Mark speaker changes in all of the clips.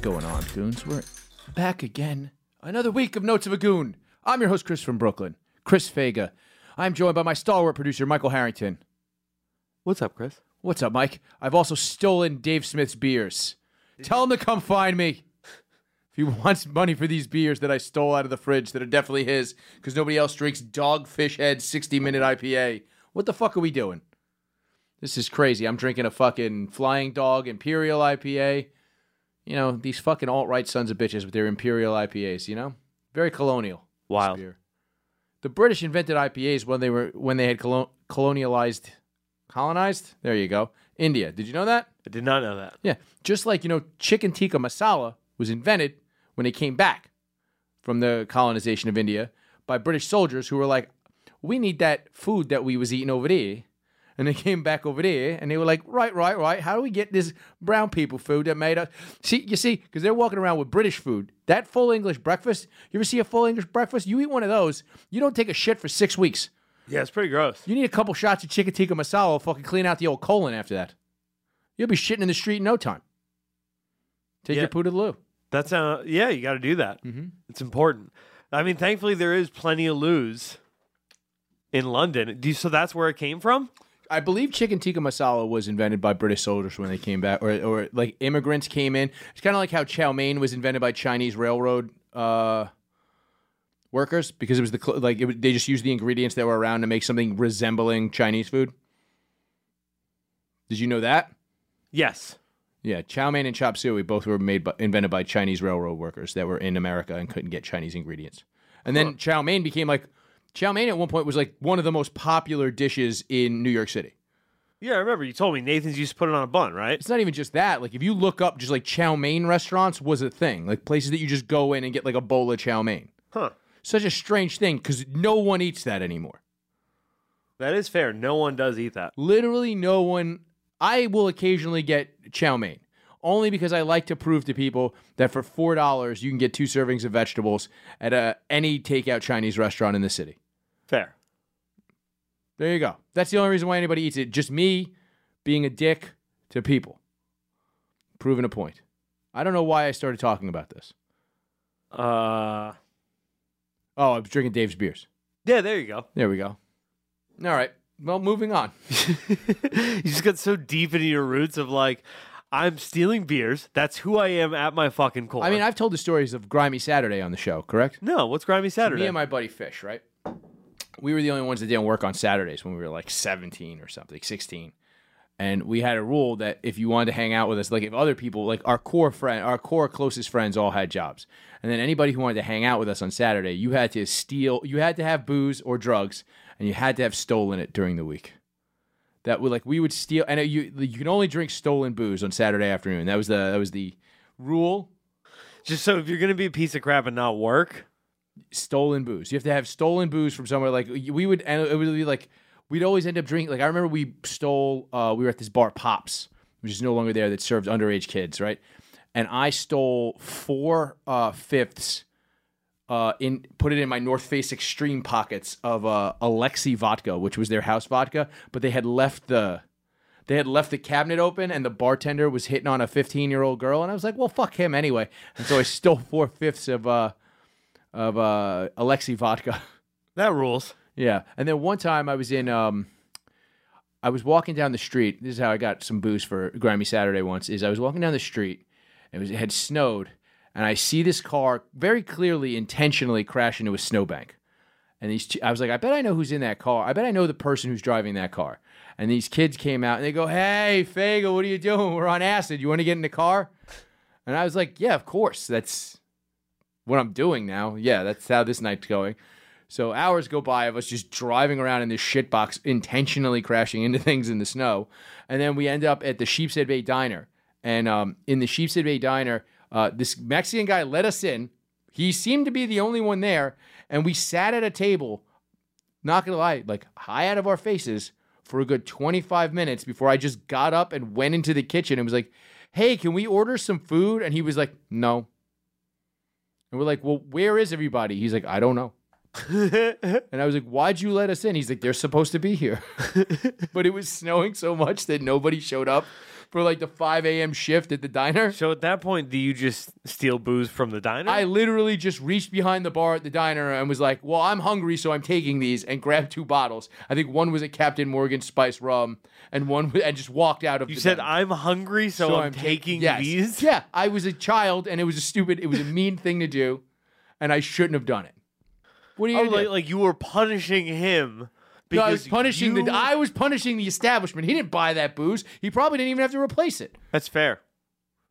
Speaker 1: going on, goons? We're back again. Another week of Notes of a Goon. I'm your host, Chris from Brooklyn, Chris Faga. I'm joined by my stalwart producer, Michael Harrington.
Speaker 2: What's up, Chris?
Speaker 1: What's up, Mike? I've also stolen Dave Smith's beers. Tell him to come find me. If he wants money for these beers that I stole out of the fridge that are definitely his because nobody else drinks Dogfish Head 60 minute IPA. What the fuck are we doing? This is crazy. I'm drinking a fucking Flying Dog Imperial IPA. You know, these fucking alt right sons of bitches with their Imperial IPAs, you know? Very colonial.
Speaker 2: Wild.
Speaker 1: Beer. The British invented IPAs when they were when they had colo- colonialized colonized. There you go. India. Did you know that?
Speaker 2: I did not know that.
Speaker 1: Yeah. Just like, you know, chicken tikka masala was invented when they came back from the colonization of India by British soldiers who were like, we need that food that we was eating over there. And they came back over there and they were like, right, right, right. How do we get this brown people food that made us? See, you see, because they're walking around with British food. That full English breakfast, you ever see a full English breakfast? You eat one of those, you don't take a shit for six weeks.
Speaker 2: Yeah, it's pretty gross.
Speaker 1: You need a couple shots of chicken tikka masala to fucking clean out the old colon after that. You'll be shitting in the street in no time. Take
Speaker 2: Yeah.
Speaker 1: your poo to the loo.
Speaker 2: That's uh, yeah, you got to do that. It's important. I mean, thankfully there is plenty of loos in London. Do you, so that's where it came from.
Speaker 1: I believe chicken tikka masala was invented by British soldiers when they came back, or, or like immigrants came in. It's kind of like how chow mein was invented by Chinese railroad uh, workers because it was the cl- like it was, they just used the ingredients that were around to make something resembling Chinese food. Did you know that?
Speaker 2: Yes.
Speaker 1: Yeah, chow mein and chop suey both were made by, invented by Chinese railroad workers that were in America and couldn't get Chinese ingredients. And then chow mein became like chow mein at one point was like one of the most popular dishes in New York City.
Speaker 2: Yeah, I remember you told me Nathan's used to put it on a bun, right?
Speaker 1: It's not even just that. Like if you look up just like chow mein restaurants was a thing. Like places that you just go in and get like a bowl of chow mein.
Speaker 2: Huh.
Speaker 1: Such a strange thing cuz no one eats that anymore.
Speaker 2: That is fair. No one does eat that.
Speaker 1: literally no one i will occasionally get chow mein only because i like to prove to people that for four dollars you can get two servings of vegetables at a, any takeout chinese restaurant in the city
Speaker 2: Fair.
Speaker 1: there you go that's the only reason why anybody eats it just me being a dick to people proving a point i don't know why i started talking about this
Speaker 2: Uh,
Speaker 1: oh i was drinking dave's beers
Speaker 2: yeah, there you go.
Speaker 1: there we go all right well moving on
Speaker 2: you just got so deep into your roots of like, I'm stealing beers. That's who I am at my fucking core.
Speaker 1: i mean i've told the stories of grimy saturday on the show correct
Speaker 2: no. What's grimy Saturday?
Speaker 1: Me and my buddy Fish, right? We were the only ones that didn't work on Saturdays when we were like 17 or something, 16. And we had a rule that if you wanted to hang out with us, like if other people, like our core friend, our core closest friends all had jobs. And then anybody who wanted to hang out with us on Saturday, you had to steal, you had to have booze or drugs, and you had to have stolen it during the week. That would like we would steal, and you you can only drink stolen booze on Saturday afternoon. That was the that was the rule.
Speaker 2: Just so if you're gonna be a piece of crap and not work,
Speaker 1: stolen booze. You have to have stolen booze from somewhere. Like we would, and it would be like we'd always end up drinking. Like I remember we stole. Uh, we were at this bar, Pops, which is no longer there, that served underage kids, right? And I stole four uh, fifths. Uh, in put it in my North Face Extreme pockets of uh, Alexi vodka, which was their house vodka, but they had left the they had left the cabinet open and the bartender was hitting on a 15 year old girl and I was like, well, fuck him anyway. And so I stole four fifths of uh, of uh, Alexi vodka.
Speaker 2: that rules.
Speaker 1: yeah, and then one time I was in, um, I was walking down the street. This is how I got some booze for Grimy Saturday. Once is I was walking down the street, it was it had snowed, and I see this car very clearly intentionally crash into a snowbank. And these, two, I was like, I bet I know who's in that car. I bet I know the person who's driving that car. And these kids came out and they go, "Hey, Fago, what are you doing? We're on acid. You want to get in the car?" And I was like, "Yeah, of course. That's what I'm doing now. Yeah, that's how this night's going." So hours go by of us just driving around in this shitbox, intentionally crashing into things in the snow, and then we end up at the Sheepshead Bay Diner. And um, in the Sheepshead Bay Diner, uh, this Mexican guy let us in. He seemed to be the only one there, and we sat at a table. Not gonna lie, like high out of our faces for a good 25 minutes before I just got up and went into the kitchen and was like, "Hey, can we order some food?" And he was like, "No." And we're like, "Well, where is everybody?" He's like, "I don't know." And I was like, why'd you let us in? He's like, they're supposed to be here. but it was snowing so much that nobody showed up for like the 5 a.m. shift at the diner.
Speaker 2: So at that point, do you just steal booze from the diner?
Speaker 1: I literally just reached behind the bar at the diner and was like, "Well, I'm hungry, so I'm taking these," and grabbed two bottles. I think one was a Captain Morgan Spice rum, and one wa- and just walked out of.
Speaker 2: you
Speaker 1: the
Speaker 2: said
Speaker 1: diner.
Speaker 2: I'm hungry, so, I'm,
Speaker 1: ta-
Speaker 2: taking
Speaker 1: yes.
Speaker 2: these.
Speaker 1: Yeah, I was a child, and it was a stupid, it was a mean thing to do, and I shouldn't have done it. What are you
Speaker 2: Oh,
Speaker 1: gonna do?
Speaker 2: like, like you were punishing him
Speaker 1: No,
Speaker 2: because
Speaker 1: I was punishing
Speaker 2: you-
Speaker 1: the I was punishing the establishment. He didn't buy that booze. He probably didn't even have to replace it.
Speaker 2: That's fair.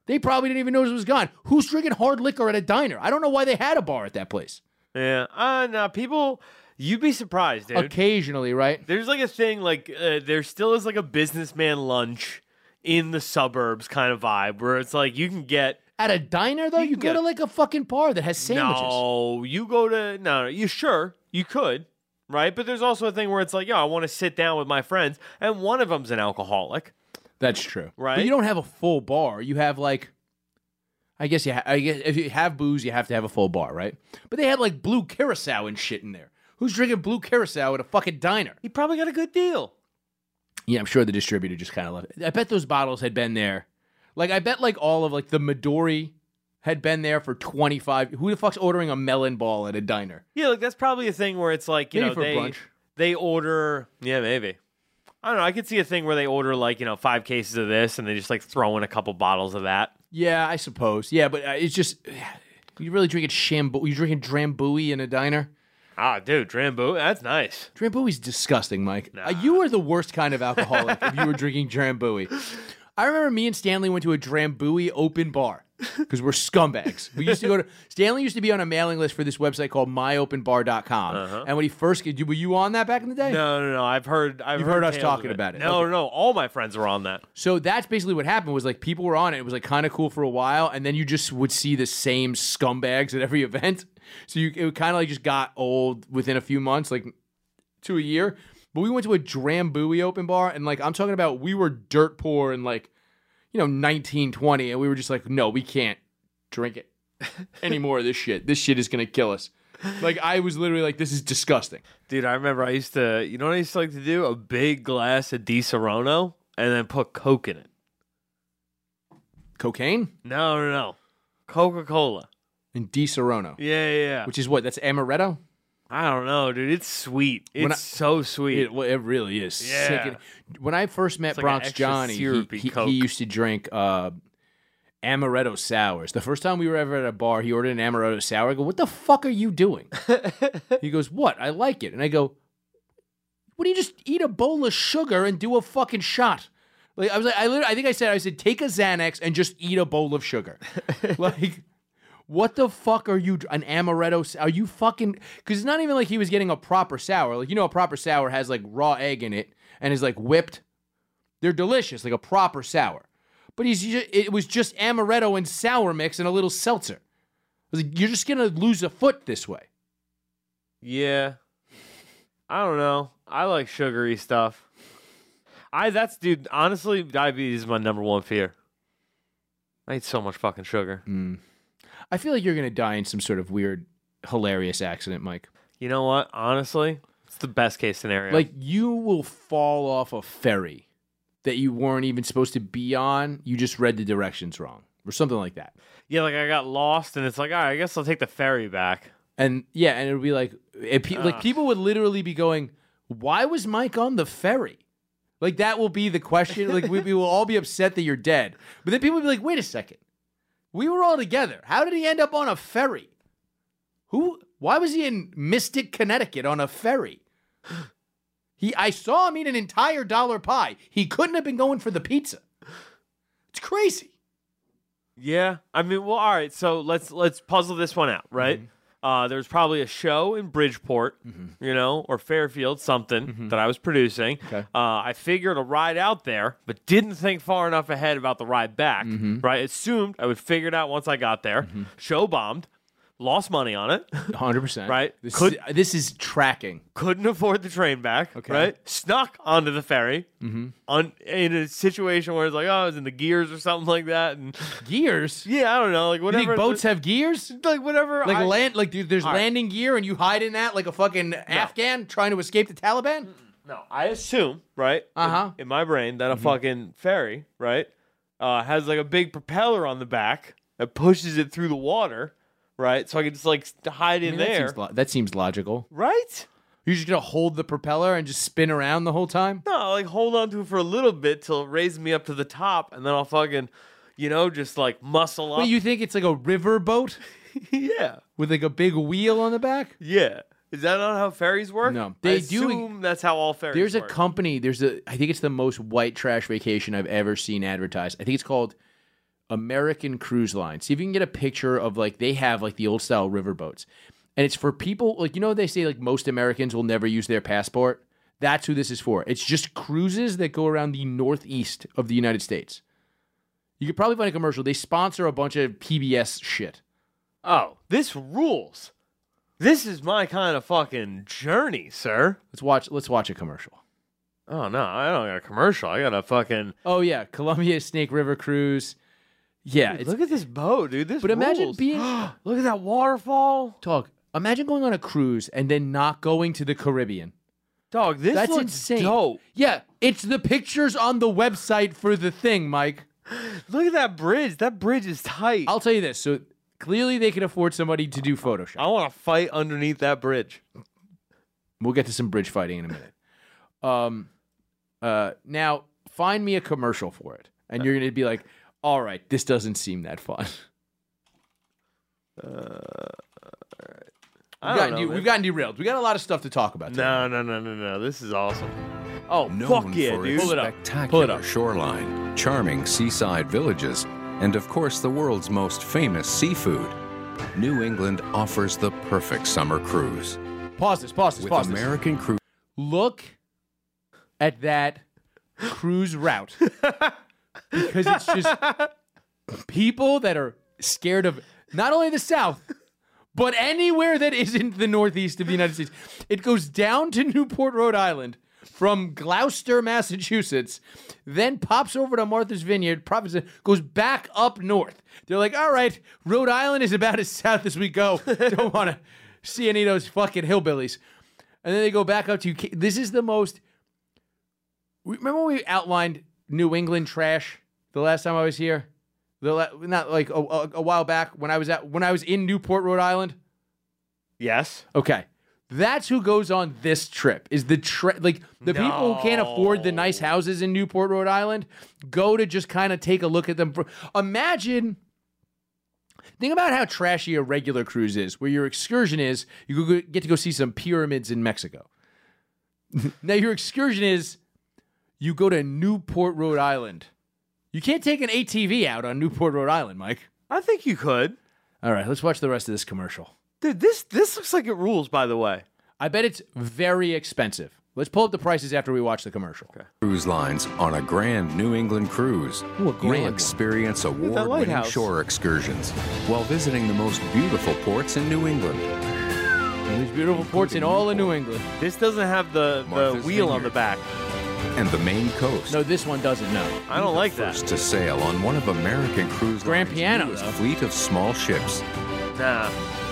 Speaker 1: They probably didn't even notice it was gone. Who's drinking hard liquor at a diner? I don't know why they had a bar at that place.
Speaker 2: Yeah. Uh, now people, you'd be surprised, dude.
Speaker 1: Occasionally, right?
Speaker 2: There's like a thing like uh, there still is like a businessman lunch in the suburbs kind of vibe where it's like you can get
Speaker 1: At a diner though, you,
Speaker 2: can
Speaker 1: go
Speaker 2: get-
Speaker 1: to like a fucking bar that has sandwiches.
Speaker 2: No, you go to no, no, you sure you could, right? But there's also a thing where it's like, yo, I want to sit down with my friends, and one of them's an alcoholic.
Speaker 1: That's true.
Speaker 2: Right?
Speaker 1: But you don't have a full bar. You have like I guess you ha- I guess if you have booze, you have to have a full bar, right? But they had like blue curacao and shit in there. Who's drinking blue curacao at a fucking diner?
Speaker 2: He probably got a good deal.
Speaker 1: Yeah, I'm sure the distributor just kind of left. it. I bet those bottles had been there. Like I bet like all of like the Midori had been there for 25. Who the fuck's ordering a melon ball at a diner?
Speaker 2: Yeah, like that's probably a thing where it's like you
Speaker 1: Maybe
Speaker 2: know
Speaker 1: for
Speaker 2: they
Speaker 1: brunch.
Speaker 2: they order yeah maybe. I don't know. I could see a thing where they order like you know five cases of this, and they just like throw in a couple bottles of that.
Speaker 1: Yeah, I suppose. Yeah, but uh, it's just you really drinking shambo. You drinking Drambuie in a diner?
Speaker 2: Ah, dude, Drambo, that's nice.
Speaker 1: Drambuie's disgusting, Mike. Uh, you are the worst kind of alcoholic if you were drinking Drambuie. I remember me and Stanley went to a Drambuie open bar because we're scumbags. We used to go to Stanley used to be on a mailing list for this website called myopenbar.com. And when he first did, were you on that back in the day?
Speaker 2: No, no, no. I've heard. I've
Speaker 1: You've heard us
Speaker 2: tales
Speaker 1: talking
Speaker 2: of
Speaker 1: about it.
Speaker 2: No,
Speaker 1: Okay.
Speaker 2: no, no. All my friends were on that.
Speaker 1: So that's basically what happened was like people were on it. It was like kind of cool for a while, and then you just would see the same scumbags at every event. So you it kind of like just got old within a few months, like to a year. But we went to a Drambuie open bar, and like I'm talking about, we were dirt poor and like you know 1920, and we were just like, no, we can't drink it anymore. this shit, this shit is gonna kill us. Like I was literally like, this is disgusting.
Speaker 2: Dude, I remember I used to, you know what I used to like to do? A big glass of Di Serrano and then put Coke in it.
Speaker 1: Cocaine
Speaker 2: No, no, no. Coca Cola.
Speaker 1: and Di Serono,
Speaker 2: Yeah, yeah, yeah.
Speaker 1: which is what that's amaretto.
Speaker 2: I don't know, dude. It's sweet.
Speaker 1: When
Speaker 2: It's
Speaker 1: I-
Speaker 2: so sweet.
Speaker 1: It, well, it really is. sick.
Speaker 2: Yeah.
Speaker 1: When I first met
Speaker 2: like an
Speaker 1: Bronx
Speaker 2: extra
Speaker 1: Johnny, he,
Speaker 2: syrupy
Speaker 1: he- he
Speaker 2: Coke.
Speaker 1: used to drink uh, amaretto sours. The first time we were ever at a bar, he ordered an amaretto sour. I go, "What the fuck are you doing?" he goes, "What? I like it." And I go, "What do you just eat a bowl of sugar and do a fucking shot?" Like I was like, I literally, I think I said, I said, take a Xanax and just eat a bowl of sugar. like. What the fuck are you? An amaretto? s- Are you fucking? Because it's not even like he was getting a proper sour. Like you know, a proper sour has like raw egg in it and is like whipped. They're delicious, like a proper sour. But he's ju- it was just amaretto and sour mix and a little seltzer. I was like, you're just gonna lose a foot this way.
Speaker 2: yeah. I don't know. I like sugary stuff. I, that's, dude, honestly, diabetes is my number one fear. I eat so much fucking sugar.
Speaker 1: Mm. I feel like you're gonna die in some sort of weird, hilarious accident, Mike.
Speaker 2: You know what? Honestly, it's the best case scenario.
Speaker 1: Like you will fall off a ferry that you weren't even supposed to be on. You just read the directions wrong or something like that.
Speaker 2: yeah, like I got lost and it's like, all right, I guess I'll take the ferry back.
Speaker 1: And yeah, and it would be like, it, pe- like people would literally be going, "Why was Mike on the ferry?" Like that will be the question. Like we, we will all be upset that you're dead, but then people would be like, "Wait a second, we were all together. How did he end up on a ferry? Who? Why was he in Mystic, Connecticut on a ferry?" He, I saw him eat an entire dollar pie. He couldn't have been going for the pizza. It's crazy.
Speaker 2: Yeah, I mean, well, all right. So let's let's puzzle this one out, right?
Speaker 1: Mm-hmm.
Speaker 2: Uh, there was probably a show in Bridgeport, you know, or Fairfield, something that I was producing.
Speaker 1: Mm-hmm. Okay.
Speaker 2: Uh, I figured a ride out there, but didn't think far enough ahead about the ride back.
Speaker 1: Mm-hmm.
Speaker 2: Right? Assumed I would figure it out once I got there. Show bombed, lost money on it.
Speaker 1: 100%.
Speaker 2: Right.
Speaker 1: This,
Speaker 2: Could-
Speaker 1: this is tracking.
Speaker 2: couldn't afford the train back.
Speaker 1: Okay. Mm-hmm.
Speaker 2: Right? Snuck onto the ferry on, in a situation where it's like, oh, I was in the gears or something like that. And
Speaker 1: Gears?
Speaker 2: yeah, I don't know. Like,
Speaker 1: You
Speaker 2: whatever.
Speaker 1: think boats have gears?
Speaker 2: like, whatever.
Speaker 1: Like
Speaker 2: I-
Speaker 1: land, like dude, there's
Speaker 2: All right.
Speaker 1: landing gear, and you hide in that like a fucking Afghan trying to escape the Taliban.
Speaker 2: no, I assume, right?
Speaker 1: Uh-huh. Mm-hmm.
Speaker 2: In, in my brain, that a fucking ferry, right? uh, has like a big propeller on the back that pushes it through the water, right? So I could just like s- hide
Speaker 1: I
Speaker 2: in
Speaker 1: mean, That
Speaker 2: there,
Speaker 1: seems, lo- that seems logical.
Speaker 2: right?
Speaker 1: You're just gonna hold the propeller and just spin around the whole time.
Speaker 2: No, like hold on to it for a little bit till it raises me up to the top, and then I'll fucking, you know, just like muscle up.
Speaker 1: Wait, you think it's like a river boat
Speaker 2: yeah,
Speaker 1: with like a big wheel on the back?
Speaker 2: yeah. Is that not how ferries work?
Speaker 1: No.
Speaker 2: they
Speaker 1: They do-
Speaker 2: Assume that's how all ferries.
Speaker 1: There's a
Speaker 2: work.
Speaker 1: company. There's a. I think it's the most white trash vacation I've ever seen advertised. I think it's called American Cruise Line. See if you can get a picture of like they have like the old style riverboats, and it's for people like you know they say like most Americans will never use their passport. That's who this is for. It's just cruises that go around the northeast of the United States. You could probably find a commercial. They sponsor a bunch of PBS shit.
Speaker 2: Oh, this rules. This is my kind of fucking journey, sir.
Speaker 1: Let's watch. Let's watch a commercial.
Speaker 2: Oh no, I don't got a commercial. I got a fucking.
Speaker 1: Oh yeah, Columbia Snake River Cruise. Yeah, it's
Speaker 2: Look at this boat, dude. This.
Speaker 1: But imagine
Speaker 2: rules.
Speaker 1: being-
Speaker 2: Look at that waterfall,
Speaker 1: Dog, imagine going on a cruise and then not going to the Caribbean.
Speaker 2: dog. This
Speaker 1: That's
Speaker 2: looks
Speaker 1: insane.
Speaker 2: dope.
Speaker 1: Yeah, it's the pictures on the website for the thing, Mike.
Speaker 2: Look at that bridge. That bridge is tight.
Speaker 1: I'll tell you this. So clearly they can afford somebody to do Photoshop.
Speaker 2: I want to fight underneath that bridge.
Speaker 1: We'll get to some bridge fighting in a minute. Um uh now find me a commercial for it. And you're going to be like, "All right, this doesn't seem that fun."
Speaker 2: I
Speaker 1: we've,
Speaker 2: don't
Speaker 1: gotten
Speaker 2: know,
Speaker 1: de-
Speaker 2: man.
Speaker 1: we've gotten derailed. We got a lot of stuff to talk about. today.
Speaker 2: No, no, no, no, no. This is awesome. Oh,
Speaker 3: Known
Speaker 2: fuck yeah,
Speaker 3: for
Speaker 2: dude.
Speaker 3: its
Speaker 2: Pull it up.
Speaker 3: spectacular
Speaker 1: Pull it up.
Speaker 3: shoreline, charming seaside villages, and of course the world's most famous seafood, New England offers the perfect summer cruise
Speaker 1: Pause this. Pause this.
Speaker 3: with
Speaker 1: Pause this.
Speaker 3: American Cruise.
Speaker 1: look at that cruise route because it's just people that are scared of not only the South, but anywhere that isn't the Northeast of the United States. It goes down to Newport, Rhode Island from Gloucester, Massachusetts, then pops over to Martha's Vineyard, Providence, goes back up north. They're like, all right, Rhode Island is about as south as we go. Don't want to see any of those fucking hillbillies and then they go back up to Ca- this is the most remember when we outlined new england trash the last time i was here the la- not like a, a, a while back when i was at when i was in newport rhode island
Speaker 2: Yes.
Speaker 1: okay that's who goes on this trip is the tra- like the people who can't afford the nice
Speaker 2: No.
Speaker 1: houses in newport rhode island go to just kind of take a look at them for, imagine Think about how trashy a regular cruise is, where your excursion is you go- get to go see some pyramids in Mexico. now your excursion is you go to Newport, Rhode Island. You can't take an ATV out on Newport, Rhode Island, Mike.
Speaker 2: I think you could.
Speaker 1: All right, let's watch the rest of this commercial.
Speaker 2: Dude, this this looks like it rules, by the way.
Speaker 1: I bet it's very expensive. Let's pull up the prices after we watch the commercial.
Speaker 3: Cruise lines on a grand New England cruise.
Speaker 1: Ooh, a grand
Speaker 3: You'll
Speaker 1: one.
Speaker 3: experience
Speaker 2: that
Speaker 3: award-winning
Speaker 2: lighthouse.
Speaker 3: shore excursions while visiting the most beautiful ports in New England.
Speaker 1: These beautiful ports in all of New England.
Speaker 2: This doesn't have the, the
Speaker 3: Martha's
Speaker 2: wheel on the back.
Speaker 3: Vineyard. and the main coast.
Speaker 1: No, this one doesn't. No.
Speaker 2: I don't like that.
Speaker 3: First to sail on one of American Cruise
Speaker 1: Grand
Speaker 3: Line's
Speaker 1: piano,
Speaker 3: newest
Speaker 1: though.
Speaker 3: fleet of small ships.
Speaker 2: Nah.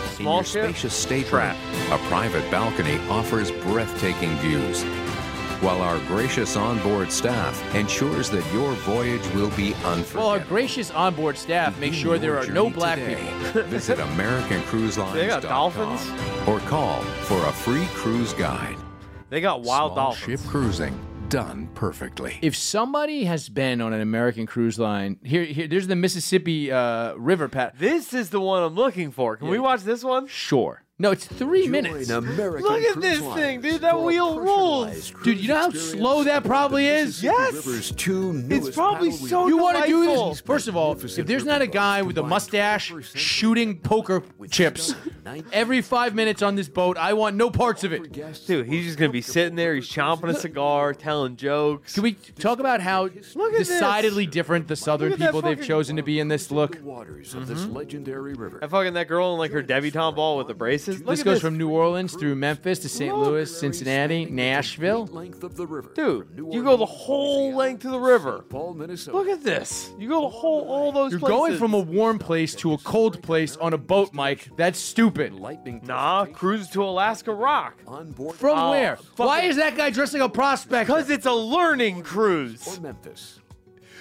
Speaker 3: In
Speaker 2: Small
Speaker 3: your
Speaker 2: ship.
Speaker 3: spacious stateroom,
Speaker 2: Trap.
Speaker 3: a private balcony offers breathtaking views, while our gracious onboard staff ensures that your voyage will be unforgettable.
Speaker 1: Well, our gracious onboard staff makes sure there are no black people.
Speaker 3: people. Visit AmericanCruiseLines.com
Speaker 2: They got dolphins?
Speaker 3: or call for a free cruise guide.
Speaker 2: They got wild
Speaker 3: Small
Speaker 2: dolphins.
Speaker 3: ship cruising done perfectly.
Speaker 1: if somebody has been on an American cruise line, here, here there's the Mississippi uh, River path.
Speaker 2: This is the one I'm looking for. Can we watch this one?
Speaker 1: Sure. No, it's three minutes.
Speaker 4: Join American
Speaker 2: Look at
Speaker 4: Cruise
Speaker 2: this
Speaker 4: Lines
Speaker 2: thing, dude. That
Speaker 4: for a
Speaker 2: wheel rules.
Speaker 4: personalized cruise
Speaker 1: Dude, you know how
Speaker 4: experience
Speaker 1: slow that
Speaker 4: with the
Speaker 1: probably is?
Speaker 4: Mississippi
Speaker 2: Yes!
Speaker 4: River's two newest
Speaker 2: probably
Speaker 4: paddle
Speaker 2: so
Speaker 1: You
Speaker 4: wheels.
Speaker 1: want to do
Speaker 2: Delightful.
Speaker 1: this? First of all, if there's not a guy with a mustache shooting poker chips every five minutes on this boat, I want no parts of it.
Speaker 4: Guests
Speaker 2: Dude, he's just gonna be sitting there. He's chomping a cigar, telling jokes.
Speaker 1: Can we talk about how
Speaker 2: at this.
Speaker 1: decidedly different the southern
Speaker 2: Look at that
Speaker 1: people they've
Speaker 2: fucking-
Speaker 1: chosen to be in this look?
Speaker 4: the waters of
Speaker 2: Mm-hmm.
Speaker 4: this legendary river.
Speaker 2: That fucking that girl in like her debutante ball with the braces. Look
Speaker 1: This
Speaker 2: at
Speaker 1: goes
Speaker 2: this.
Speaker 1: from New Orleans through Memphis to St. Louis, Cincinnati, Nashville.
Speaker 4: Length of the river. From
Speaker 2: Dude,
Speaker 4: New
Speaker 2: you go the
Speaker 4: Orleans,
Speaker 2: whole
Speaker 4: Louisiana,
Speaker 2: length of the river.
Speaker 4: Paul, Minnesota.
Speaker 2: Look at this. You go the whole all those
Speaker 1: You're
Speaker 2: places.
Speaker 1: going from a warm place to a cold place on a boat, Mike. That's stupid.
Speaker 4: lightning.
Speaker 2: Nah, cruise to Alaska Rock.
Speaker 4: on board
Speaker 1: From
Speaker 2: Oh,
Speaker 1: where?
Speaker 2: fucking-
Speaker 1: Why is that guy dressed like a prospect?
Speaker 2: Cuz it's a learning
Speaker 4: or
Speaker 2: cruise.
Speaker 4: Memphis.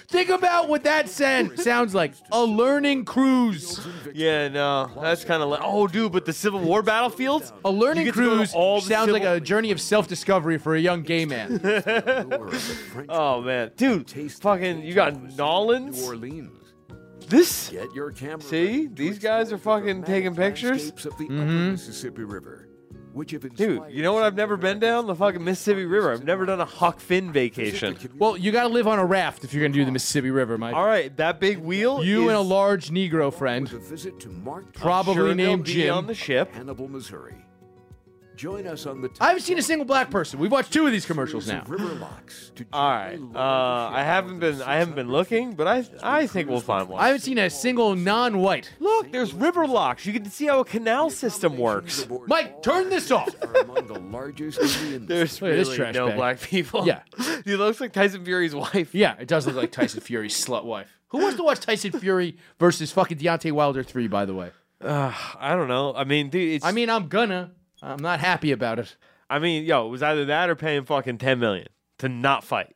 Speaker 1: Think about what that sen- sounds like. A learning cruise.
Speaker 2: Yeah, no, that's kind of like oh, dude, but the Civil War battlefields.
Speaker 1: A
Speaker 2: You
Speaker 1: learning
Speaker 2: get to go to
Speaker 1: cruise
Speaker 2: all the
Speaker 1: sounds like
Speaker 2: civil-
Speaker 1: a journey of self-discovery for a young gay man.
Speaker 2: Oh man, dude, fucking, you got
Speaker 4: New
Speaker 2: Nolans.
Speaker 4: Orleans.
Speaker 2: This
Speaker 4: Get your camera.
Speaker 2: See?
Speaker 4: ready to
Speaker 2: These
Speaker 4: explore
Speaker 2: guys are
Speaker 4: the
Speaker 2: fucking taking
Speaker 4: dramatic
Speaker 2: pictures. Mm-hmm.
Speaker 4: landscapes Of the upper Mississippi River, which have
Speaker 2: Dude,
Speaker 4: inspired
Speaker 2: you know what I've
Speaker 4: some
Speaker 2: never
Speaker 4: of
Speaker 2: been down? The
Speaker 4: America's
Speaker 2: fucking Mississippi River. I've never done a Huck Finn
Speaker 4: finest
Speaker 2: vacation.
Speaker 4: communities.
Speaker 1: well, you got to live on a raft if you're going to do the Mississippi River, Mike.
Speaker 2: All right, that big wheel.
Speaker 1: You and a
Speaker 2: is-
Speaker 1: large Negro
Speaker 4: With a
Speaker 1: friend,
Speaker 4: visit to Mark Twain,
Speaker 1: probably
Speaker 2: sure they'll
Speaker 1: named
Speaker 2: be
Speaker 1: Jim.
Speaker 2: on the ship.
Speaker 4: Hannibal, Missouri. Join us on the.
Speaker 1: I haven't seen a single black person. We've watched two of these commercials
Speaker 4: series
Speaker 1: now.
Speaker 4: of River locks to
Speaker 2: All right,
Speaker 4: gently lower the
Speaker 2: uh,
Speaker 4: ship
Speaker 2: I haven't
Speaker 4: onto the
Speaker 2: been I haven't been
Speaker 4: 600
Speaker 2: looking, but I
Speaker 4: feet as
Speaker 2: I
Speaker 4: we
Speaker 2: think
Speaker 4: cruise
Speaker 2: we'll find
Speaker 1: I
Speaker 2: one.
Speaker 1: haven't seen a single non-white.
Speaker 2: Look, there's river locks. You can see how a canal system
Speaker 1: uh,
Speaker 2: works.
Speaker 4: Aboard
Speaker 1: Mike, turn this off.
Speaker 4: are among the largest in the industry.
Speaker 2: There's
Speaker 1: Look at this
Speaker 2: really
Speaker 1: trash
Speaker 2: no
Speaker 1: bag.
Speaker 2: black people.
Speaker 1: Yeah.
Speaker 2: he looks like Tyson Fury's wife.
Speaker 1: Yeah, it does look like Tyson Fury's slut wife. Who wants to watch Tyson Fury versus fucking Deontay Wilder three? By the way,
Speaker 2: I don't know. I mean, dude, it's,
Speaker 1: I mean, I'm gonna. I'm not happy about it.
Speaker 2: I mean, yo, it was either that or paying fucking ten million to not fight.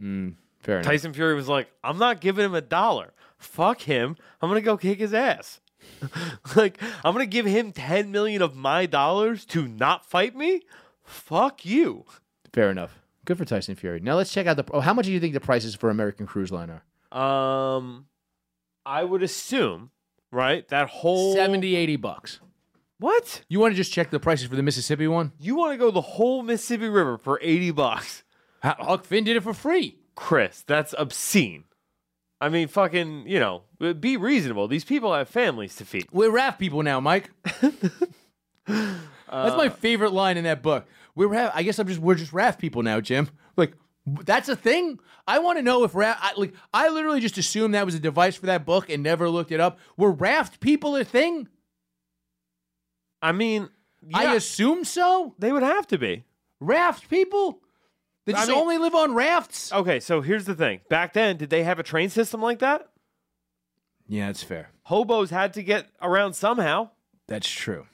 Speaker 1: Hmm, Fair enough.
Speaker 2: Tyson Fury was like, I'm not giving him a dollar. Fuck him. I'm gonna go kick his ass. like, I'm gonna give him ten million of my dollars to not fight me. Fuck you.
Speaker 1: Fair enough. Good for Tyson Fury. Now let's check out the. Oh, how much do you think the prices for American Cruise Line are?
Speaker 2: Um, I would assume, right? That whole
Speaker 1: 70, 80 bucks.
Speaker 2: What?
Speaker 1: You want to just check the prices for the Mississippi one?
Speaker 2: You want to go the whole Mississippi River for eighty bucks,
Speaker 1: H- Huck Finn did it for free.
Speaker 2: Chris? That's obscene. I mean, fucking, you know, be reasonable. These people have families to feed.
Speaker 1: We're raft people now, Mike. that's
Speaker 2: Uh,
Speaker 1: my favorite line in that book. We're raft. I guess I'm just we're just raft people now, Jim. Like that's a thing. I want to know if raft. I, like I literally just assumed that was a device for that book and never looked it up. Were raft people a thing?
Speaker 2: I mean, yeah,
Speaker 1: I assume so.
Speaker 2: they would have to be.
Speaker 1: Raft people. They
Speaker 2: I
Speaker 1: just
Speaker 2: mean- Oh.
Speaker 1: only live on rafts.
Speaker 2: Okay, so here's the thing. Back then, did they have a train system like that?
Speaker 1: Yeah, that's fair.
Speaker 2: Hobos had to get around somehow.
Speaker 1: That's true.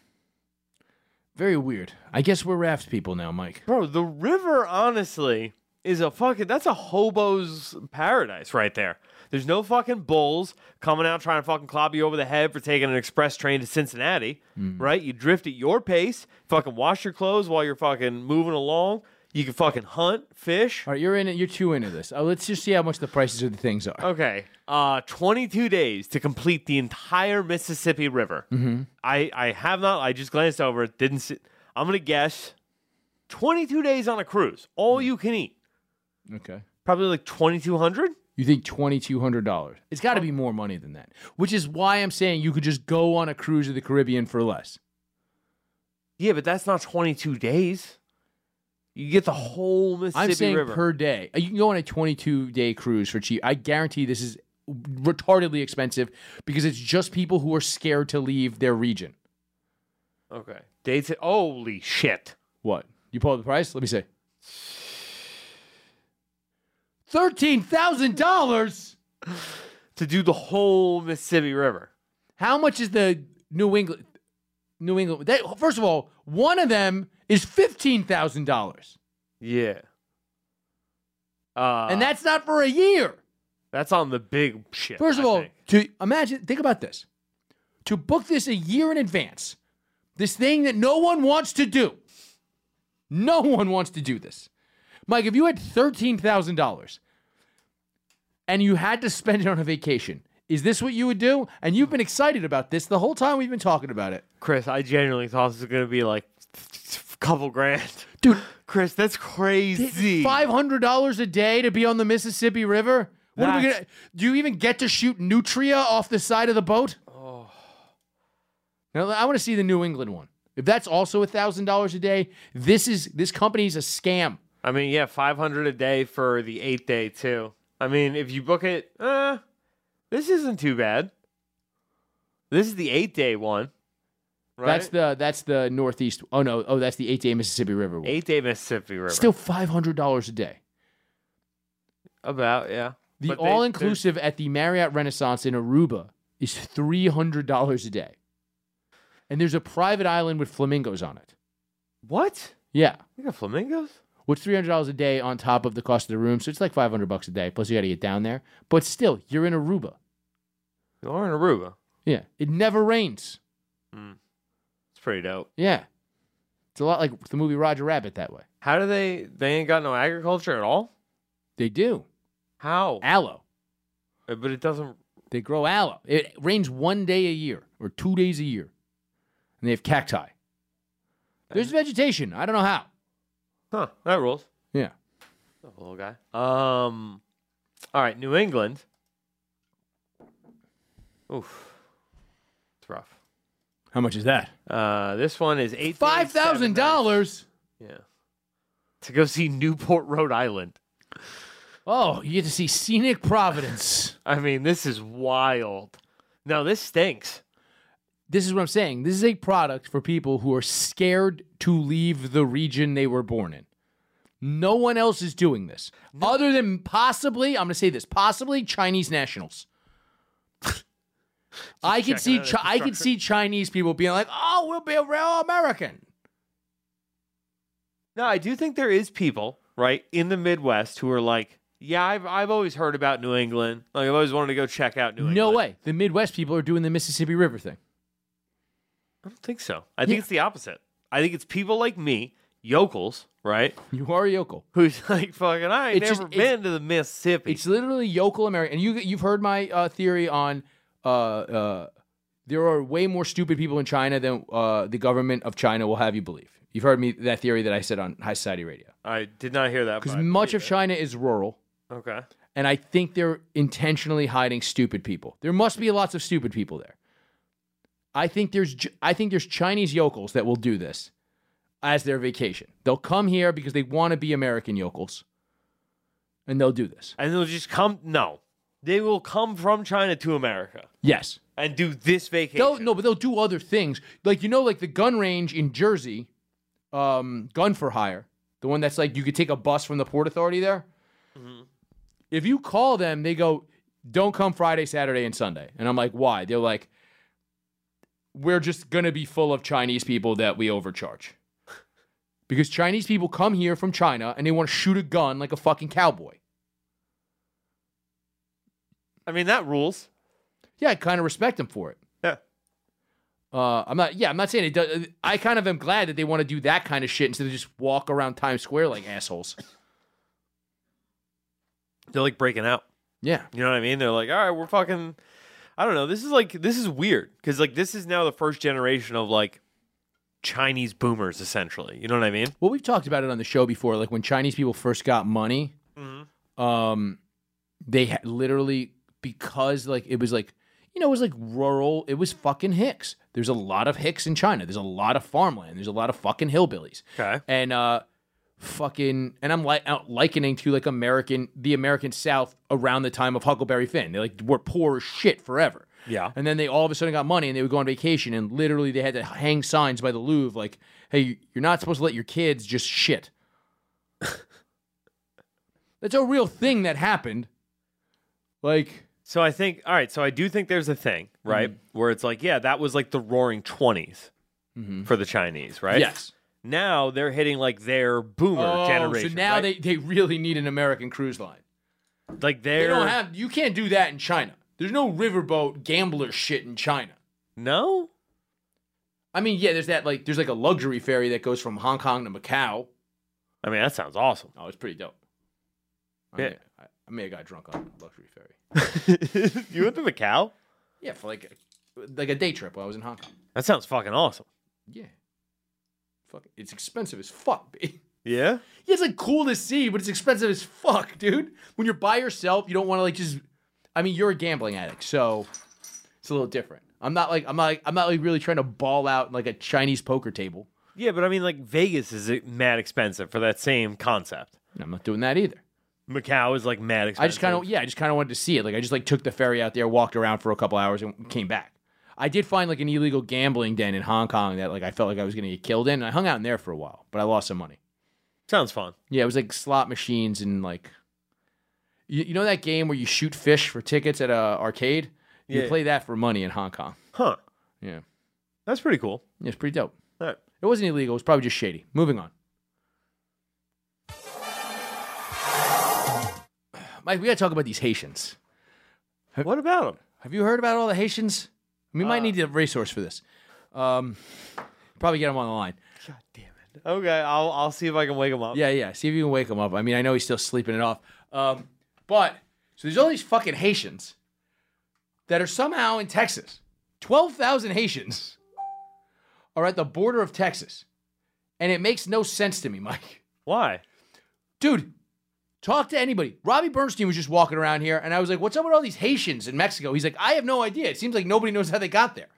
Speaker 1: Very weird. I guess we're raft people now, Mike.
Speaker 2: Bro, the river, honestly, is a fucking. That's a hobo's paradise right there. There's no fucking bulls coming out trying to fucking clobber you over the head for taking an express train to Cincinnati, right? You drift at your pace, fucking wash your clothes while you're fucking moving along. You can fucking hunt, fish.
Speaker 1: All right, you're in it. You're too into this. Uh, let's just see how much the prices of the things are.
Speaker 2: Okay. Uh, 22 days to complete the entire Mississippi River. Mm-hmm. I, I have not. I just glanced over it. Didn't see. I'm going to guess 22 days on a cruise. All
Speaker 1: Mm.
Speaker 2: you can eat.
Speaker 1: Okay.
Speaker 2: Probably like 2,200.
Speaker 1: You think twenty two hundred dollars? It's got to be more money than that. Which is why I'm saying you could just go on a cruise to the Caribbean for less.
Speaker 2: Yeah, but that's not 22 days. You get the whole Mississippi
Speaker 1: I'm saying
Speaker 2: River.
Speaker 1: per day. Uh, You can go on a twenty two day cruise for cheap. I guarantee this is retardedly expensive because it's just people who are scared to leave their region.
Speaker 2: okay. Dates. Holy shit.
Speaker 1: What? You pull up the price? Let me see. Thirteen thousand dollars.
Speaker 2: To do the whole Mississippi River.
Speaker 1: How much is the New England? New England. That, first of all, one of them is fifteen thousand dollars,
Speaker 2: Yeah. Uh,
Speaker 1: and that's not for a year.
Speaker 2: that's on the big ship.
Speaker 1: First of
Speaker 2: I
Speaker 1: all,
Speaker 2: think.
Speaker 1: to imagine, think about this: to book this a year in advance, this thing that no one wants to do. No one wants to do this, Mike. If you had thirteen thousand dollars and you had to spend it on a vacation, is this what you would do? And you've been excited about this the whole time we've been talking about it,
Speaker 2: Chris, I genuinely thought this was gonna be like a couple grand.
Speaker 1: dude.
Speaker 2: Chris, that's crazy.
Speaker 1: Five hundred dollars a day to be on the Mississippi River. What are we
Speaker 2: That's-
Speaker 1: gonna? Do you even get to shoot nutria off the side of the boat? Oh. Now I want to see the New England one. If that's also thousand dollars a day, this is this company's a scam.
Speaker 2: I mean, yeah, five hundred a day for the eight day too. I mean, if you book it, uh, this isn't too bad. This is the eight day one. Right?
Speaker 1: That's the that's the Northeast. Oh no! Oh, that's the eight day Mississippi River one.
Speaker 2: eight day Mississippi River.
Speaker 1: Still five hundred dollars a day.
Speaker 2: about yeah.
Speaker 1: The
Speaker 2: But they-
Speaker 1: all inclusive at the Marriott Renaissance in Aruba is three hundred dollars a day, and there's a private island with flamingos on it.
Speaker 2: they're- What?
Speaker 1: Yeah.
Speaker 2: You got flamingos?
Speaker 1: which three hundred dollars a day on top of the cost of the room, so it's like five hundred bucks a day. Plus you got to get down there, but still, you're in Aruba.
Speaker 2: You are in Aruba.
Speaker 1: Yeah, it never rains.
Speaker 2: Hmm. It's pretty dope.
Speaker 1: Yeah, it's a lot like the movie Roger Rabbit that way.
Speaker 2: How do they? They ain't got no agriculture at all.
Speaker 1: They do
Speaker 2: How?
Speaker 1: aloe.
Speaker 2: Uh, But it doesn't.
Speaker 1: They grow aloe. It rains one day a year or two days a year, and they have cacti. There's vegetation. I don't know how.
Speaker 2: Huh? That rules.
Speaker 1: Yeah.
Speaker 2: Oh, little guy. Um. All right, New England. Oof, it's rough.
Speaker 1: How much is that?
Speaker 2: Uh, this one is eight
Speaker 1: Five thousand dollars.
Speaker 2: Yeah. To go see Newport, Rhode Island.
Speaker 1: Oh, you get to see scenic Providence.
Speaker 2: I mean, this is wild. No, this stinks.
Speaker 1: this is what I'm saying. This is a product for people who are scared to leave the region they were born in. No one else is doing this other than possibly, I'm going to say this, possibly Chinese nationals. I could see
Speaker 2: out
Speaker 1: Chi- I could see Chinese people being like, "Oh, we'll be a real American."
Speaker 2: No, I do think there is people right in the Midwest who are like, yeah, I've I've always heard about New England. Like I've always wanted to go check out New England.
Speaker 1: No way. The Midwest people are doing the Mississippi River thing.
Speaker 2: I don't think so. I think it's the opposite. I think it's people like me, yokels, right?
Speaker 1: You are a yokel.
Speaker 2: Who's like fucking I ain't
Speaker 1: It's just-
Speaker 2: never
Speaker 1: it's-
Speaker 2: been to the Mississippi.
Speaker 1: It's literally yokel American. And you you've heard my uh, theory on uh, uh, there are way more stupid people in China than uh, the government of China will have you believe. You've heard me that theory that I said on High Society Radio
Speaker 2: I did not hear that.
Speaker 1: because
Speaker 2: but I
Speaker 1: much of
Speaker 2: believe
Speaker 1: China is rural,
Speaker 2: it. Okay.
Speaker 1: and I think they're intentionally hiding stupid people. There must be lots of stupid people there. I think there's J- I think there's Chinese yokels that will do this as their vacation. They'll come here because they want to be American yokels, and they'll do this.
Speaker 2: And they'll just come no. They will come from China to America
Speaker 1: Yes.
Speaker 2: and do this vacation.
Speaker 1: They'll, no, but they'll do other things. Like you know, like the gun range in Jersey, um, gun for hire, the one that's like you could take a bus from the Port Authority there. If you call them, they go, "Don't come Friday, Saturday, and Sunday." And I'm like, "Why?" They're like, "We're just gonna be full of Chinese people that we overcharge." Because Chinese people come here from China and they want to shoot a gun like a fucking cowboy.
Speaker 2: I mean that rules.
Speaker 1: Yeah, I kind of respect them for it.
Speaker 2: Yeah.
Speaker 1: Uh, I'm not. Yeah, I'm not saying it does. I kind of am glad that they want to do that kind of shit instead of just walk around Times Square like assholes.
Speaker 2: They're like breaking out.
Speaker 1: Yeah,
Speaker 2: You know what I mean? They're like, all right, we're fucking. I don't know. This is like this is weird because like this is now the first generation of like Chinese boomers essentially. You know what I mean?
Speaker 1: Well, we've talked about it on the show before. Like when Chinese people first got money, um, they ha- literally because like it was like you know it was like rural. It was fucking hicks. There's a lot of hicks in China. There's a lot of farmland. There's a lot of fucking hillbillies.
Speaker 2: Okay.
Speaker 1: And uh, fucking and I'm like out likening to like American the American South around the time of Huckleberry Finn. They like were poor as shit forever.
Speaker 2: Yeah.
Speaker 1: And then they all of a sudden got money and they would go on vacation and literally they had to hang signs by the Louvre like, hey, you're not supposed to let your kids just shit. That's a real thing that happened. Like,
Speaker 2: So I think all right. So I do think there's a thing right
Speaker 1: Mm-hmm.
Speaker 2: where it's like yeah, that was like the Roaring 20s for the Chinese, right?
Speaker 1: Mm-hmm. yes.
Speaker 2: Now they're hitting like their boomer
Speaker 1: Oh,
Speaker 2: generation.
Speaker 1: so now
Speaker 2: right?
Speaker 1: they, they really need an American cruise line.
Speaker 2: like they're
Speaker 1: They don't have, you can't do that in China. There's no riverboat gambler shit in China.
Speaker 2: no.
Speaker 1: I mean, yeah, there's that, like, there's like a luxury ferry that goes from Hong Kong to Macau.
Speaker 2: I mean that sounds awesome.
Speaker 1: Oh, it's pretty dope. I
Speaker 2: Yeah.
Speaker 1: may, I, I may have got drunk on luxury ferry.
Speaker 2: you went to Macau?
Speaker 1: Yeah, for like a, like a day trip while I was in Hong Kong.
Speaker 2: That sounds fucking awesome.
Speaker 1: Yeah. Fuck, it's expensive as fuck, B.
Speaker 2: Yeah.
Speaker 1: Yeah, it's like cool to see, but it's expensive as fuck, dude. When you're by yourself, you don't want to like just. I mean, you're a gambling addict, so it's a little different. I'm not like I'm not like, I'm not like really trying to ball out like a Chinese poker table.
Speaker 2: Yeah, but I mean, like Vegas is uh, mad expensive for that same concept.
Speaker 1: I'm not doing that either.
Speaker 2: Macau is like mad expensive.
Speaker 1: I just kind of yeah, I just kind of wanted to see it. Like I just like took the ferry out there, walked around for a couple hours, and came back. I did find like an illegal gambling den in Hong Kong that like I felt like I was gonna get killed in. And I hung out in there for a while, but I lost some money.
Speaker 2: sounds fun.
Speaker 1: Yeah, it was like slot machines and like you, you know that game where you shoot fish for tickets at a arcade? You
Speaker 2: Yeah.
Speaker 1: play that for money in Hong Kong.
Speaker 2: Huh?
Speaker 1: Yeah.
Speaker 2: That's pretty cool.
Speaker 1: yeah it's pretty dope.
Speaker 2: All right.
Speaker 1: It wasn't illegal, it was probably just shady. Moving on. Mike, we got to talk about these Haitians.
Speaker 2: What about him?
Speaker 1: Have you heard about all the Haitians? We might need a resource for this. Um, probably get him on the line.
Speaker 2: Okay, I'll I'll see if I can wake him up.
Speaker 1: Yeah, yeah. See if you can wake him up. I mean, I know he's still sleeping it off. Um, but so there's all these fucking Haitians that are somehow in Texas. Twelve thousand Haitians are at the border of Texas, and it makes no sense to me, Mike.
Speaker 2: Why?
Speaker 1: dude, talk to anybody. Robbie Bernstein was just walking around here, and I was like, what's up with all these Haitians in Mexico? He's like, I have no idea. It seems like nobody knows how they got there.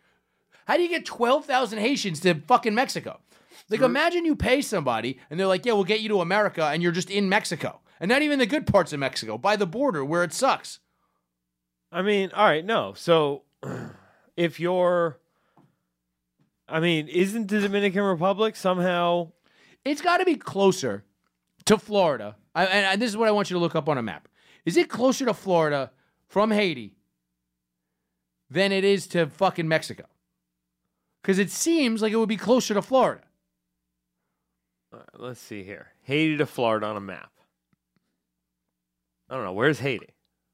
Speaker 1: How do you get 12,000 Haitians to fucking Mexico? Like, imagine you pay somebody, and they're like, yeah, we'll get you to America, and you're just in Mexico. And not even the good parts of Mexico, by the border where it sucks.
Speaker 2: I mean, all right, no. So if you're I mean, isn't the Dominican Republic somehow
Speaker 1: It's got to be closer to Florida. I, and, and this is what I want you to look up on a map. Is it closer to Florida from Haiti than it is to fucking Mexico? Because it seems like it would be closer to Florida.
Speaker 2: all right, let's see here. Haiti to Florida on a map. I don't know, where's Haiti?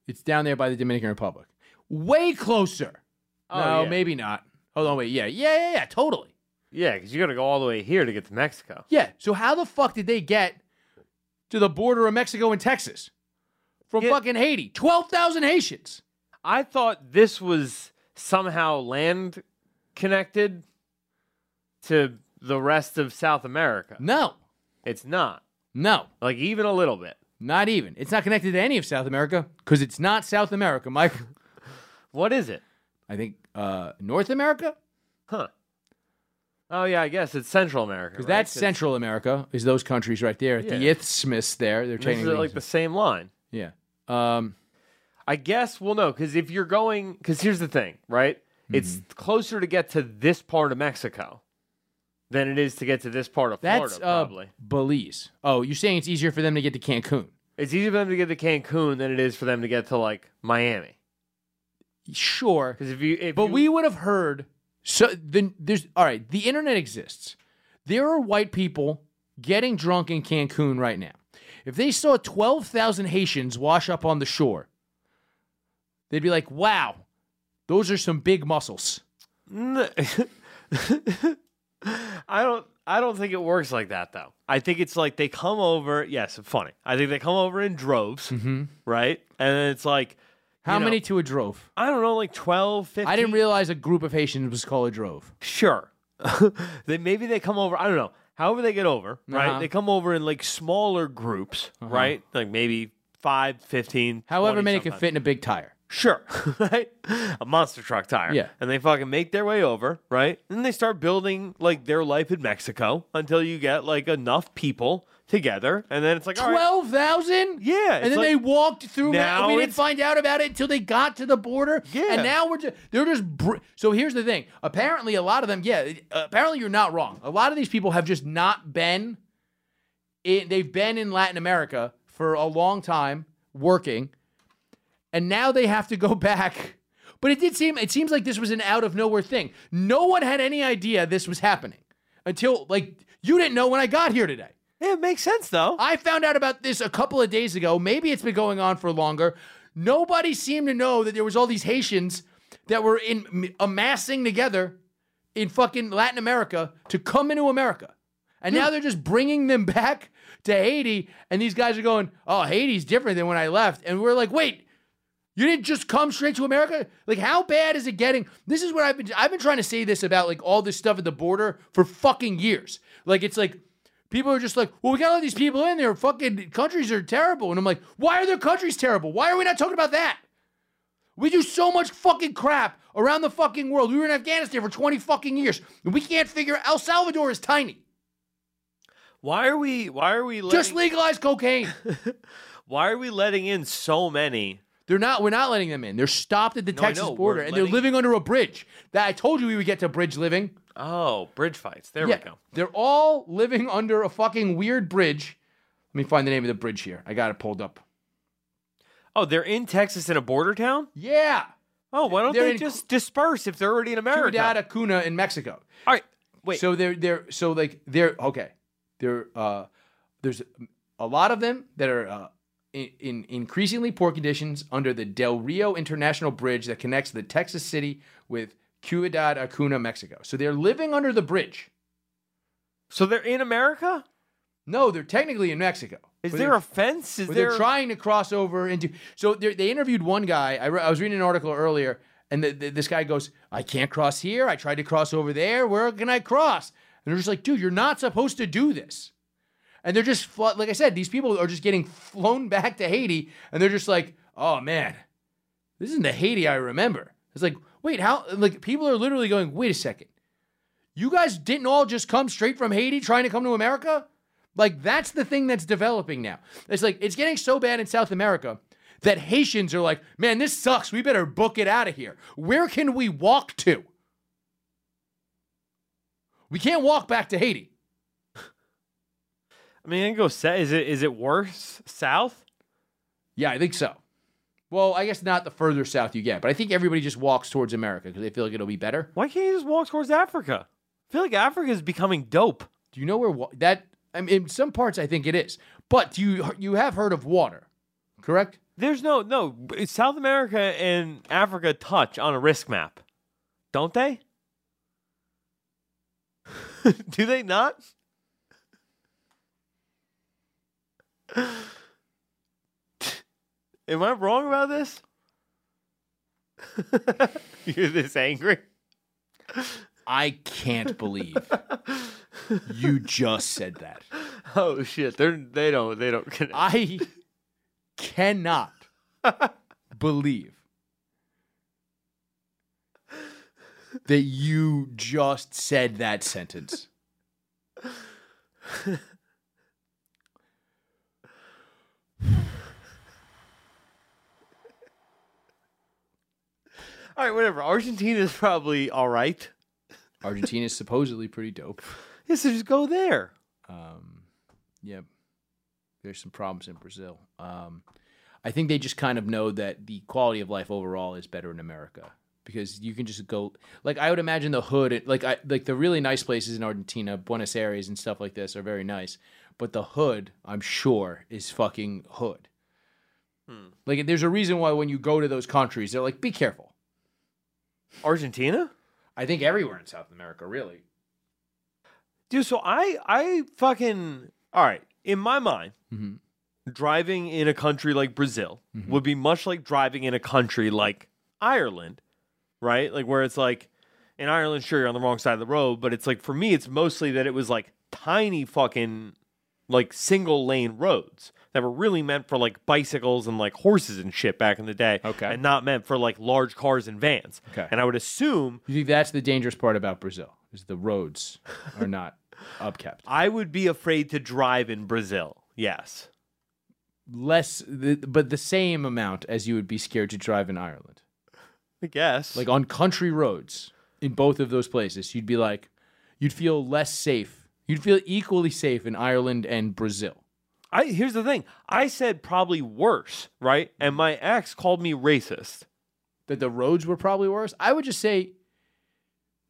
Speaker 1: It's down there by the Dominican Republic. Way closer.
Speaker 2: Oh,
Speaker 1: no,
Speaker 2: yeah.
Speaker 1: maybe not. Hold on, wait. Yeah, yeah, yeah, yeah, totally.
Speaker 2: Yeah, because you gotta go all the way here to get to Mexico.
Speaker 1: Yeah. So how the fuck did they get to the border of Mexico and Texas from
Speaker 2: Yeah.
Speaker 1: fucking Haiti? 12,000 Haitians.
Speaker 2: I thought this was somehow land connected to the rest of South America.
Speaker 1: No,
Speaker 2: It's not.
Speaker 1: no.
Speaker 2: Like even a little bit.
Speaker 1: Not even. It's not connected to any of South America because it's not South America, Mike.
Speaker 2: What is it?
Speaker 1: I think uh, North America
Speaker 2: Huh. Oh yeah, I guess it's Central America.
Speaker 1: because
Speaker 2: right?
Speaker 1: that's Central America. Is those countries right there? The
Speaker 2: Yeah.
Speaker 1: isthmus there. They're
Speaker 2: This is
Speaker 1: changing.
Speaker 2: like the same line.
Speaker 1: yeah. Um,
Speaker 2: I guess. Well, no, because if you're going, because here's the thing, right? It's closer to get to this part of Mexico than it is to get to this part of
Speaker 1: that's
Speaker 2: Florida.
Speaker 1: uh,
Speaker 2: Probably
Speaker 1: Belize. Oh, you're saying it's easier for them to get to Cancun?
Speaker 2: it's easier for them to get to Cancun than it is for them to get to like Miami.
Speaker 1: Sure.
Speaker 2: Because if you, if
Speaker 1: But
Speaker 2: you-
Speaker 1: we would have heard. So then there's all right. The internet exists. There are white people getting drunk in Cancun right now. If they saw twelve thousand Haitians wash up on the shore, they'd be like, "Wow, those are some big muscles."
Speaker 2: N- I don't. I don't think it works like that though. I think it's like they come over. Yes, funny. I think they come over in droves, right? And then it's like
Speaker 1: How
Speaker 2: You know-
Speaker 1: many to a drove?
Speaker 2: I don't know, like 12, 15.
Speaker 1: I didn't realize a group of Haitians was called a drove.
Speaker 2: Sure. they maybe they come over. I don't know. However they get over,
Speaker 1: Uh-huh.
Speaker 2: right? They come over in like smaller groups, right? Like maybe 5, 15,
Speaker 1: However
Speaker 2: 20
Speaker 1: many could
Speaker 2: sometimes.
Speaker 1: fit in a big tire.
Speaker 2: Sure, right? A monster truck tire.
Speaker 1: Yeah.
Speaker 2: And they fucking make their way over, right? And they start building like their life in Mexico until you get like enough people together. And then it's like, all right,
Speaker 1: Twelve thousand?
Speaker 2: Yeah,
Speaker 1: And
Speaker 2: it's
Speaker 1: then
Speaker 2: like-
Speaker 1: they walked through.
Speaker 2: Now
Speaker 1: Ma- we didn't
Speaker 2: it's-
Speaker 1: find out about it until they got to the border.
Speaker 2: Yeah.
Speaker 1: And now we're just they're just br- so. Here's the thing. Apparently, a lot of them. Yeah. uh, Apparently, you're not wrong. A lot of these people have just not been. In, they've been in Latin America for a long time working, and now they have to go back. But it did seem it seems like this was an out of nowhere thing. No one had any idea this was happening until like you didn't know when I got here today.
Speaker 2: yeah, it makes sense though.
Speaker 1: I found out about this a couple of days ago. Maybe it's been going on for longer. Nobody seemed to know that there was all these Haitians that were in m- amassing together in fucking Latin America to come into America. And now they're just bringing them back to Haiti and these guys are going, "Oh, Haiti's different than when I left." And we're like, "Wait, you didn't just come straight to America? Like how bad is it getting? This is what I've been I've been trying to say this about like all this stuff at the border for fucking years. Like it's like people are just like, well, we got all these people in there. Fucking countries are terrible. And I'm like, why are their countries terrible? Why are we not talking about that? We do so much fucking crap around the fucking world. We were in Afghanistan for 20 fucking years. And we can't figure El Salvador is tiny.
Speaker 2: Why are we? Why are we? Letting,
Speaker 1: Just legalize cocaine.
Speaker 2: why are we letting in so many?
Speaker 1: They're not. We're not letting them in. They're stopped at the
Speaker 2: I
Speaker 1: Texas
Speaker 2: know.
Speaker 1: border,
Speaker 2: We're
Speaker 1: and they're
Speaker 2: letting-
Speaker 1: living under a bridge. That I told you we would get to bridge living.
Speaker 2: Oh, bridge fights. There we go.
Speaker 1: They're all living under a fucking weird bridge. Let me find the name of the bridge here. I got it pulled up.
Speaker 2: Oh, they're in Texas in a border town.
Speaker 1: Yeah,
Speaker 2: Oh, why don't
Speaker 1: They're
Speaker 2: they
Speaker 1: in-
Speaker 2: just disperse if they're already in America?
Speaker 1: Ciudad Acuna in Mexico.
Speaker 2: All right, wait.
Speaker 1: So they're they're so like they're okay. They're uh there's a lot of them that are uh in, in increasingly poor conditions under the Del Rio International Bridge that connects the Texas city with Ciudad Acuna, Mexico. So they're living under the bridge.
Speaker 2: So they're in America?
Speaker 1: No, they're technically in Mexico.
Speaker 2: Is
Speaker 1: But
Speaker 2: there
Speaker 1: they're-
Speaker 2: a fence? Is
Speaker 1: but
Speaker 2: there
Speaker 1: they're trying to cross over into. So they they interviewed one guy. I, re- I was reading an article earlier, and the, the, this guy goes, "I can't cross here. I tried to cross over there. Where can I cross?" And they're just like, "Dude, you're not supposed to do this." And they're just flo- like I said, these people are just getting flown back to Haiti, and they're just like, "Oh man, this isn't the Haiti I remember." It's like, wait, how? Like people are literally going, "Wait a second, you guys didn't all just come straight from Haiti trying to come to America?" Like that's the thing that's developing now. It's like it's getting so bad in South America that Haitians are like, "Man, this sucks. We better book it out of here. Where can we walk to? We can't walk back to Haiti."
Speaker 2: I mean, I can go set. Is it is it worse south?
Speaker 1: Yeah, I think so. Well, I guess not the further south you get, but I think everybody just walks towards America because they feel like it'll be better.
Speaker 2: Why can't you just walk towards Africa? I feel like Africa is becoming dope.
Speaker 1: Do you know where wa- that? I mean, in some parts, I think it is, but do you you have heard of water, correct?
Speaker 2: There's no no b- South America and Africa touch on a risk map, don't they? Do they not? Am I wrong about this? You're this angry.
Speaker 1: I can't believe you just said that.
Speaker 2: Oh shit! They're they don't they don't. connect.
Speaker 1: I cannot believe that you just said that sentence.
Speaker 2: All right, whatever. Argentina's probably all right.
Speaker 1: Argentina is supposedly pretty dope.
Speaker 2: Yeah, so just go there.
Speaker 1: Um, yeah, there's some problems in Brazil. Um, I think they just kind of know that the quality of life overall is better in America because you can just go like I would imagine the hood like I like the really nice places in Argentina, Buenos Aires and stuff like this are very nice, but the hood I'm sure is fucking hood. Like there's a reason why when you go to those countries they're like be careful.
Speaker 2: Argentina?
Speaker 1: I think everywhere in South America really.
Speaker 2: Dude, so I I fucking all right. In my mind,
Speaker 1: Mhm.
Speaker 2: driving in a country like Brazil would be much like driving in a country like Ireland, right? Like where it's like in Ireland, sure, you're on the wrong side of the road, but it's like for me, it's mostly that it was like tiny fucking like single lane roads that were really meant for like bicycles and like horses and shit back in the day.
Speaker 1: Okay.
Speaker 2: And not meant for like large cars and vans.
Speaker 1: Okay.
Speaker 2: And I would assume
Speaker 1: You think that's the dangerous part about Brazil is the roads are not upkept.
Speaker 2: I would be afraid to drive in Brazil. Yes.
Speaker 1: less, the, but the same amount as you would be scared to drive in Ireland.
Speaker 2: I guess.
Speaker 1: Like on country roads in both of those places, you'd be like, you'd feel less safe. You'd feel equally safe in Ireland and Brazil.
Speaker 2: I here's the thing. I said probably worse, right? And my ex called me racist.
Speaker 1: That the roads were probably worse. I would just say,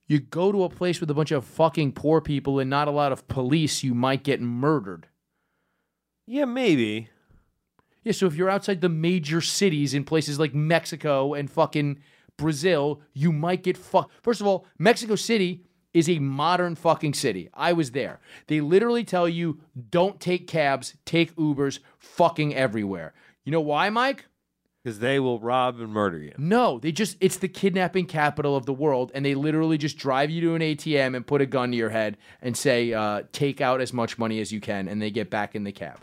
Speaker 1: you go to a place with a bunch of fucking poor people and not a lot of police, you might get murdered.
Speaker 2: Yeah, maybe.
Speaker 1: Yeah, so if you're outside the major cities in places like Mexico and fucking Brazil, you might get fucked. First of all, Mexico City is a modern fucking city. I was there. They literally tell you don't take cabs, take Ubers fucking everywhere. You know why, Mike?
Speaker 2: Because they will rob and murder you.
Speaker 1: No, they just, it's the kidnapping capital of the world, and they literally just drive you to an ATM and put a gun to your head and say, uh, take out as much money as you can, and they get back in the cab.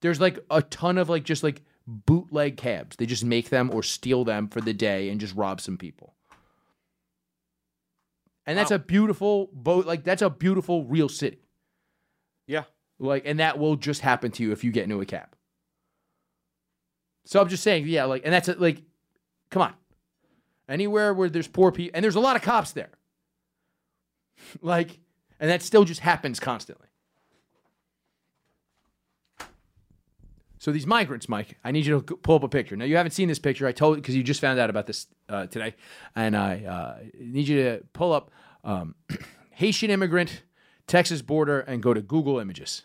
Speaker 1: There's like a ton of like just like bootleg cabs. They just make them or steal them for the day and just rob some people. And that's
Speaker 2: Wow.
Speaker 1: a beautiful boat, like that's a beautiful real city.
Speaker 2: Yeah.
Speaker 1: Like, and that will just happen to you if you get into a cab. So I'm just saying, yeah, like, and that's it, like, come on. Anywhere where there's poor people, and there's a lot of cops there. like, and that still just happens constantly. So these migrants, Mike, I need you to g- pull up a picture. Now you haven't seen this picture. I told because you just found out about this uh, today, and I uh, need you to pull up um, Haitian immigrant, Texas border, and go to Google Images.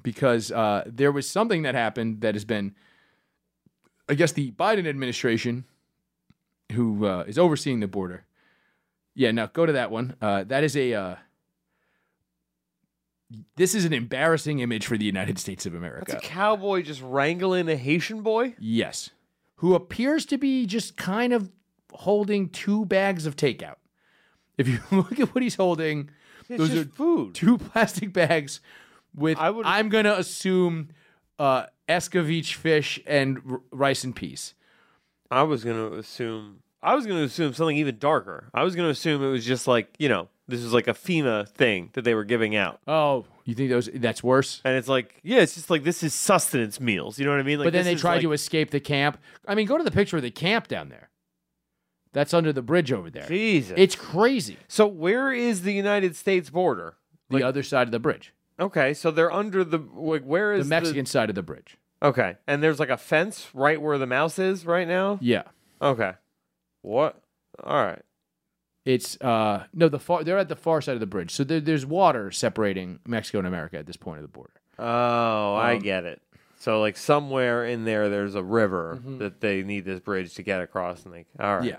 Speaker 1: because uh, there was something that happened that has been, I guess, the Biden administration, who uh, is overseeing the border. Yeah, now go to that one. Uh, that is a. Uh, this is an embarrassing image for the United States of America.
Speaker 2: That's a cowboy just wrangling a Haitian boy.
Speaker 1: Yes. Who appears to be just kind of holding two bags of takeout. If you look at what he's holding,
Speaker 2: It's
Speaker 1: those
Speaker 2: just
Speaker 1: are
Speaker 2: food.
Speaker 1: two plastic bags with,
Speaker 2: I
Speaker 1: I
Speaker 2: would-
Speaker 1: am going to assume, uh, escovitch fish and r- rice and peas.
Speaker 2: I was gonna assume. I was gonna assume something even darker. I was gonna assume it was just like you know this was like a FEMA thing that they were giving out,
Speaker 1: Oh, you think those that's worse?
Speaker 2: and it's like yeah, it's just like this is sustenance meals. You know what I mean? Like,
Speaker 1: but then
Speaker 2: this
Speaker 1: they
Speaker 2: is
Speaker 1: tried
Speaker 2: like-
Speaker 1: to escape the camp. I mean, go to the picture of the camp down there. That's under the bridge over there.
Speaker 2: Jesus.
Speaker 1: It's crazy.
Speaker 2: so where is the United States border?
Speaker 1: The other side of the bridge,
Speaker 2: Okay, so they're under the like where
Speaker 1: the
Speaker 2: is
Speaker 1: Mexican side of the bridge.
Speaker 2: okay, and there's like a fence right where the mouse is right now.
Speaker 1: Yeah.
Speaker 2: Okay, what? All right.
Speaker 1: It's uh no the far they're at the far side of the bridge, so there, there's water separating Mexico and America at this point of the border.
Speaker 2: Oh, I get it. So like somewhere in there, there's a river that they need this bridge to get across, and they all right.
Speaker 1: Yeah,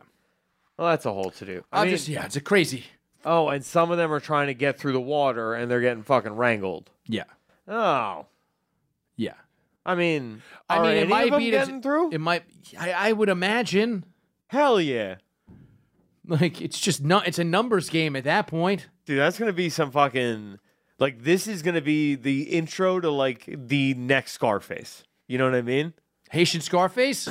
Speaker 2: Well, that's a whole to do.
Speaker 1: I
Speaker 2: I mean,
Speaker 1: just yeah, it's a crazy
Speaker 2: oh, and some of them are trying to get through the water, and they're getting fucking wrangled.
Speaker 1: yeah
Speaker 2: Oh,
Speaker 1: yeah.
Speaker 2: I mean,
Speaker 1: I
Speaker 2: are
Speaker 1: mean, it
Speaker 2: any
Speaker 1: might
Speaker 2: of them
Speaker 1: be it's-
Speaker 2: getting through.
Speaker 1: It might I, I would imagine
Speaker 2: Hell yeah,
Speaker 1: like it's just not it's a numbers game at that point.
Speaker 2: dude, that's gonna be some fucking like this is gonna be the intro to like the next Scarface. You know what I mean?
Speaker 1: Haitian Scarface,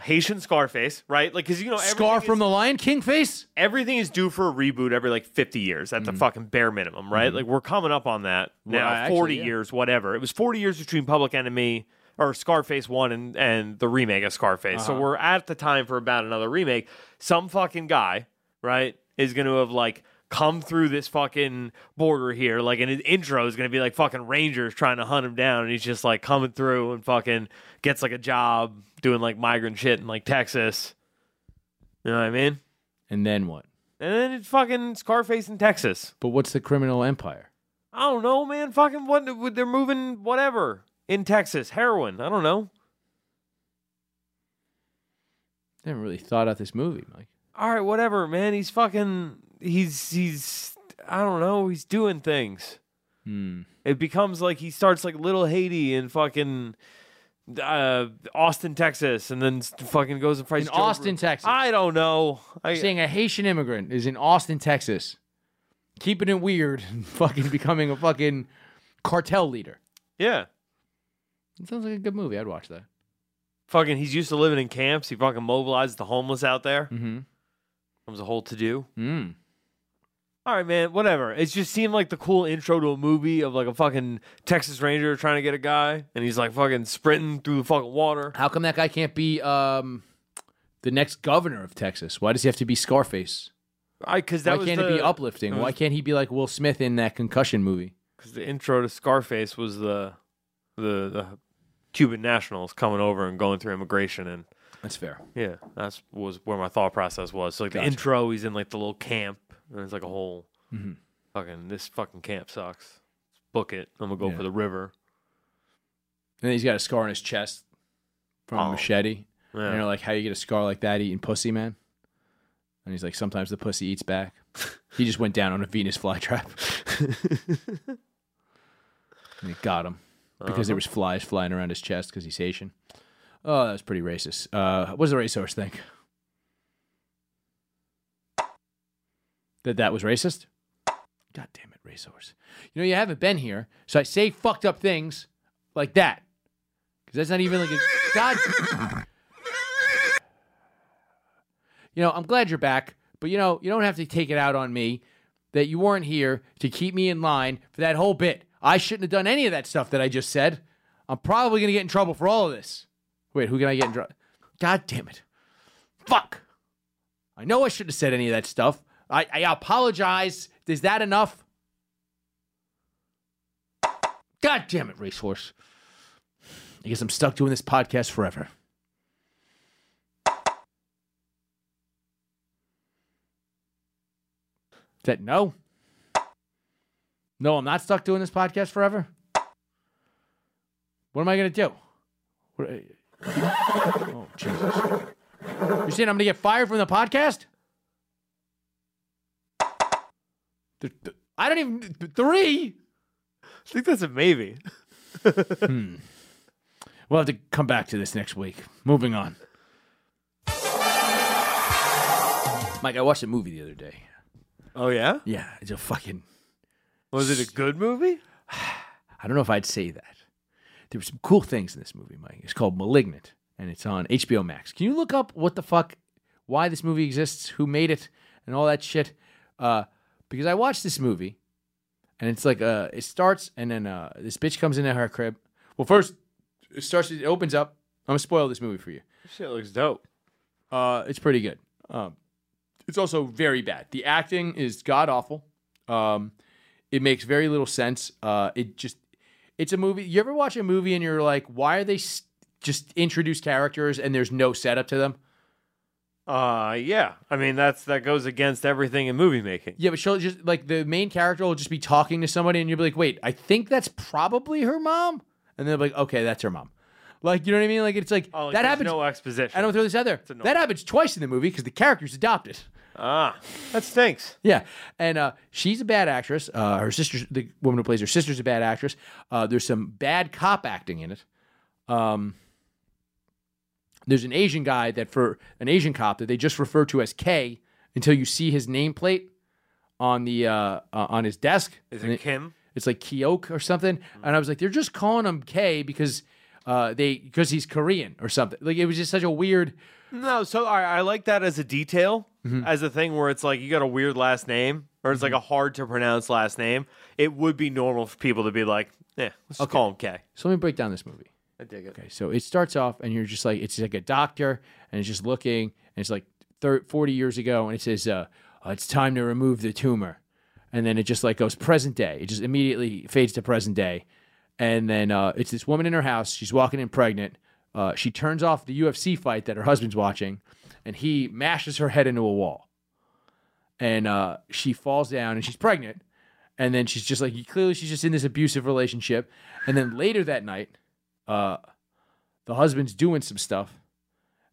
Speaker 2: Haitian Scarface, right? Like, cause you know,
Speaker 1: Scar
Speaker 2: everything
Speaker 1: from
Speaker 2: is-
Speaker 1: the Lion King face.
Speaker 2: everything is due for a reboot every like 50 years
Speaker 1: Mm-hmm.
Speaker 2: at the fucking bare minimum, right? Like we're coming up on that now,
Speaker 1: Right, Mm-hmm. uh, actually,
Speaker 2: 40
Speaker 1: yeah.
Speaker 2: years, whatever. It was 40 years between Public Enemy or Scarface 1 and, and the remake of Scarface. So
Speaker 1: Uh-huh.
Speaker 2: we're at the time for about another remake. Some fucking guy, right, is going to have like come through this fucking border here. Like, and his intro is going to be like fucking Rangers trying to hunt him down. And he's just like coming through and fucking gets like a job doing like migrant shit in like Texas. You know what I mean?
Speaker 1: And then what?
Speaker 2: And then it's fucking Scarface in Texas.
Speaker 1: But what's the criminal empire?
Speaker 2: I don't know, man. Fucking what? They're moving whatever in Texas. Heroin. I don't know.
Speaker 1: I haven't really thought out this movie, Mike.
Speaker 2: All right, whatever, man. He's fucking. He's he's. I don't know. He's doing things.
Speaker 1: Hmm.
Speaker 2: It becomes like he starts like Little Haiti in fucking uh, Austin, Texas, and then s- fucking goes and fights
Speaker 1: In
Speaker 2: Joe Bro-
Speaker 1: Austin, Texas.
Speaker 2: I don't know. I,
Speaker 1: Saying a Haitian immigrant is in Austin, Texas, keeping it weird and fucking becoming a fucking cartel leader.
Speaker 2: yeah,
Speaker 1: It sounds like a good movie. I'd watch that.
Speaker 2: fucking. He's used to living in camps. He fucking mobilizes the homeless out there.
Speaker 1: Mm-hmm.
Speaker 2: Comes a whole to do.
Speaker 1: Mm.
Speaker 2: All right, man, whatever. It just seemed like the cool intro to a movie of like a fucking Texas Ranger trying to get a guy, and he's like fucking sprinting through the fucking water.
Speaker 1: How come that guy can't be um, the next governor of Texas? Why does he have to be Scarface?
Speaker 2: I because that
Speaker 1: Why
Speaker 2: was
Speaker 1: can't
Speaker 2: the,
Speaker 1: it be uplifting? Why can't he be like Will Smith in that concussion movie?
Speaker 2: Because the intro to Scarface was the the the Cuban nationals coming over and going through immigration, and
Speaker 1: That's fair.
Speaker 2: yeah, that's was where my thought process was. So like the
Speaker 1: Gotcha.
Speaker 2: intro, he's in like the little camp, and it's like a whole
Speaker 1: Mm-hmm.
Speaker 2: fucking this fucking camp sucks. Book it. I'm gonna go
Speaker 1: Yeah.
Speaker 2: for the river.
Speaker 1: And then he's got a scar on his chest from
Speaker 2: Oh.
Speaker 1: a machete. And
Speaker 2: Yeah.
Speaker 1: they're like, "How you get a scar like that eating pussy, man?" And he's like, "Sometimes the pussy eats back." he just went down on a Venus flytrap. and it got him because there was flies flying around his chest because he's Haitian. Oh, that was pretty racist. Uh, what does the racehorse think? That that was racist? God damn it, racehorse! You know you haven't been here, so I say fucked up things like that because that's not even like a god. you know, I'm glad you're back, but you know, you don't have to take it out on me that you weren't here to keep me in line for that whole bit. I shouldn't have done any of that stuff that I just said. I'm probably going to get in trouble for all of this. Wait, who can I get in trouble? God damn it. Fuck. I know I shouldn't have said any of that stuff. I, I apologize. Is that enough? God damn it, racehorse. I guess I'm stuck doing this podcast forever. Said no. No, I'm not stuck doing this podcast forever. What am I gonna do? What, eh, oh Jesus! You're saying I'm gonna get fired from the podcast? Th- th- I don't even th- three.
Speaker 2: I think that's a maybe.
Speaker 1: We'll have to come back to this next week. Moving on. Mike, I watched a movie the other day.
Speaker 2: Oh yeah?
Speaker 1: Yeah, it's a fucking.
Speaker 2: Was it a good movie?
Speaker 1: I don't know if I'd say that. There were some cool things in this movie, Mike. It's called *Malignant*, and it's on HBO Max. Can you look up what the fuck, why this movie exists, who made it, and all that shit? Uh, because I watched this movie, and it's like uh, it starts, and then uh, this bitch comes into her crib. Well, first it starts, it opens up. I'm gonna spoil this movie for you.
Speaker 2: This shit looks dope.
Speaker 1: Uh, it's pretty good. Um, it's also very bad. The acting is god awful. Um, it makes very little sense. Uh, it just, it's a movie. You ever watch a movie and you're like, why are they s- just introduce characters and there's no setup to them?
Speaker 2: Uh yeah. I mean that's that goes against everything in movie making.
Speaker 1: Yeah, but she'll just like the main character will just be talking to somebody and you'll be like, wait, I think that's probably her mom, and they're like, okay, that's her mom. Like, you know what I mean? Like, it's like
Speaker 2: Oh, like,
Speaker 1: that
Speaker 2: there's
Speaker 1: happens.
Speaker 2: No exposition.
Speaker 1: I don't throw this out there.
Speaker 2: annoying.
Speaker 1: That happens twice in the movie because the character's adopted.
Speaker 2: ah, that stinks.
Speaker 1: Yeah, and uh, she's a bad actress. Uh, her sister, the woman who plays her sister's a bad actress. Uh, there's some bad cop acting in it. Um, there's an Asian guy that for an Asian cop that they just refer to as K until you see his nameplate on the uh, uh, on his desk.
Speaker 2: Is
Speaker 1: And
Speaker 2: it Mm. Kim?
Speaker 1: it's like Kyok or something. And I was like, they're just calling him K because uh, they because he's Korean or something. Like it was just such a weird.
Speaker 2: No, so I, I like that as a detail,
Speaker 1: Mm-hmm.
Speaker 2: as a thing where it's like you got a weird last name, or it's like a hard to pronounce last name. It would be normal for people to be like, yeah, let's just call him K.
Speaker 1: So let me break down this movie.
Speaker 2: I dig it.
Speaker 1: Okay, so it starts off, and you're just like, it's like a doctor, and it's just looking, and it's like thir 40 years ago, and it says, uh, uh, it's time to remove the tumor. And then it just like goes present day. It just immediately fades to present day. And then uh, it's this woman in her house. She's walking in pregnant. Uh, she turns off the UFC fight that her husband's watching, and he mashes her head into a wall. And uh, she falls down, and she's pregnant. And then she's just like, clearly, she's just in this abusive relationship. And then later that night, uh, the husband's doing some stuff,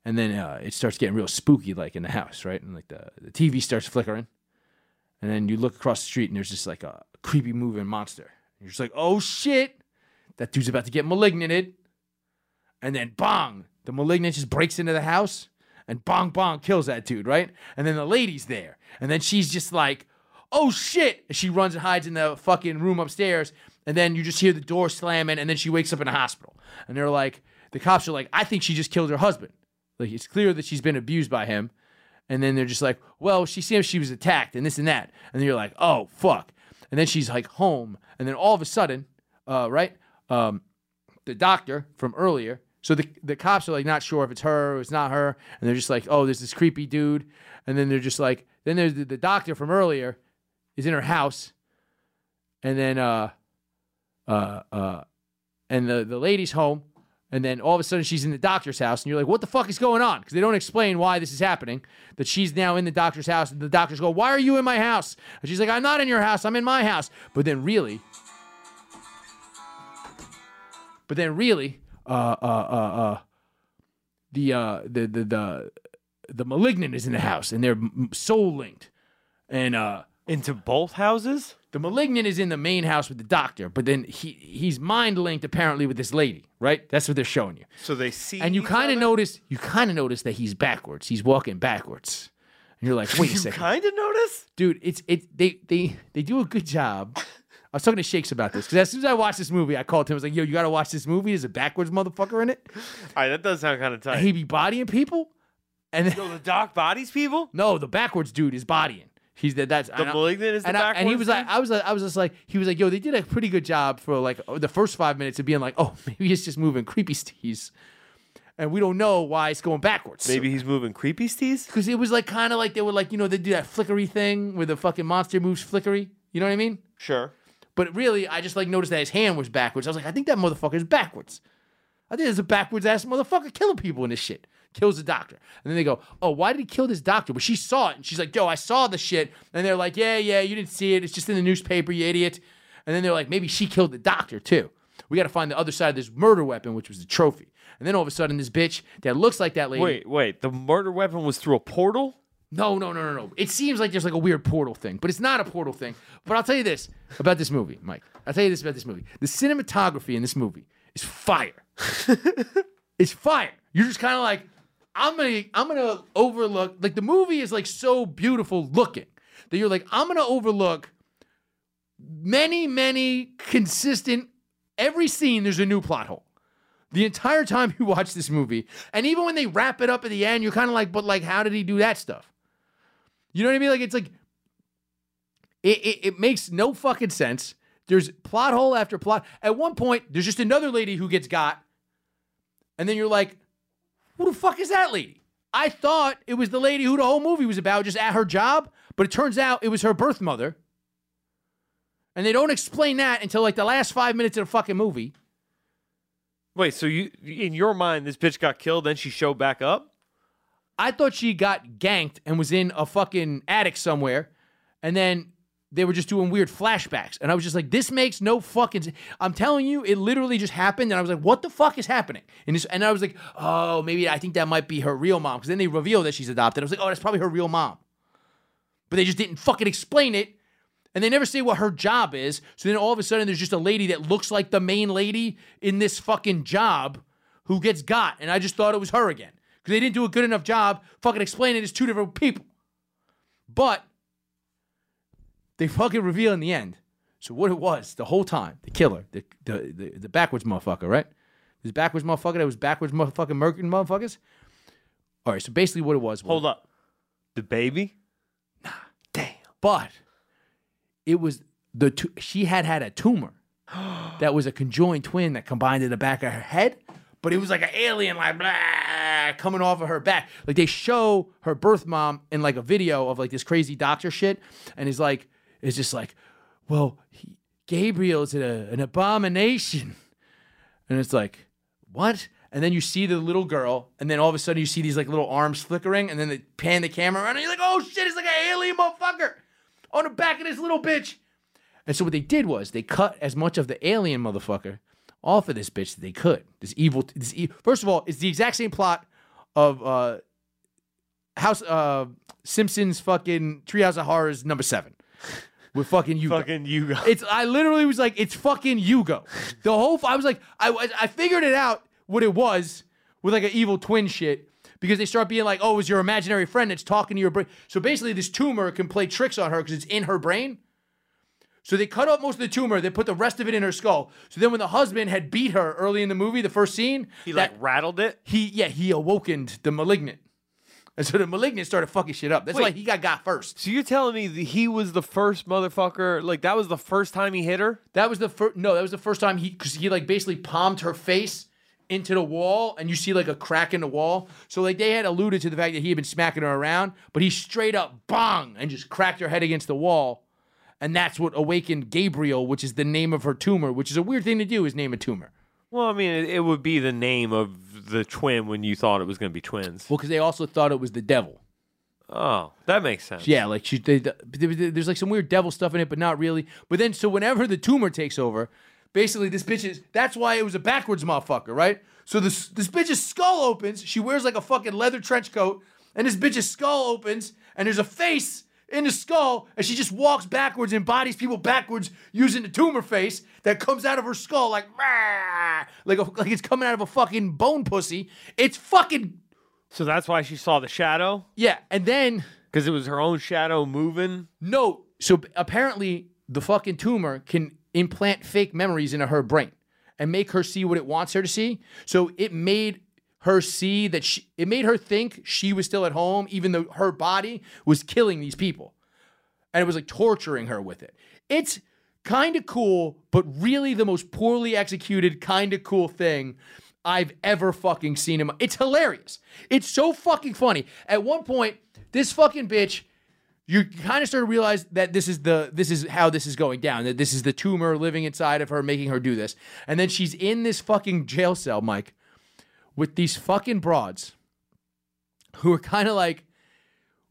Speaker 1: and then uh, it starts getting real spooky, like in the house, right? And like the, the TV starts flickering, and then you look across the street, and there's just like a creepy moving monster. And you're just like, oh shit, that dude's about to get malignated. And then bong, the malignant just breaks into the house, and bong bong kills that dude, right? And then the lady's there, and then she's just like, oh shit, and she runs and hides in the fucking room upstairs. And then you just hear the door slamming, and then she wakes up in the hospital. And they're like, the cops are like, I think she just killed her husband. Like it's clear that she's been abused by him. And then they're just like, well, she seems she was attacked and this and that. And then you're like, oh fuck. And then she's like home. And then all of a sudden, uh, right? Um, the doctor from earlier. So the the cops are like not sure if it's her or it's not her, and they're just like, oh, there's this creepy dude. And then they're just like, then there's the, the doctor from earlier is in her house, and then uh, uh, uh, and the the lady's home, and then all of a sudden she's in the doctor's house, and you're like, what the fuck is going on? Because they don't explain why this is happening. That she's now in the doctor's house, and the doctors go, why are you in my house? And she's like, I'm not in your house, I'm in my house. But then really, but then really, uh, uh, uh, uh, the uh, the the the the malignant is in the house, and they're m- soul linked, and uh,
Speaker 2: Into both houses?
Speaker 1: the malignant is in the main house with the doctor, but then he he's mind linked apparently with this lady, right? That's what they're showing you,
Speaker 2: So they see.
Speaker 1: and you
Speaker 2: each
Speaker 1: kind of
Speaker 2: other?
Speaker 1: notice you kind of notice that he's backwards, he's walking backwards, and you're like, wait a
Speaker 2: You
Speaker 1: second,
Speaker 2: kind of notice?
Speaker 1: dude, it's it they they they do a good job. I was talking to Shakes about this because as soon as I watched this movie, I called him. I was like, "Yo, you gotta watch this movie. There's a backwards motherfucker in it."
Speaker 2: All right, that does sound kind of tight.
Speaker 1: and he be bodying people, and then,
Speaker 2: Yo, the doc bodies people?
Speaker 1: no, the backwards dude is bodying. He's that. That's
Speaker 2: The malignant is the
Speaker 1: and, I, and he
Speaker 2: backwards
Speaker 1: was like,
Speaker 2: dude?
Speaker 1: I was, like- I was just like, he was like, yo, they did a pretty good job for like uh, the first five minutes of being like, oh, maybe it's just moving creepy stees, and we don't know why it's going backwards.
Speaker 2: Maybe he's moving creepy steez?
Speaker 1: because it was like kind of like they were like, you know, they do that flickery thing where the fucking monster moves flickery. You know what I mean?
Speaker 2: Sure.
Speaker 1: But really, I just like noticed that his hand was backwards. I was like, I think that motherfucker is backwards. I think there's a backwards ass motherfucker killing people in this shit. Kills the doctor. And then they go, Oh, why did he kill this doctor? But she saw it. And she's like, Yo, I saw the shit. And they're like, Yeah, yeah, you didn't see it. It's just in the newspaper, you idiot. And then they're like, Maybe she killed the doctor too. We got to find the other side of this murder weapon, which was the trophy. And then all of a sudden, this bitch that looks like that lady.
Speaker 2: Wait, wait. The murder weapon was through a portal?
Speaker 1: No, no, no, no, no. It seems like there's like a weird portal thing, but it's not a portal thing. But I'll tell you this about this movie, Mike. I'll tell you this about this movie. The cinematography in this movie is fire. it's fire. You're just kind of like, I'm gonna, I'm gonna overlook. Like the movie is like so beautiful looking that you're like, I'm gonna overlook many, many consistent. Every scene, there's a new plot hole the entire time you watch this movie. And even when they wrap it up at the end, you're kind of like, but like, how did he do that stuff? You know what I mean? Like, it's like, it, it, it makes no fucking sense. There's plot hole after plot. At one point, there's just another lady who gets got. And then you're like, who the fuck is that lady? I thought it was the lady who the whole movie was about, just at her job. But it turns out it was her birth mother. And they don't explain that until like the last five minutes of the fucking movie.
Speaker 2: Wait, so you in your mind this bitch got killed, then she showed back up?
Speaker 1: I thought she got ganked and was in a fucking attic somewhere, and then they were just doing weird flashbacks, and I was just like, "This makes no fucking." Sense. I'm telling you, it literally just happened, and I was like, "What the fuck is happening?" And this, and I was like, "Oh, maybe I think that might be her real mom," because then they reveal that she's adopted. I was like, "Oh, that's probably her real mom," but they just didn't fucking explain it. And they never say what her job is. So then all of a sudden, there's just a lady that looks like the main lady in this fucking job who gets got. And I just thought it was her again because they didn't do a good enough job fucking explaining it as two different people. But they fucking reveal in the end. So what it was the whole time, the killer, the the the, the backwards motherfucker, right? This backwards motherfucker that was backwards motherfucking murking motherfuckers. All right, so basically what it was. was-
Speaker 2: Hold up. The baby?
Speaker 1: Damn. But it was the tu- she had had a tumor that was a conjoined twin that combined in the back of her head, but it was like an alien like blah coming off of her back. Like they show her birth mom in like a video of like this crazy doctor shit, and he's like, it's just like, well, he, Gabriel's a, an abomination, and it's like, what? And then you see the little girl, and then all of a sudden you see these like little arms flickering, and then they pan the camera around, and you're like, oh shit, it's like an alien motherfucker on the back of this little bitch. And so what they did was they cut as much of the alien motherfucker off of this bitch that they could. This evil. This e- First of all, it's the exact same plot of uh, House uh, Simpsons fucking Treehouse of Horrors number seven with fucking you.
Speaker 2: Fucking you got
Speaker 1: It's I literally was like, it's fucking Hugo. The whole f- I was like, I was- I figured it out what it was with like an evil twin shit because they start being like, oh, it was your imaginary friend that's talking to your brain. So basically, this tumor can play tricks on her because it's in her brain. So they cut off most of the tumor. They put the rest of it in her skull. So then, when the husband had beat her early in the movie, the first scene,
Speaker 2: he
Speaker 1: that-
Speaker 2: like rattled it?
Speaker 1: he yeah he awokened the malignant, and so the malignant started fucking shit up. That's why
Speaker 2: Wait.
Speaker 1: he got got first.
Speaker 2: So you're telling me that he was the first motherfucker, like that was the first time he hit her?
Speaker 1: That was the first. No, that was the first time he because he like basically palmed her face into the wall, and you see like a crack in the wall. So like they had alluded to the fact that he had been smacking her around, but he straight up bong and just cracked her head against the wall, and that's what awakened Gabriel, which is the name of her tumor, which is a weird thing to do is name a tumor.
Speaker 2: Well, I mean, it, it would be the name of the twin when you thought it was going to be twins.
Speaker 1: Well, because they also thought it was the devil.
Speaker 2: Oh, that makes sense.
Speaker 1: Yeah, like she, they, the- there- there- there's like some weird devil stuff in it, but not really. But then, so whenever the tumor takes over, basically this bitch is. That's why it was a backwards motherfucker, right? So this this bitch's skull opens. She wears like a fucking leather trench coat, and this bitch's skull opens, and there's a face in the skull, and she just walks backwards and bodies people backwards using the tumor face that comes out of her skull like, "Rah!" like a, like it's coming out of a fucking bone pussy. It's fucking
Speaker 2: So that's why she saw the shadow
Speaker 1: yeah. And then
Speaker 2: because it was her own shadow moving.
Speaker 1: No. So b- apparently, the fucking tumor can implant fake memories into her brain and make her see what it wants her to see. So it made her see that she, it made her think she was still at home, even though her body was killing these people. And it was like torturing her with it. It's kind of cool, but really the most poorly executed, kind of cool thing I've ever fucking seen. In my, it's hilarious. It's so fucking funny. At one point, this fucking bitch you kind of start to realize that this is the this is how this is going down that this is the tumor living inside of her making her do this and then she's in this fucking jail cell mike with these fucking broads who are kind of like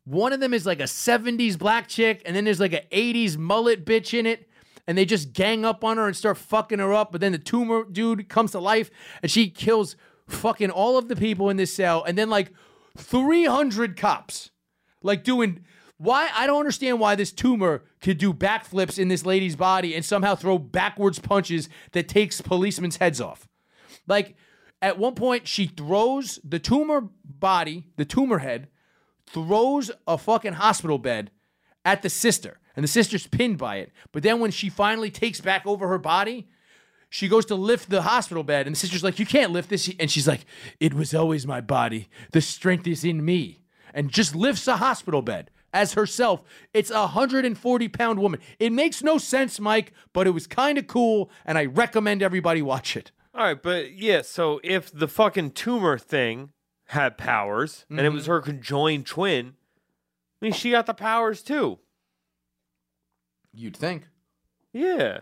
Speaker 1: one of them is like a 70s black chick and then there's like an 80s mullet bitch in it and they just gang up on her and start fucking her up. But then the tumor dude comes to life and she kills fucking all of the people in this cell and then like 300 cops. Like doing why I don't understand why this tumor could do backflips in this lady's body and somehow throw backwards punches that takes policemen's heads off. Like at one point she throws the tumor body, the tumor head, throws a fucking hospital bed at the sister, and the sister's pinned by it. But then when she finally takes back over her body, she goes to lift the hospital bed, and the sister's like, "You can't lift this," and she's like, "It was always my body. The strength is in me." And just lifts a hospital bed as herself. It's a 140 pound woman. It makes no sense, Mike, but it was kind of cool, and I recommend everybody watch it.
Speaker 2: All right, but yeah, so if the fucking tumor thing had powers and it
Speaker 1: Mm-hmm.
Speaker 2: was her conjoined twin, I mean, she got the powers too.
Speaker 1: You'd think.
Speaker 2: Yeah.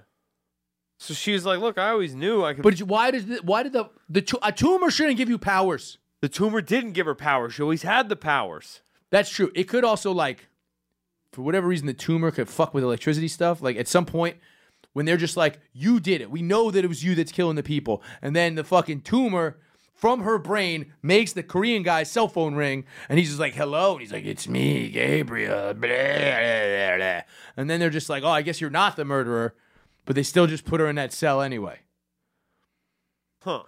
Speaker 2: So she's like, look, I always knew I could.
Speaker 1: But why does the, why did the the tu- a tumor shouldn't give you powers?
Speaker 2: the tumor didn't give her powers. She always had the powers.
Speaker 1: That's true. It could also like, for whatever reason, the tumor could fuck with electricity stuff. Like at some point, when they're just like, "You did it. We know that it was you that's killing the people," and then the fucking tumor from her brain makes the Korean guy's cell phone ring, and he's just like, "Hello," and he's like, "It's me, Gabriel." Blah, blah, blah, blah. And then they're just like, "Oh, I guess you're not the murderer," but they still just put her in that cell anyway.
Speaker 2: Huh.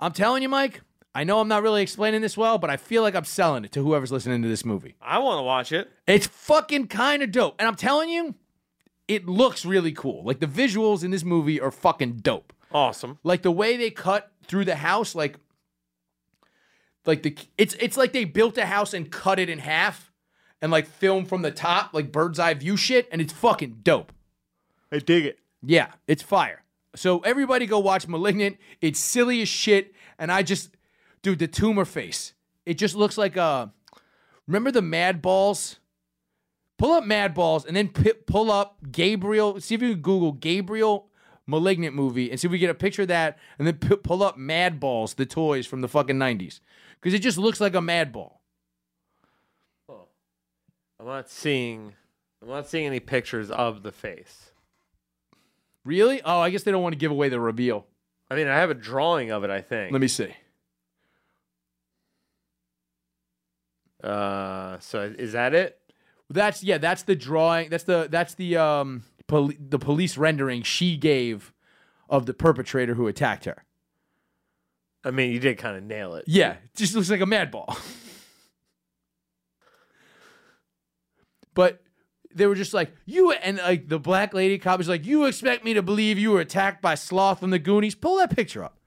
Speaker 1: I'm telling you, Mike. I know I'm not really explaining this well, but I feel like I'm selling it to whoever's listening to this movie.
Speaker 2: I want to watch it.
Speaker 1: It's fucking kind of dope. And I'm telling you, it looks really cool. Like the visuals in this movie are fucking dope.
Speaker 2: Awesome.
Speaker 1: Like the way they cut through the house, like like the it's it's like they built a house and cut it in half and like film from the top, like bird's eye view shit, and it's fucking dope.
Speaker 2: I dig it.
Speaker 1: Yeah, it's fire. So everybody go watch Malignant. It's silly as shit, and I just, dude, the tumor face. It just looks like uh, remember the Mad Balls? Pull up Mad Balls, and then pi pull up Gabriel. See if you can Google Gabriel Malignant movie, and see if we get a picture of that, and then pu- pull up Mad Balls, the toys from the fucking nineties, because it just looks like a Mad Ball.
Speaker 2: I'm not seeing. I'm not seeing any pictures of the face.
Speaker 1: Really? Oh, I guess they don't want to give away the reveal.
Speaker 2: I mean, I have a drawing of it. I think.
Speaker 1: Let me see.
Speaker 2: Uh, so is that it?
Speaker 1: That's yeah. That's the drawing. That's the that's the um poli- the police rendering she gave of the perpetrator who attacked her.
Speaker 2: I mean, you did kind of nail it.
Speaker 1: Yeah, it just looks like a mad ball. but they were just like you and like the black lady cop is like you expect me to believe you were attacked by sloth from the Goonies. Pull that picture up.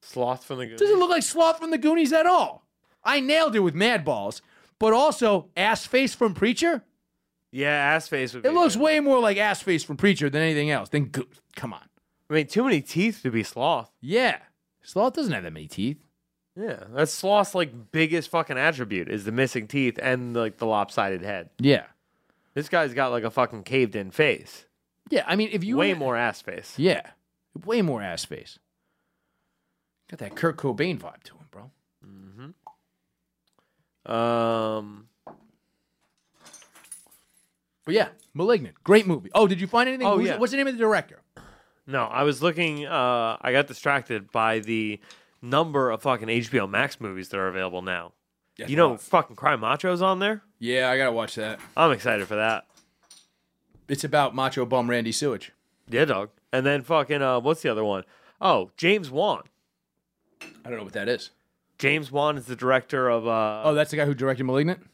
Speaker 2: Sloth from the.
Speaker 1: Doesn't look like sloth from the Goonies at all. I nailed it with mad balls, but also ass face from Preacher.
Speaker 2: Yeah, ass face would.
Speaker 1: It
Speaker 2: be
Speaker 1: looks
Speaker 2: good.
Speaker 1: way more like ass face from Preacher than anything else. Then go- come on.
Speaker 2: I mean, too many teeth to be sloth.
Speaker 1: Yeah. Sloth doesn't have that many teeth.
Speaker 2: Yeah, that's sloth's like biggest fucking attribute is the missing teeth and like the lopsided head.
Speaker 1: Yeah.
Speaker 2: This guy's got like a fucking caved in face.
Speaker 1: Yeah, I mean if you
Speaker 2: way more ass face.
Speaker 1: Yeah. Way more ass face. Got that Kurt Cobain vibe to him, bro.
Speaker 2: Um,
Speaker 1: But yeah, Malignant. Great movie. Oh, did you find anything?
Speaker 2: Oh,
Speaker 1: Who's-
Speaker 2: yeah.
Speaker 1: What's the name of the director?
Speaker 2: no, I was looking. Uh, I got distracted by the number of fucking HBO Max movies that are available now. you know, fucking Cry Macho's on there.
Speaker 1: Yeah, I gotta watch that.
Speaker 2: I'm excited for that.
Speaker 1: It's about Macho Bum Randy Sewage.
Speaker 2: Yeah, dog. And then fucking uh, what's the other one? Oh, James Wan.
Speaker 1: I don't know what that is.
Speaker 2: James Wan is the director of uh,
Speaker 1: Oh, that's the guy who directed Malignant?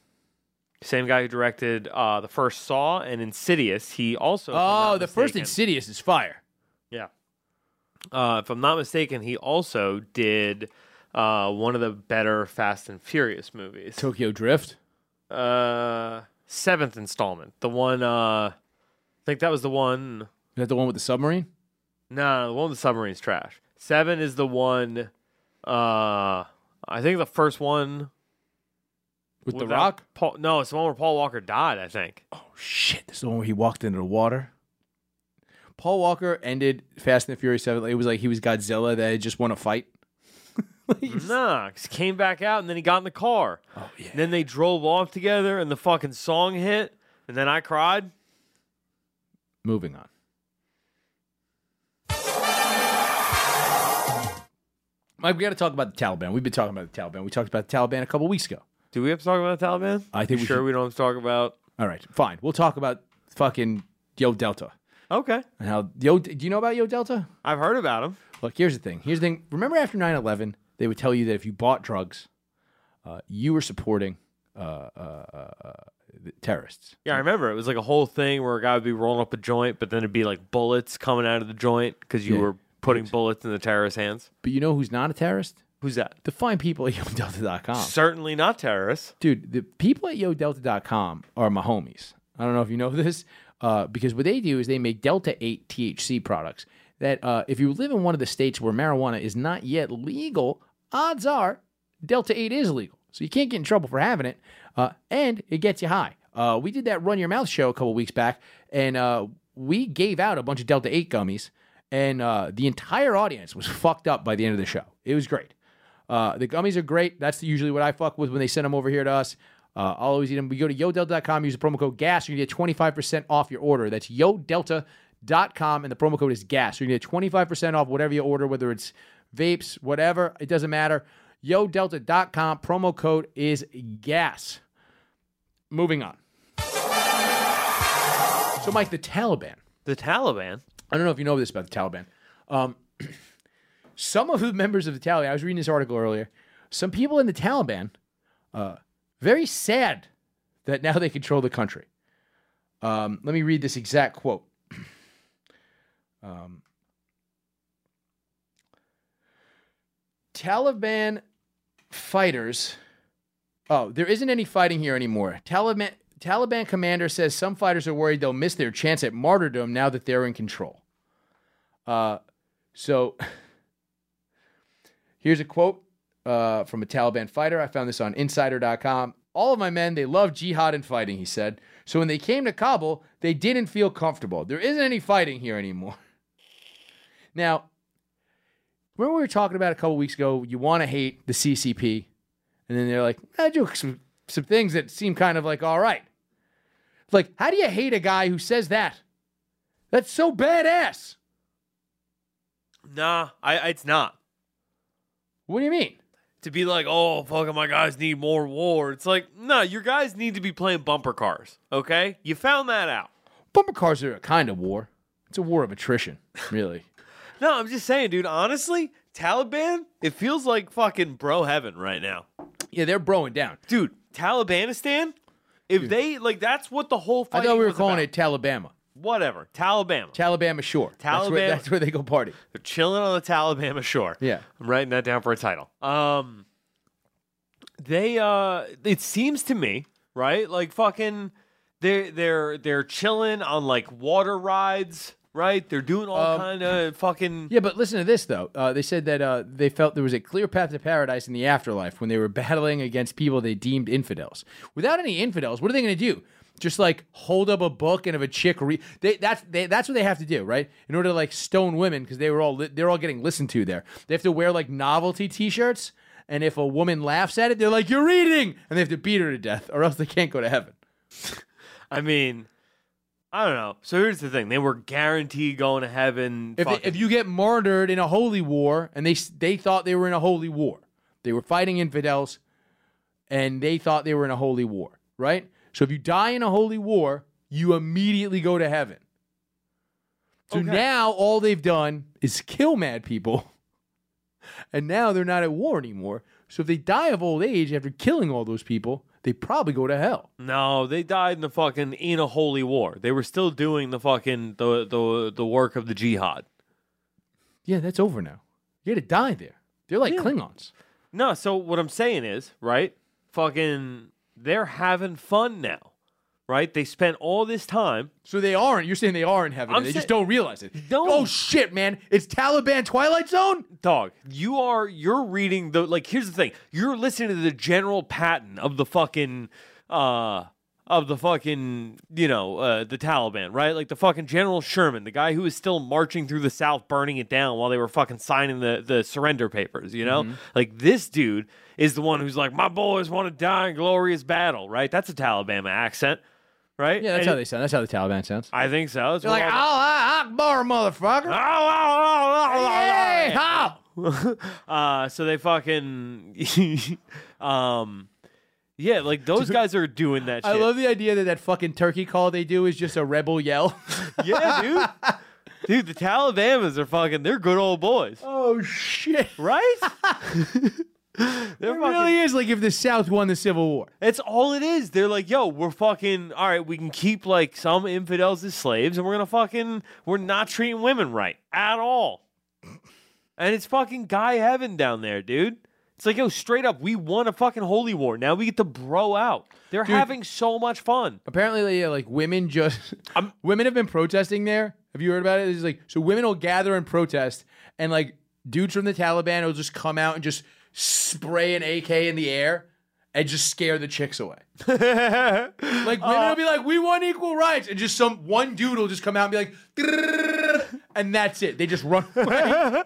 Speaker 2: Same guy who directed uh, the first Saw and Insidious. He also. if I'm
Speaker 1: Oh,
Speaker 2: not
Speaker 1: the first
Speaker 2: mistaken-
Speaker 1: Insidious is fire.
Speaker 2: Yeah. Uh, if I'm not mistaken, he also did uh, one of the better Fast and Furious movies.
Speaker 1: Tokyo Drift.
Speaker 2: Uh, seventh installment. The one. Uh, I think that was the one.
Speaker 1: Is that the one with the submarine?
Speaker 2: No, the one with the submarine's trash. Seven is the one. Uh, I think the first one.
Speaker 1: With The
Speaker 2: without
Speaker 1: Rock? Oh,
Speaker 2: Paul, no, it's the one where Paul Walker died. I think.
Speaker 1: Shit, this is the one where he walked into the water. Paul Walker ended Fast and the Furious 7. It was like he was Godzilla that had just won a fight.
Speaker 2: Nah, 'cause he came back out and then he got in the car. Oh yeah. Then they drove off together and the fucking song hit and then I cried.
Speaker 1: Moving on. Mike, we got to talk about the Taliban. We've been talking about the Taliban. We talked about the Taliban a couple weeks ago.
Speaker 2: Do we have to talk about the Taliban?
Speaker 1: I think
Speaker 2: You
Speaker 1: we
Speaker 2: sure
Speaker 1: should-
Speaker 2: we don't have to talk about.
Speaker 1: All right, fine. We'll talk about fucking Yo Delta
Speaker 2: Okay,
Speaker 1: and how Yo. Do you know about Yo Delta?
Speaker 2: I've heard about him.
Speaker 1: Look, here's the thing. Here's the thing. Remember after 9-11, they would tell you that if you bought drugs, uh, you were supporting uh, uh, uh, uh, the terrorists.
Speaker 2: Yeah, I remember it was like a whole thing where a guy would be rolling up a joint, but then it'd be like bullets coming out of the joint because you
Speaker 1: Yeah.
Speaker 2: were putting bullets in the terrorist's hands.
Speaker 1: But you know who's not a terrorist?
Speaker 2: Who's that?
Speaker 1: The fine people at YoDelta.com.
Speaker 2: Certainly not terrorists.
Speaker 1: Dude, the people at YoDelta.com are my homies. I don't know if you know this, uh, because what they do is they make Delta 8 THC products that uh, if you live in one of the states where marijuana is not yet legal, odds are Delta 8 is legal. So you can't get in trouble for having it, uh, and it gets you high. Uh, we did that Run Your Mouth show a couple weeks back, and uh, we gave out a bunch of Delta 8 gummies, and uh, the entire audience was fucked up by the end of the show. It was great. Uh, the gummies are great. That's usually what I fuck with when they send them over here to us. Uh, I'll always eat them. We go to yodel.com, use the promo code GAS, you get 25% off your order. That's yodelta.com, and the promo code is GAS. So you get 25% off whatever you order, whether it's vapes, whatever, it doesn't matter. Yodelta.com, promo code is GAS. Moving on. So, Mike, the Taliban.
Speaker 2: The Taliban.
Speaker 1: I don't know if you know this about the Taliban. Um, some of the members of the Taliban, I was reading this article earlier, some people in the Taliban, uh, very sad that now they control the country. Um, let me read this exact quote. um, Taliban fighters. Oh, there isn't any fighting here anymore. Taliban Taliban commander says some fighters are worried they'll miss their chance at martyrdom now that they're in control. Uh, so here's a quote uh, from a Taliban fighter. I found this on insider.com. All of my men, they love jihad and fighting, he said. So when they came to Kabul, they didn't feel comfortable. There isn't any fighting here anymore. Now, remember we were talking about a couple weeks ago, you want to hate the CCP. And then they're like, I do some, some things that seem kind of like, all right. Like, how do you hate a guy who says that? That's so badass.
Speaker 2: Nah, I, it's not.
Speaker 1: What do you mean?
Speaker 2: To be like, oh, fucking my guys need more war. It's like, no, your guys need to be playing bumper cars. Okay, you found that out.
Speaker 1: Bumper cars are a kind of war. It's a war of attrition, really.
Speaker 2: No, I'm just saying, dude. Honestly, Taliban, it feels like fucking bro heaven right now.
Speaker 1: yeah, they're broing down.
Speaker 2: dude, Talibanistan. If they like, that's what the whole.
Speaker 1: I
Speaker 2: Fighting
Speaker 1: thought we were
Speaker 2: was
Speaker 1: calling
Speaker 2: about.
Speaker 1: it Talibama.
Speaker 2: whatever. Talibama.
Speaker 1: Talibama Shore. That's
Speaker 2: Taliban-
Speaker 1: where, that's where they go party.
Speaker 2: They're chilling on the Talibama shore.
Speaker 1: Yeah.
Speaker 2: I'm writing that down for a title. Um, they uh, it seems to me right, like fucking, they're they're they're chilling on like water rides, right? They're doing all
Speaker 1: Um,
Speaker 2: kind of fucking.
Speaker 1: Yeah, but listen to this though. Uh, they said that uh, they felt there was a clear path to paradise in the afterlife when they were battling against people they deemed infidels. Without any infidels, what are they going to do? Just like hold up a book and have a chick read. They, that's they, that's what they have to do, right? In order to like stone women because they were all li- they're all getting listened to there. They have to wear like novelty T-shirts, and if a woman laughs at it, they're like, "You're reading," and they have to beat her to death, or else they can't go to heaven.
Speaker 2: I mean. I don't know. So here's the thing: they were guaranteed going to heaven.
Speaker 1: If,
Speaker 2: fucking-
Speaker 1: they, if you get martyred in a holy war, and they s- they thought they were in a holy war, they were fighting infidels, and they thought they were in a holy war, right? So if you die in a holy war, you immediately go to heaven. So
Speaker 2: Okay.
Speaker 1: now all they've done is kill mad people, and now they're not at war anymore. So if they die of old age after killing all those people, they probably go to hell.
Speaker 2: No, they died in the fucking in a holy war. They were still doing the fucking the the the work of the jihad.
Speaker 1: Yeah, that's over now. You got to die there. They're like
Speaker 2: Yeah.
Speaker 1: Klingons.
Speaker 2: No, so what I'm saying is, right? Fucking they're having fun now. Right? They spent all this time.
Speaker 1: So they aren't. You're saying they are in heaven.
Speaker 2: I'm
Speaker 1: and they
Speaker 2: sa-
Speaker 1: just don't realize it.
Speaker 2: No.
Speaker 1: Oh shit, man! It's Taliban Twilight Zone.
Speaker 2: Dog, you are you're reading the like here's the thing. You're listening to the general pattern of the fucking uh of the fucking, you know, uh, the Taliban, right? Like the fucking General Sherman, the guy who was still marching through the South, burning it down while they were fucking signing the, the surrender papers, you
Speaker 1: Mm-hmm.
Speaker 2: know? Like this dude is the one who's like, my boys want to die in glorious battle, right? That's a Taliban accent, right?
Speaker 1: Yeah, that's
Speaker 2: And-
Speaker 1: how they sound. That's how the Taliban sounds.
Speaker 2: I
Speaker 1: "Oh,
Speaker 2: think so. It's
Speaker 1: They're like,
Speaker 2: one of-
Speaker 1: "Allah Akbar, motherfucker!" Hey, how?
Speaker 2: uh, so they fucking, um, yeah, like those guys are doing that.
Speaker 1: I
Speaker 2: shit.
Speaker 1: love the idea that that fucking turkey call they do is just a rebel yell.
Speaker 2: yeah, dude. Dude, the Talibamas are fucking. They're good old boys,
Speaker 1: oh shit!
Speaker 2: right? they're
Speaker 1: It
Speaker 2: fucking.
Speaker 1: really is like if the South won the Civil War.
Speaker 2: That's all it is. They're like, yo, we're fucking. All right, we can keep like some infidels as slaves, and we're gonna fucking. We're not treating women right at all. And it's fucking guy heaven down there, dude. It's like, yo, straight up, we won a fucking holy war. Now we get to bro out. They're having so much fun.
Speaker 1: Apparently, yeah, like women just women have been protesting there. Have you heard about it? It's like so women will gather and protest, and like dudes from the Taliban will just come out and just spray an AK in the air and just scare the chicks away. Like women will be like, "We want equal rights," and just some one dude will just come out and be like, "Grrrr," and that's it. They just run away.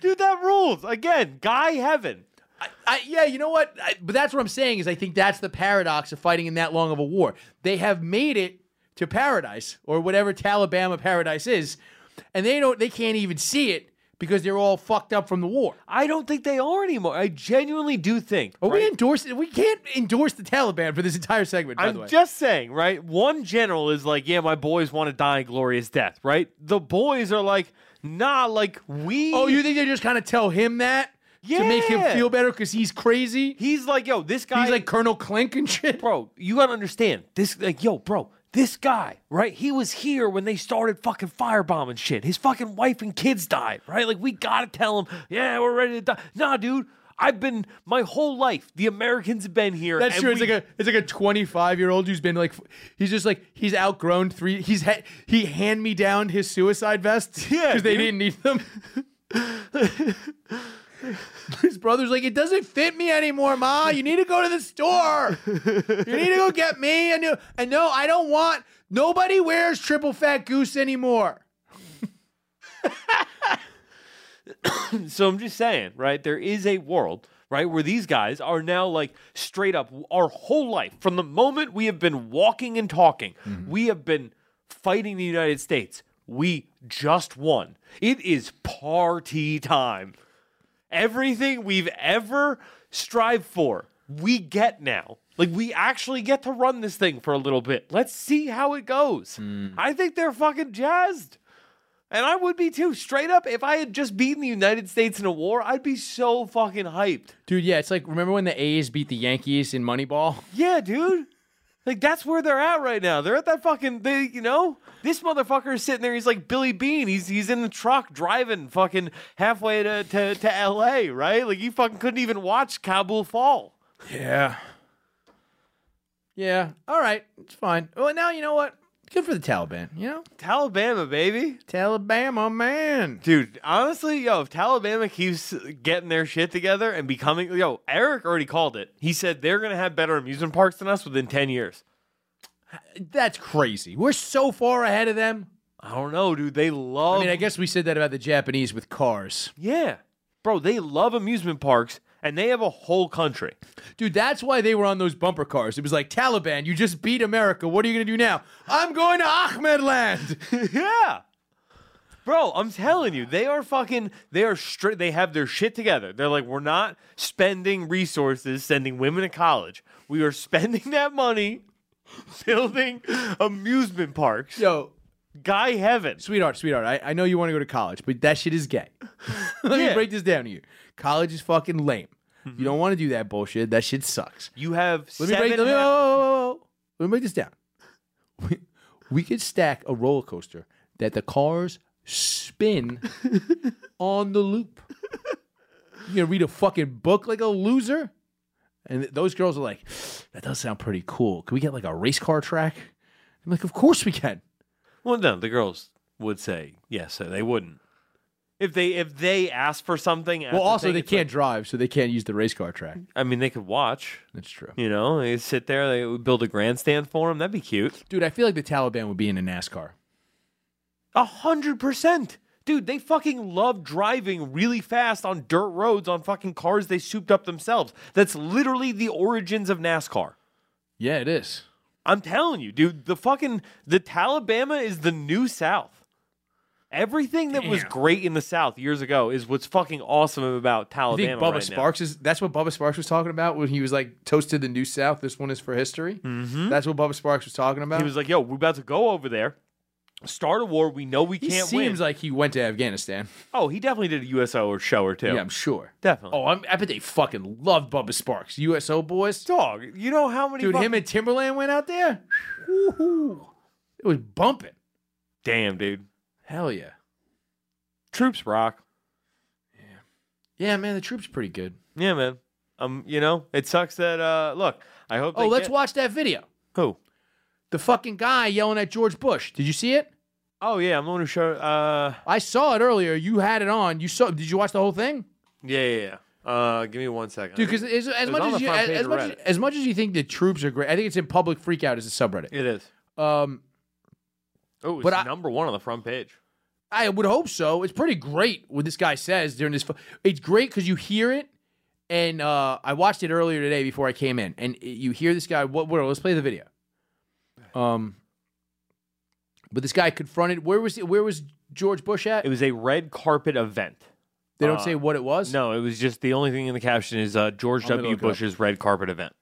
Speaker 2: Dude, that rules. Again, guy heaven.
Speaker 1: I, I, yeah, you know what? I, but that's what I'm saying is I think that's the paradox of fighting in that long of a war. They have made it to paradise or whatever Taliban paradise is, and they don't. They can't even see it because they're all fucked up from the war.
Speaker 2: I don't think they are anymore. I genuinely do think.
Speaker 1: Are
Speaker 2: right?
Speaker 1: we endorsing? We can't endorse the Taliban for this entire segment. By the
Speaker 2: I'm
Speaker 1: way,
Speaker 2: just saying, right? One general is like, yeah, my boys want to die a glorious death, right? The boys are like, nah, like we.
Speaker 1: oh, you think they just kind of tell him that to make him
Speaker 2: Yeah.
Speaker 1: feel better because he's crazy?
Speaker 2: He's like, yo, this guy.
Speaker 1: He's like Colonel Clink and shit.
Speaker 2: bro, you gotta understand this. Like, yo, bro, this guy, right? He was here when they started fucking firebombing shit. His fucking wife and kids died, right? Like, we gotta tell him, yeah, we're ready to die. Nah, dude. I've been my whole life. The Americans have been here.
Speaker 1: That's
Speaker 2: and
Speaker 1: true. It's
Speaker 2: we-
Speaker 1: like a it's like a 25 year old who's been like f- he's just like he's outgrown three. He's ha- he hand me down his suicide vests
Speaker 2: Yeah,
Speaker 1: because they didn't
Speaker 2: dude.
Speaker 1: need them. his brother's like it doesn't fit me anymore, Ma. You need to go to the store. You need to go get me a new. And no, I don't want. Nobody wears triple fat goose anymore.
Speaker 2: So I'm just saying, right? There is a world, right, where these guys are now like straight up our whole life. From the moment we have been walking and talking, we have been fighting the United States. We just won. It is party time. Everything we've ever strived for, we get now. Like we actually get to run this thing for a little bit. Let's see how it goes. I think they're fucking jazzed. And I would be too. Straight up, if I had just beaten the United States in a war, I'd be so fucking hyped.
Speaker 1: Dude, yeah, it's like remember when the A's beat the Yankees in Moneyball?
Speaker 2: Yeah, dude. Like that's where they're at right now. They're at that fucking they, you know? This motherfucker is sitting there, he's like Billy Bean. He's he's in the truck driving fucking halfway to, to, to LA, right? Like he fucking couldn't even watch Kabul fall.
Speaker 1: Yeah. Yeah. All right. It's fine. Well, now you know what? Good for the Taliban. You know,
Speaker 2: Talibama, baby.
Speaker 1: Taliban man.
Speaker 2: Dude, honestly, yo, if Talibama keeps getting their shit together and becoming yo, Eric already called it. He said they're gonna have better amusement parks than us within ten years.
Speaker 1: That's crazy. We're so far ahead of them.
Speaker 2: I don't know, dude. They love.
Speaker 1: I mean, I guess we said that about the Japanese with cars,
Speaker 2: yeah, bro. They love amusement parks, and they have a whole country.
Speaker 1: dude. That's why they were on those bumper cars. It was like Taliban, you just beat America. What are you gonna do now? I'm going to Ahmedland.
Speaker 2: yeah, bro. I'm telling you, they are fucking. They are straight. They have their shit together. They're like, we're not spending resources sending women to college. We are spending that money building amusement parks.
Speaker 1: Yo,
Speaker 2: Guy heaven.
Speaker 1: sweetheart, sweetheart, I, I know you want to go to college, but that shit is gay. Let me
Speaker 2: Yeah.
Speaker 1: break this down to you. College is fucking lame. You don't want to do that bullshit. That shit sucks.
Speaker 2: You have
Speaker 1: Let me
Speaker 2: seven.
Speaker 1: break. Let me,
Speaker 2: ha-
Speaker 1: whoa, whoa, whoa, whoa. Let me break this down. We, we could stack a roller coaster that the cars spin on the loop. You gonna read a fucking book like a loser? And th- those girls are like, that does sound pretty cool. Can we get like a race car track? I'm like, of course we can.
Speaker 2: Well, no, the girls would say yes, so they wouldn't. If they if they ask for something, at
Speaker 1: Well,
Speaker 2: the
Speaker 1: also
Speaker 2: thing,
Speaker 1: they
Speaker 2: it's like-
Speaker 1: can't drive, so they can't use the race car track.
Speaker 2: I mean, they could watch.
Speaker 1: That's true,
Speaker 2: You know, they could sit there. They would build a grandstand for them. That'd be cute.
Speaker 1: dude. I feel like the Taliban would be in a NASCAR.
Speaker 2: A hundred percent, dude. They fucking love driving really fast on dirt roads on fucking cars they souped up themselves. That's literally the origins of NASCAR.
Speaker 1: Yeah, it is.
Speaker 2: I'm telling you, dude. The fucking the Talibama is the new South. Everything that was
Speaker 1: Damn.
Speaker 2: great in the South years ago is what's fucking awesome about
Speaker 1: I
Speaker 2: Alabama
Speaker 1: think Bubba
Speaker 2: right now.
Speaker 1: Sparks is. That's what Bubba Sparks was talking about when he was like toasted the new South. This one is for history. Mm-hmm. That's what Bubba Sparks was talking about.
Speaker 2: He was like, "Yo, we're about to go over there, start a war. We know we
Speaker 1: He
Speaker 2: can't
Speaker 1: seems
Speaker 2: win."
Speaker 1: like he went to Afghanistan.
Speaker 2: oh, he definitely did a USO or show or two.
Speaker 1: Yeah, I'm sure.
Speaker 2: definitely.
Speaker 1: Oh, I'm, I bet they fucking love Bubba Sparks. USO boys.
Speaker 2: Oh, dog, you know how many?
Speaker 1: Dude,
Speaker 2: fuck-
Speaker 1: him and Timberland went out there. Woo-hoo. It was bumping.
Speaker 2: damn, dude,
Speaker 1: Hell yeah.
Speaker 2: troops rock.
Speaker 1: Yeah, man, the troop's pretty good.
Speaker 2: Yeah, man. Um, you know, it sucks that. uh Look, I hope.
Speaker 1: Oh,
Speaker 2: they
Speaker 1: let's
Speaker 2: get-
Speaker 1: watch that video.
Speaker 2: Who?
Speaker 1: The fucking guy yelling at George Bush. Did you see it?
Speaker 2: Oh yeah, I'm going to show. Uh,
Speaker 1: I saw it earlier. You had it on. You saw. Did you watch the whole thing?
Speaker 2: yeah, yeah, yeah. Uh, give me one second.
Speaker 1: Dude, because as, as
Speaker 2: was
Speaker 1: much
Speaker 2: on
Speaker 1: as
Speaker 2: the
Speaker 1: you
Speaker 2: front
Speaker 1: as,
Speaker 2: page
Speaker 1: as
Speaker 2: of
Speaker 1: much as,
Speaker 2: Reddit.
Speaker 1: as much as you think the troops are great, I think it's in public freakout as a subreddit.
Speaker 2: it is.
Speaker 1: Um,
Speaker 2: Oh, it's
Speaker 1: But I-
Speaker 2: number one on the front page.
Speaker 1: I would hope so. It's pretty great what this guy says during this. fu- It's great because you hear it, and uh, I watched it earlier today before I came in, and you hear this guy. What? what let's play the video. Um, but this guy confronted. Where was he, where was George Bush at?
Speaker 2: It was a red carpet event.
Speaker 1: they don't say what it was.
Speaker 2: Uh, No, it was just the only thing in the caption is uh, George
Speaker 1: gonna
Speaker 2: W.
Speaker 1: look it up.
Speaker 2: Bush's red carpet event.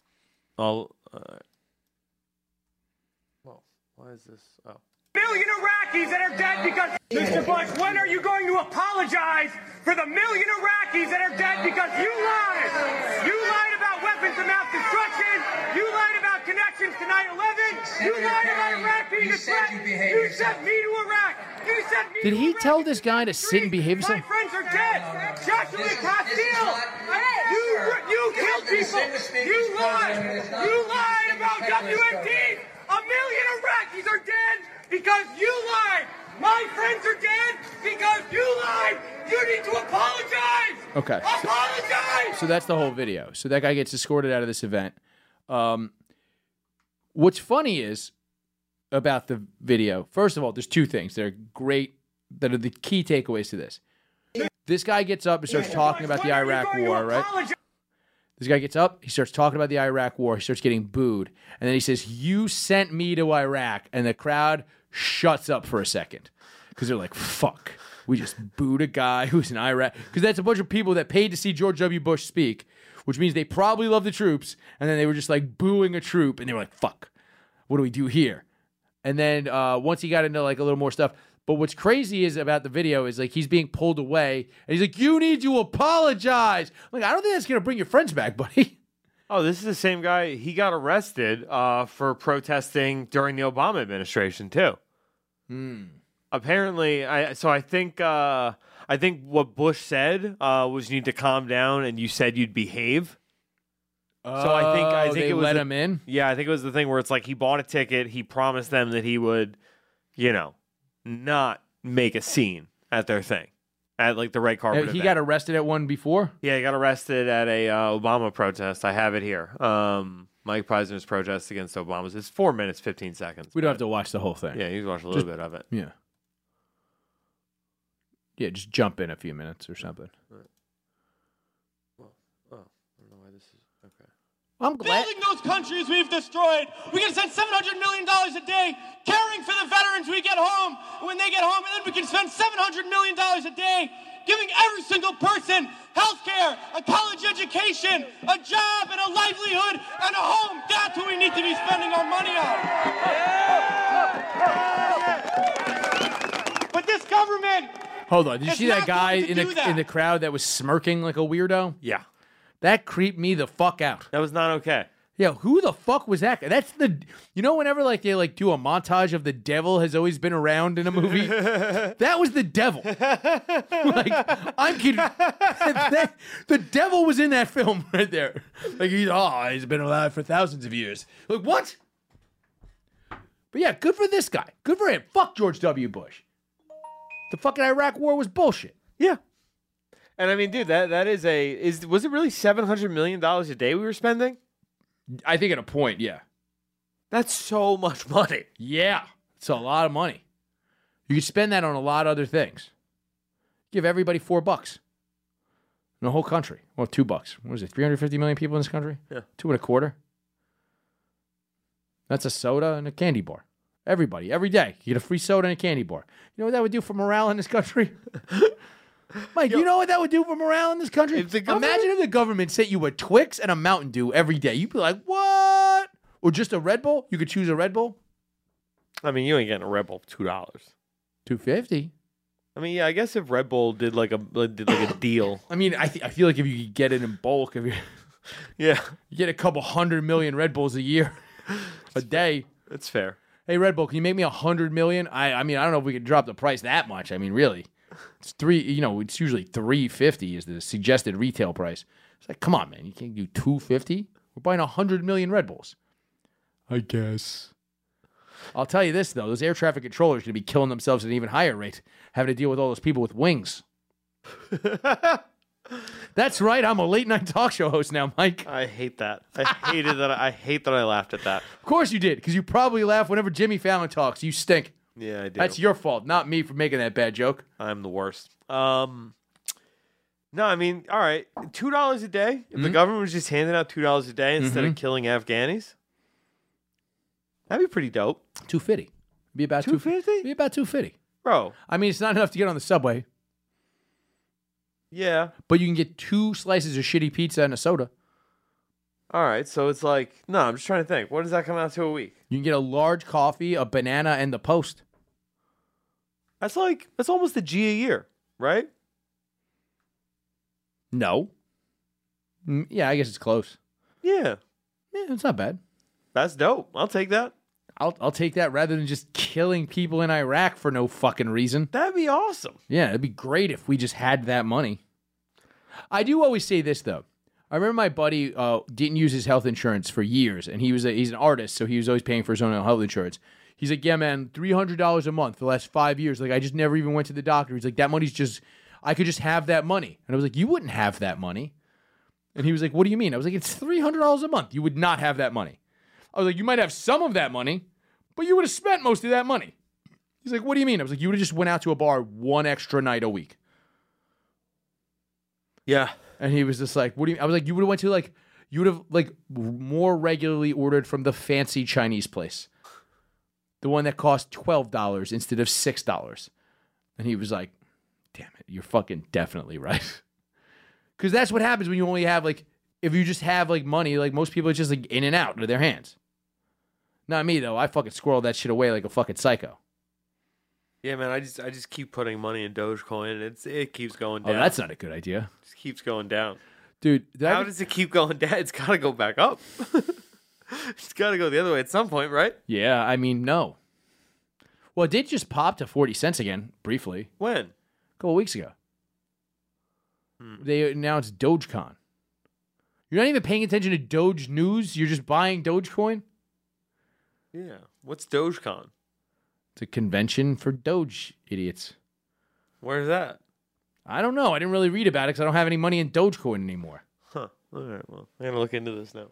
Speaker 2: I'll, uh, well, why is this? Oh,
Speaker 5: million Iraqis that are dead because Mr. Bush, when are you going to apologize for the million Iraqis that are dead because you lied? You lied about weapons of mass destruction. You lied about connections to 9/11. You
Speaker 6: Senator
Speaker 5: lied about
Speaker 6: Kerry,
Speaker 5: Iraq being
Speaker 6: you
Speaker 5: a
Speaker 6: said
Speaker 5: threat.
Speaker 6: you behave
Speaker 5: You
Speaker 6: yourself.
Speaker 5: sent me to Iraq. You sent me.
Speaker 1: Did
Speaker 5: to
Speaker 1: he
Speaker 5: Iraq
Speaker 1: tell
Speaker 5: in
Speaker 1: this guy to sit and behave
Speaker 5: 2003.
Speaker 1: himself?
Speaker 5: My friends are dead. Joshua
Speaker 6: This is- this is
Speaker 5: Castile.
Speaker 6: not-
Speaker 5: You you
Speaker 6: This
Speaker 5: killed
Speaker 6: is the
Speaker 5: people.
Speaker 6: same mistake
Speaker 5: You
Speaker 6: as
Speaker 5: lied.
Speaker 6: President is not-
Speaker 5: You
Speaker 6: it's not
Speaker 5: lied
Speaker 6: the same
Speaker 5: about
Speaker 6: mistake as
Speaker 5: WMD.
Speaker 6: President.
Speaker 5: A million Iraqis are dead because you lied. My friends are dead because you lied. You need to apologize.
Speaker 1: Okay. So-
Speaker 5: Apologize.
Speaker 1: So that's the whole video. So that guy gets escorted out of this event. Um, what's funny is about the video. First of all, there's two things that are great that are the key takeaways to this. This guy gets up and starts talking about the
Speaker 5: When are you
Speaker 1: Iraq
Speaker 5: going to
Speaker 1: war, right?
Speaker 5: apologize?
Speaker 1: This guy gets up, he starts talking about the Iraq war, he starts getting booed, and then he says, "You sent me to Iraq," and the crowd shuts up for a second because they're like, "Fuck." We just booed a guy who's in Iraq because that's a bunch of people that paid to see George W. Bush speak, which means they probably love the troops, and then they were just like booing a troop, and they were like, "Fuck, what do we do here?" And then uh, once he got into like a little more stuff, but what's crazy is about the video is like he's being pulled away, and he's like, "You need to apologize." I'm like, I don't think that's gonna bring your friends back, buddy.
Speaker 2: oh, this is the same guy. He got arrested uh, for protesting during the Obama administration too.
Speaker 1: Hmm.
Speaker 2: Apparently, I so I think uh, I think what Bush said uh, was you need to calm down, and you said you'd behave. So I think- I
Speaker 1: Oh,
Speaker 2: think
Speaker 1: they
Speaker 2: it was
Speaker 1: let
Speaker 2: a-
Speaker 1: him in.
Speaker 2: Yeah, I think it was the thing where it's like he bought a ticket, he promised them that he would, you know, not make a scene at their thing, at like the red carpet.
Speaker 1: he
Speaker 2: event.
Speaker 1: got arrested at one before.
Speaker 2: yeah, he got arrested at a uh, Obama protest. I have it here. Um, Mike President's protest against Obama's. It's four minutes fifteen seconds.
Speaker 1: We don't have to watch the whole thing.
Speaker 2: Yeah, you can watch a little bit of it.
Speaker 1: yeah, yeah. Just jump in a few minutes or something. I'm glad.
Speaker 7: Building those countries we've destroyed. We can spend $700 million a day caring for the veterans we get home when they get home, and then we can spend $700 million a day giving every single person health care, a college education, a job, and a livelihood, and a home. That's what we need to be spending our money on. But this government,
Speaker 1: Hold on. Did you
Speaker 7: It's
Speaker 1: see that
Speaker 7: not
Speaker 1: guy
Speaker 7: going to
Speaker 1: in the
Speaker 7: do that.
Speaker 1: in the crowd that was smirking like a weirdo?
Speaker 2: Yeah,
Speaker 1: That creeped me the fuck out.
Speaker 2: that was not okay.
Speaker 1: Yeah, who the fuck was that guy? That's the you know whenever like they like do a montage of the devil has always been around in a movie. that was the devil. like I'm kidding. That- the devil was in that film right there. Like he's oh he's been alive for thousands of years. Like what? But yeah, good for this guy. Good for him. Fuck George W. Bush. The fucking Iraq War was bullshit.
Speaker 2: Yeah. And I mean, dude, that that is a is was it really seven hundred million dollars a day we were spending?
Speaker 1: I think at a point, yeah.
Speaker 2: That's so much money.
Speaker 1: Yeah, it's a lot of money. You could spend that on a lot of other things. Give everybody four bucks in the whole country. Well, two bucks. What is it? 350 million people in this country?
Speaker 2: Yeah.
Speaker 1: Two and a quarter. That's a soda and a candy bar. Everybody, every day, you get a free soda and a candy bar. You know what that would do for morale in this country? Mike, you know what that would do for morale in this country?
Speaker 2: If the
Speaker 1: Imagine
Speaker 2: government-
Speaker 1: if the government sent you a Twix and a Mountain Dew every day. You'd be like, what? Or just a Red Bull? You could choose a Red Bull.
Speaker 2: I mean, you ain't getting a Red Bull for two dollars.
Speaker 1: Two fifty.
Speaker 2: I mean, yeah, I guess if Red Bull did like a like, did like a deal,
Speaker 1: I mean, I th- I feel like if you could get it in bulk, if you,
Speaker 2: yeah,
Speaker 1: you get a couple hundred million Red Bulls a year, a day.
Speaker 2: that's fair.
Speaker 1: Hey, Red Bull, can you make me a hundred million? I, I mean, I don't know if we could drop the price that much. I mean, really, it's three. You know, it's usually three fifty is the suggested retail price. It's like, come on, man, you can't do two fifty. We're buying a hundred million Red Bulls. I guess. I'll tell you this though: those air traffic controllers are going to be killing themselves at an even higher rate, having to deal with all those people with wings. That's right. I'm a late night talk show host now, Mike.
Speaker 2: I hate that. I hated that. I hate that I laughed at that.
Speaker 1: Of course you did, because you probably laugh whenever Jimmy Fallon talks. You stink.
Speaker 2: Yeah, I do.
Speaker 1: That's your fault, not me for making that bad joke.
Speaker 2: I'm the worst. Um, no, I mean, all right, two dollars a day. If the government was just handing out two dollars a day instead of killing Afghanis, that'd be pretty dope,
Speaker 1: Two fifty. Be about two
Speaker 2: $2.50?
Speaker 1: Be about two fifty.
Speaker 2: bro.
Speaker 1: I mean, it's not enough to get on the subway,
Speaker 2: Yeah.
Speaker 1: but you can get two slices of shitty pizza and a soda.
Speaker 2: All right. So it's like, no, I'm just trying to think. What does that come out to a week?
Speaker 1: You can get a large coffee, a banana, and the post.
Speaker 2: That's like that's almost a G a year, right?
Speaker 1: No. Mm, yeah, I guess it's close.
Speaker 2: Yeah,
Speaker 1: Yeah, it's not bad.
Speaker 2: that's dope. I'll take that.
Speaker 1: I'll I'll take that rather than just killing people in Iraq for no fucking reason.
Speaker 2: That'd be awesome.
Speaker 1: Yeah, it'd be great if we just had that money. I do always say this though. I remember my buddy uh, didn't use his health insurance for years, and he was a, he's an artist, so he was always paying for his own health insurance. He's like, yeah, man, three hundred dollars a month for the last five years. Like, I just never even went to the doctor. He's like, that money's just, I could just have that money. And I was like, you wouldn't have that money. And he was like, what do you mean? I was like, it's three hundred dollars a month. You would not have that money. I was like, you might have some of that money, but you would have spent most of that money. He's like, "What do you mean?" I was like, "You would have just went out to a bar one extra night a week."
Speaker 2: Yeah,
Speaker 1: And he was just like, "What do you?" I was like, "You would have went to like, you would have like more regularly ordered from the fancy Chinese place, the one that cost twelve dollars instead of six dollars." And he was like, "Damn it, you're fucking definitely right." Because that's what happens when you only have like, if you just have like money, like most people, it's just like in and out of their hands. Not me though. I fucking squirrel that shit away like a fucking psycho.
Speaker 2: yeah, man. I just I just keep putting money in Dogecoin, and it's it keeps going
Speaker 1: Oh,
Speaker 2: down.
Speaker 1: that's not a good idea,
Speaker 2: it just keeps going down.
Speaker 1: dude. Did I
Speaker 2: How
Speaker 1: ever-
Speaker 2: does it keep going down? It's got to go back up. it's got to go the other way at some point, right?
Speaker 1: Yeah, I mean, no. Well, it did just pop to 40 cents again, briefly,
Speaker 2: When?
Speaker 1: a couple weeks ago.
Speaker 2: Hmm.
Speaker 1: They announced Dogecoin. You're not even paying attention to Doge news. You're just buying Dogecoin.
Speaker 2: Yeah. What's Dogecoin?
Speaker 1: It's a convention for Doge idiots.
Speaker 2: Where's that?
Speaker 1: I don't know. I didn't really read about it because I don't have any money in Dogecoin anymore.
Speaker 2: Huh. All right. Well, I'm gonna look into this now.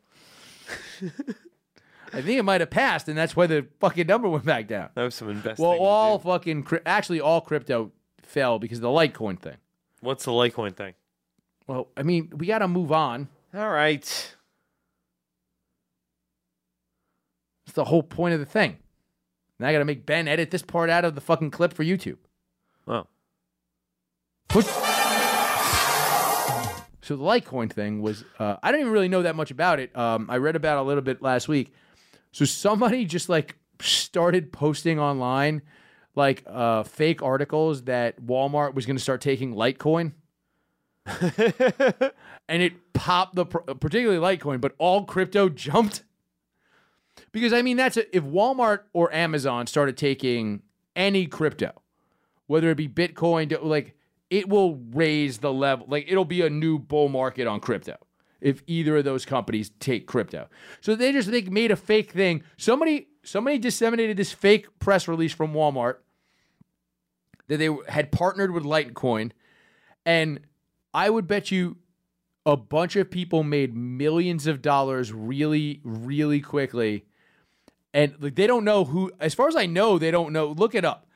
Speaker 1: I think it might have passed, and that's why the fucking number went back down.
Speaker 2: I have some investing.
Speaker 1: Well,
Speaker 2: to
Speaker 1: all
Speaker 2: do.
Speaker 1: fucking cri- actually all crypto fell because of the Litecoin thing.
Speaker 2: What's the Litecoin thing?
Speaker 1: Well, I mean, we got to move on.
Speaker 2: All right.
Speaker 1: That's the whole point of the thing. Now I gotta make Ben edit this part out of the fucking clip for YouTube.
Speaker 2: Well,
Speaker 1: So the Litecoin thing was, uh, I don't even really know that much about it. Um, I read about it a little bit last week. So somebody just like started posting online like uh, fake articles that Walmart was gonna start taking Litecoin. and it popped the pr- particularly Litecoin, but all crypto jumped. Because I mean, that's a, if Walmart or Amazon started taking any crypto, whether it be Bitcoin, do- like it will raise the level. Like it'll be a new bull market on crypto if either of those companies take crypto. So they just like made a fake thing. Somebody somebody disseminated this fake press release from Walmart that they had partnered with Litecoin, and I would bet you a bunch of people made millions of dollars really, really quickly. And like they don't know who, as far as I know, they don't know. Look it up.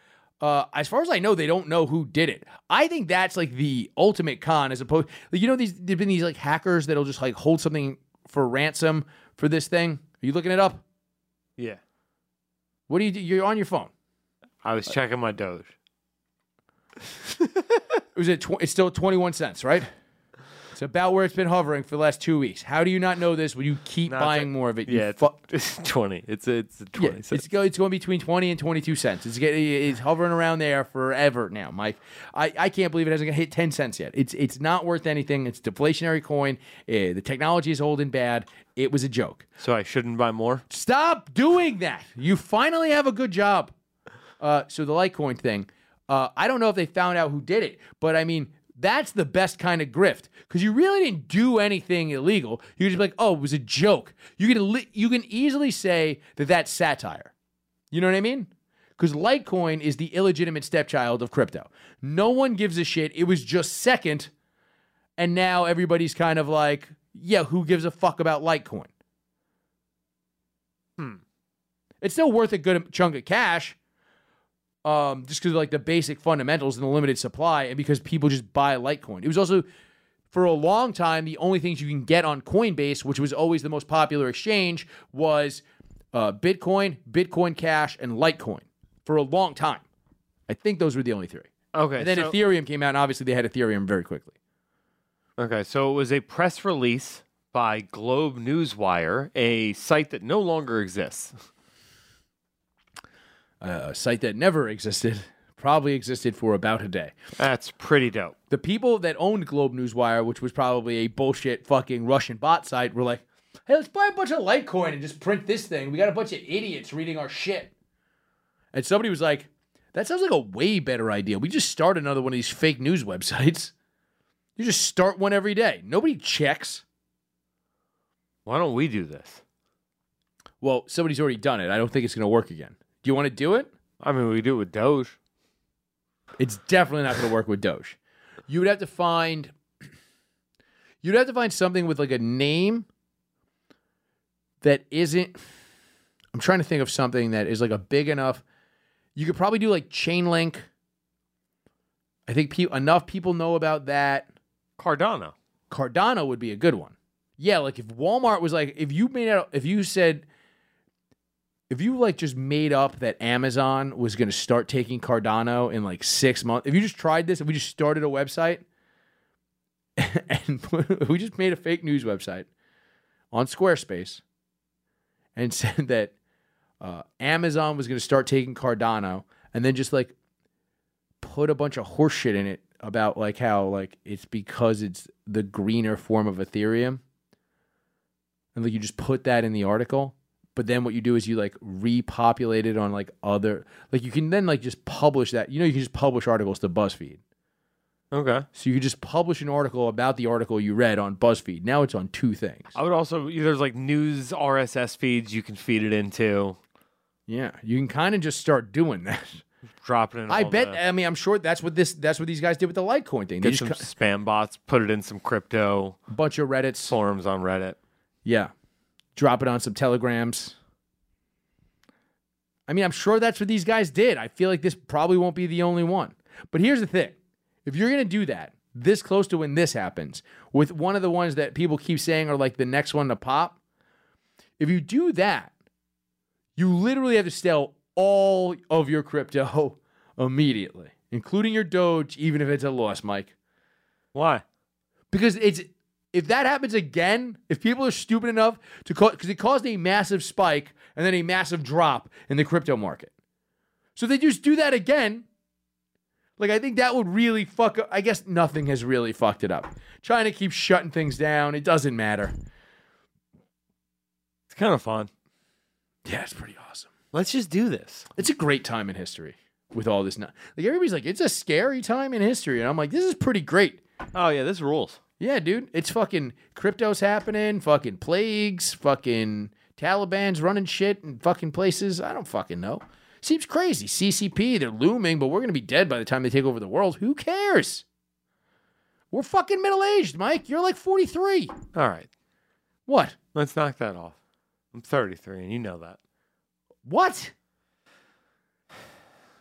Speaker 1: Uh, as far as I know, they don't know who did it. I think that's like the ultimate con, as opposed, like, you know, these there've been these like hackers that'll just like hold something for ransom for this thing. Are you looking it up?
Speaker 2: yeah.
Speaker 1: What do you do? You're on your phone.
Speaker 2: I was checking my Doge.
Speaker 1: It was at tw- it's still at 21 cents, right? It's about where it's been hovering for the last two weeks. How do you not know this when you keep
Speaker 2: Nah, it's
Speaker 1: buying
Speaker 2: a-
Speaker 1: more of it? you
Speaker 2: Yeah, it's,
Speaker 1: fu-
Speaker 2: it's twenty. It's a, it's a
Speaker 1: yeah,
Speaker 2: twenty.
Speaker 1: it's, go, it's going between 20 and 22 cents. It's getting it's hovering around there forever now, Mike. I, I can't believe it hasn't hit 10 cents yet. It's it's not worth anything. It's a deflationary coin. Eh, the technology is old and bad. It was a joke.
Speaker 2: so I shouldn't buy more.
Speaker 1: Stop doing that. You finally have a good job. Uh, so the Litecoin thing, uh, I don't know if they found out who did it, but I mean, that's the best kind of grift because you really didn't do anything illegal. You just be like, oh, it was a joke. You can li- you can easily say that that's satire. You know what I mean? Because Litecoin is the illegitimate stepchild of crypto. No one gives a shit. It was just second, and now everybody's kind of like, yeah, who gives a fuck about Litecoin? it's still worth a good chunk of cash um, just because like the basic fundamentals and the limited supply and because people just buy litecoin it was also for a long time the only things you can get on coinbase which was always the most popular exchange was uh, bitcoin bitcoin cash and litecoin for a long time i think those were the only three
Speaker 2: Okay.
Speaker 1: and then
Speaker 2: so,
Speaker 1: ethereum came out and obviously they had ethereum very quickly
Speaker 2: okay, so it was a press release by Globe Newswire, a site that no longer exists.
Speaker 1: uh, a site that never existed probably existed for about a day
Speaker 2: That's pretty dope.
Speaker 1: the people that owned Globe Newswire, which was probably a bullshit fucking Russian bot site, were like, hey, let's buy a bunch of Litecoin and just print this thing. We got a bunch of idiots reading our shit. And somebody was like, that sounds like a way better idea. We just start another one of these fake news websites. You just start one every day. Nobody checks.
Speaker 2: Why don't we do this?
Speaker 1: Well, somebody's already done it. I don't think it's going to work again. Do you want to do it?
Speaker 2: I mean, we do it with Doge.
Speaker 1: It's definitely not going to work with Doge. You would have to find you'd have to find something with like a name that isn't I'm trying to think of something that is like a big enough you could probably do like Chainlink. I think pe- enough people know about that.
Speaker 2: Cardano.
Speaker 1: Cardano would be a good one. Yeah, like if Walmart was like, if you made out, if you said, if you like just made up that Amazon was going to start taking Cardano in like six months, if you just tried this, if we just started a website and put- we just made a fake news website on Squarespace and said that uh, Amazon was going to start taking Cardano and then just like put a bunch of horseshit in it about like how like it's because it's the greener form of Ethereum. And like you just put that in the article, but then what you do is you like repopulate it on like other like you can then like just publish that. You know you can just publish articles to BuzzFeed.
Speaker 2: Okay.
Speaker 1: So you could just publish an article about the article you read on BuzzFeed. Now it's on two things.
Speaker 2: I would also there's like news RSS feeds you can feed it into.
Speaker 1: Yeah, you can kind of just start doing that.
Speaker 2: Drop it in.
Speaker 1: I
Speaker 2: all
Speaker 1: bet
Speaker 2: the-
Speaker 1: I mean I'm sure that's what this that's what these guys did with the Litecoin thing. They just
Speaker 2: get some
Speaker 1: cut
Speaker 2: spam bots, put it in some crypto
Speaker 1: a bunch of Reddits.
Speaker 2: forums on Reddit.
Speaker 1: Yeah. Drop it on some telegrams. I mean, I'm sure that's what these guys did. I feel like this probably won't be the only one. But here's the thing if you're going to do that this close to when this happens, with one of the ones that people keep saying are like the next one to pop, if you do that, you literally have to sell all of your crypto immediately, including your Doge, even if it's a loss, Mike
Speaker 2: Why?
Speaker 1: because it's if that happens again, if people are stupid enough to cause because it caused a massive spike and then a massive drop in the crypto market. So if they just do that again. Like I think that would really fuck. Up. I guess nothing has really fucked it up. China keeps shutting things down. It doesn't matter.
Speaker 2: It's kind of fun.
Speaker 1: Yeah, it's pretty awesome.
Speaker 2: Let's just do this.
Speaker 1: It's a great time in history with all this. nu- Like everybody's like, it's a scary time in history, and I'm like, this is pretty great.
Speaker 2: Oh yeah, this rules.
Speaker 1: Yeah, dude. It's fucking crypto's happening, fucking plagues, fucking Taliban's running shit in fucking places. I don't fucking know. Seems crazy. CCP, they're looming, but we're going to be dead by the time they take over the world. Who cares? We're fucking middle aged, Mike. You're like 43.
Speaker 2: All right,
Speaker 1: What?
Speaker 2: let's knock that off. I'm 33, and you know that.
Speaker 1: What?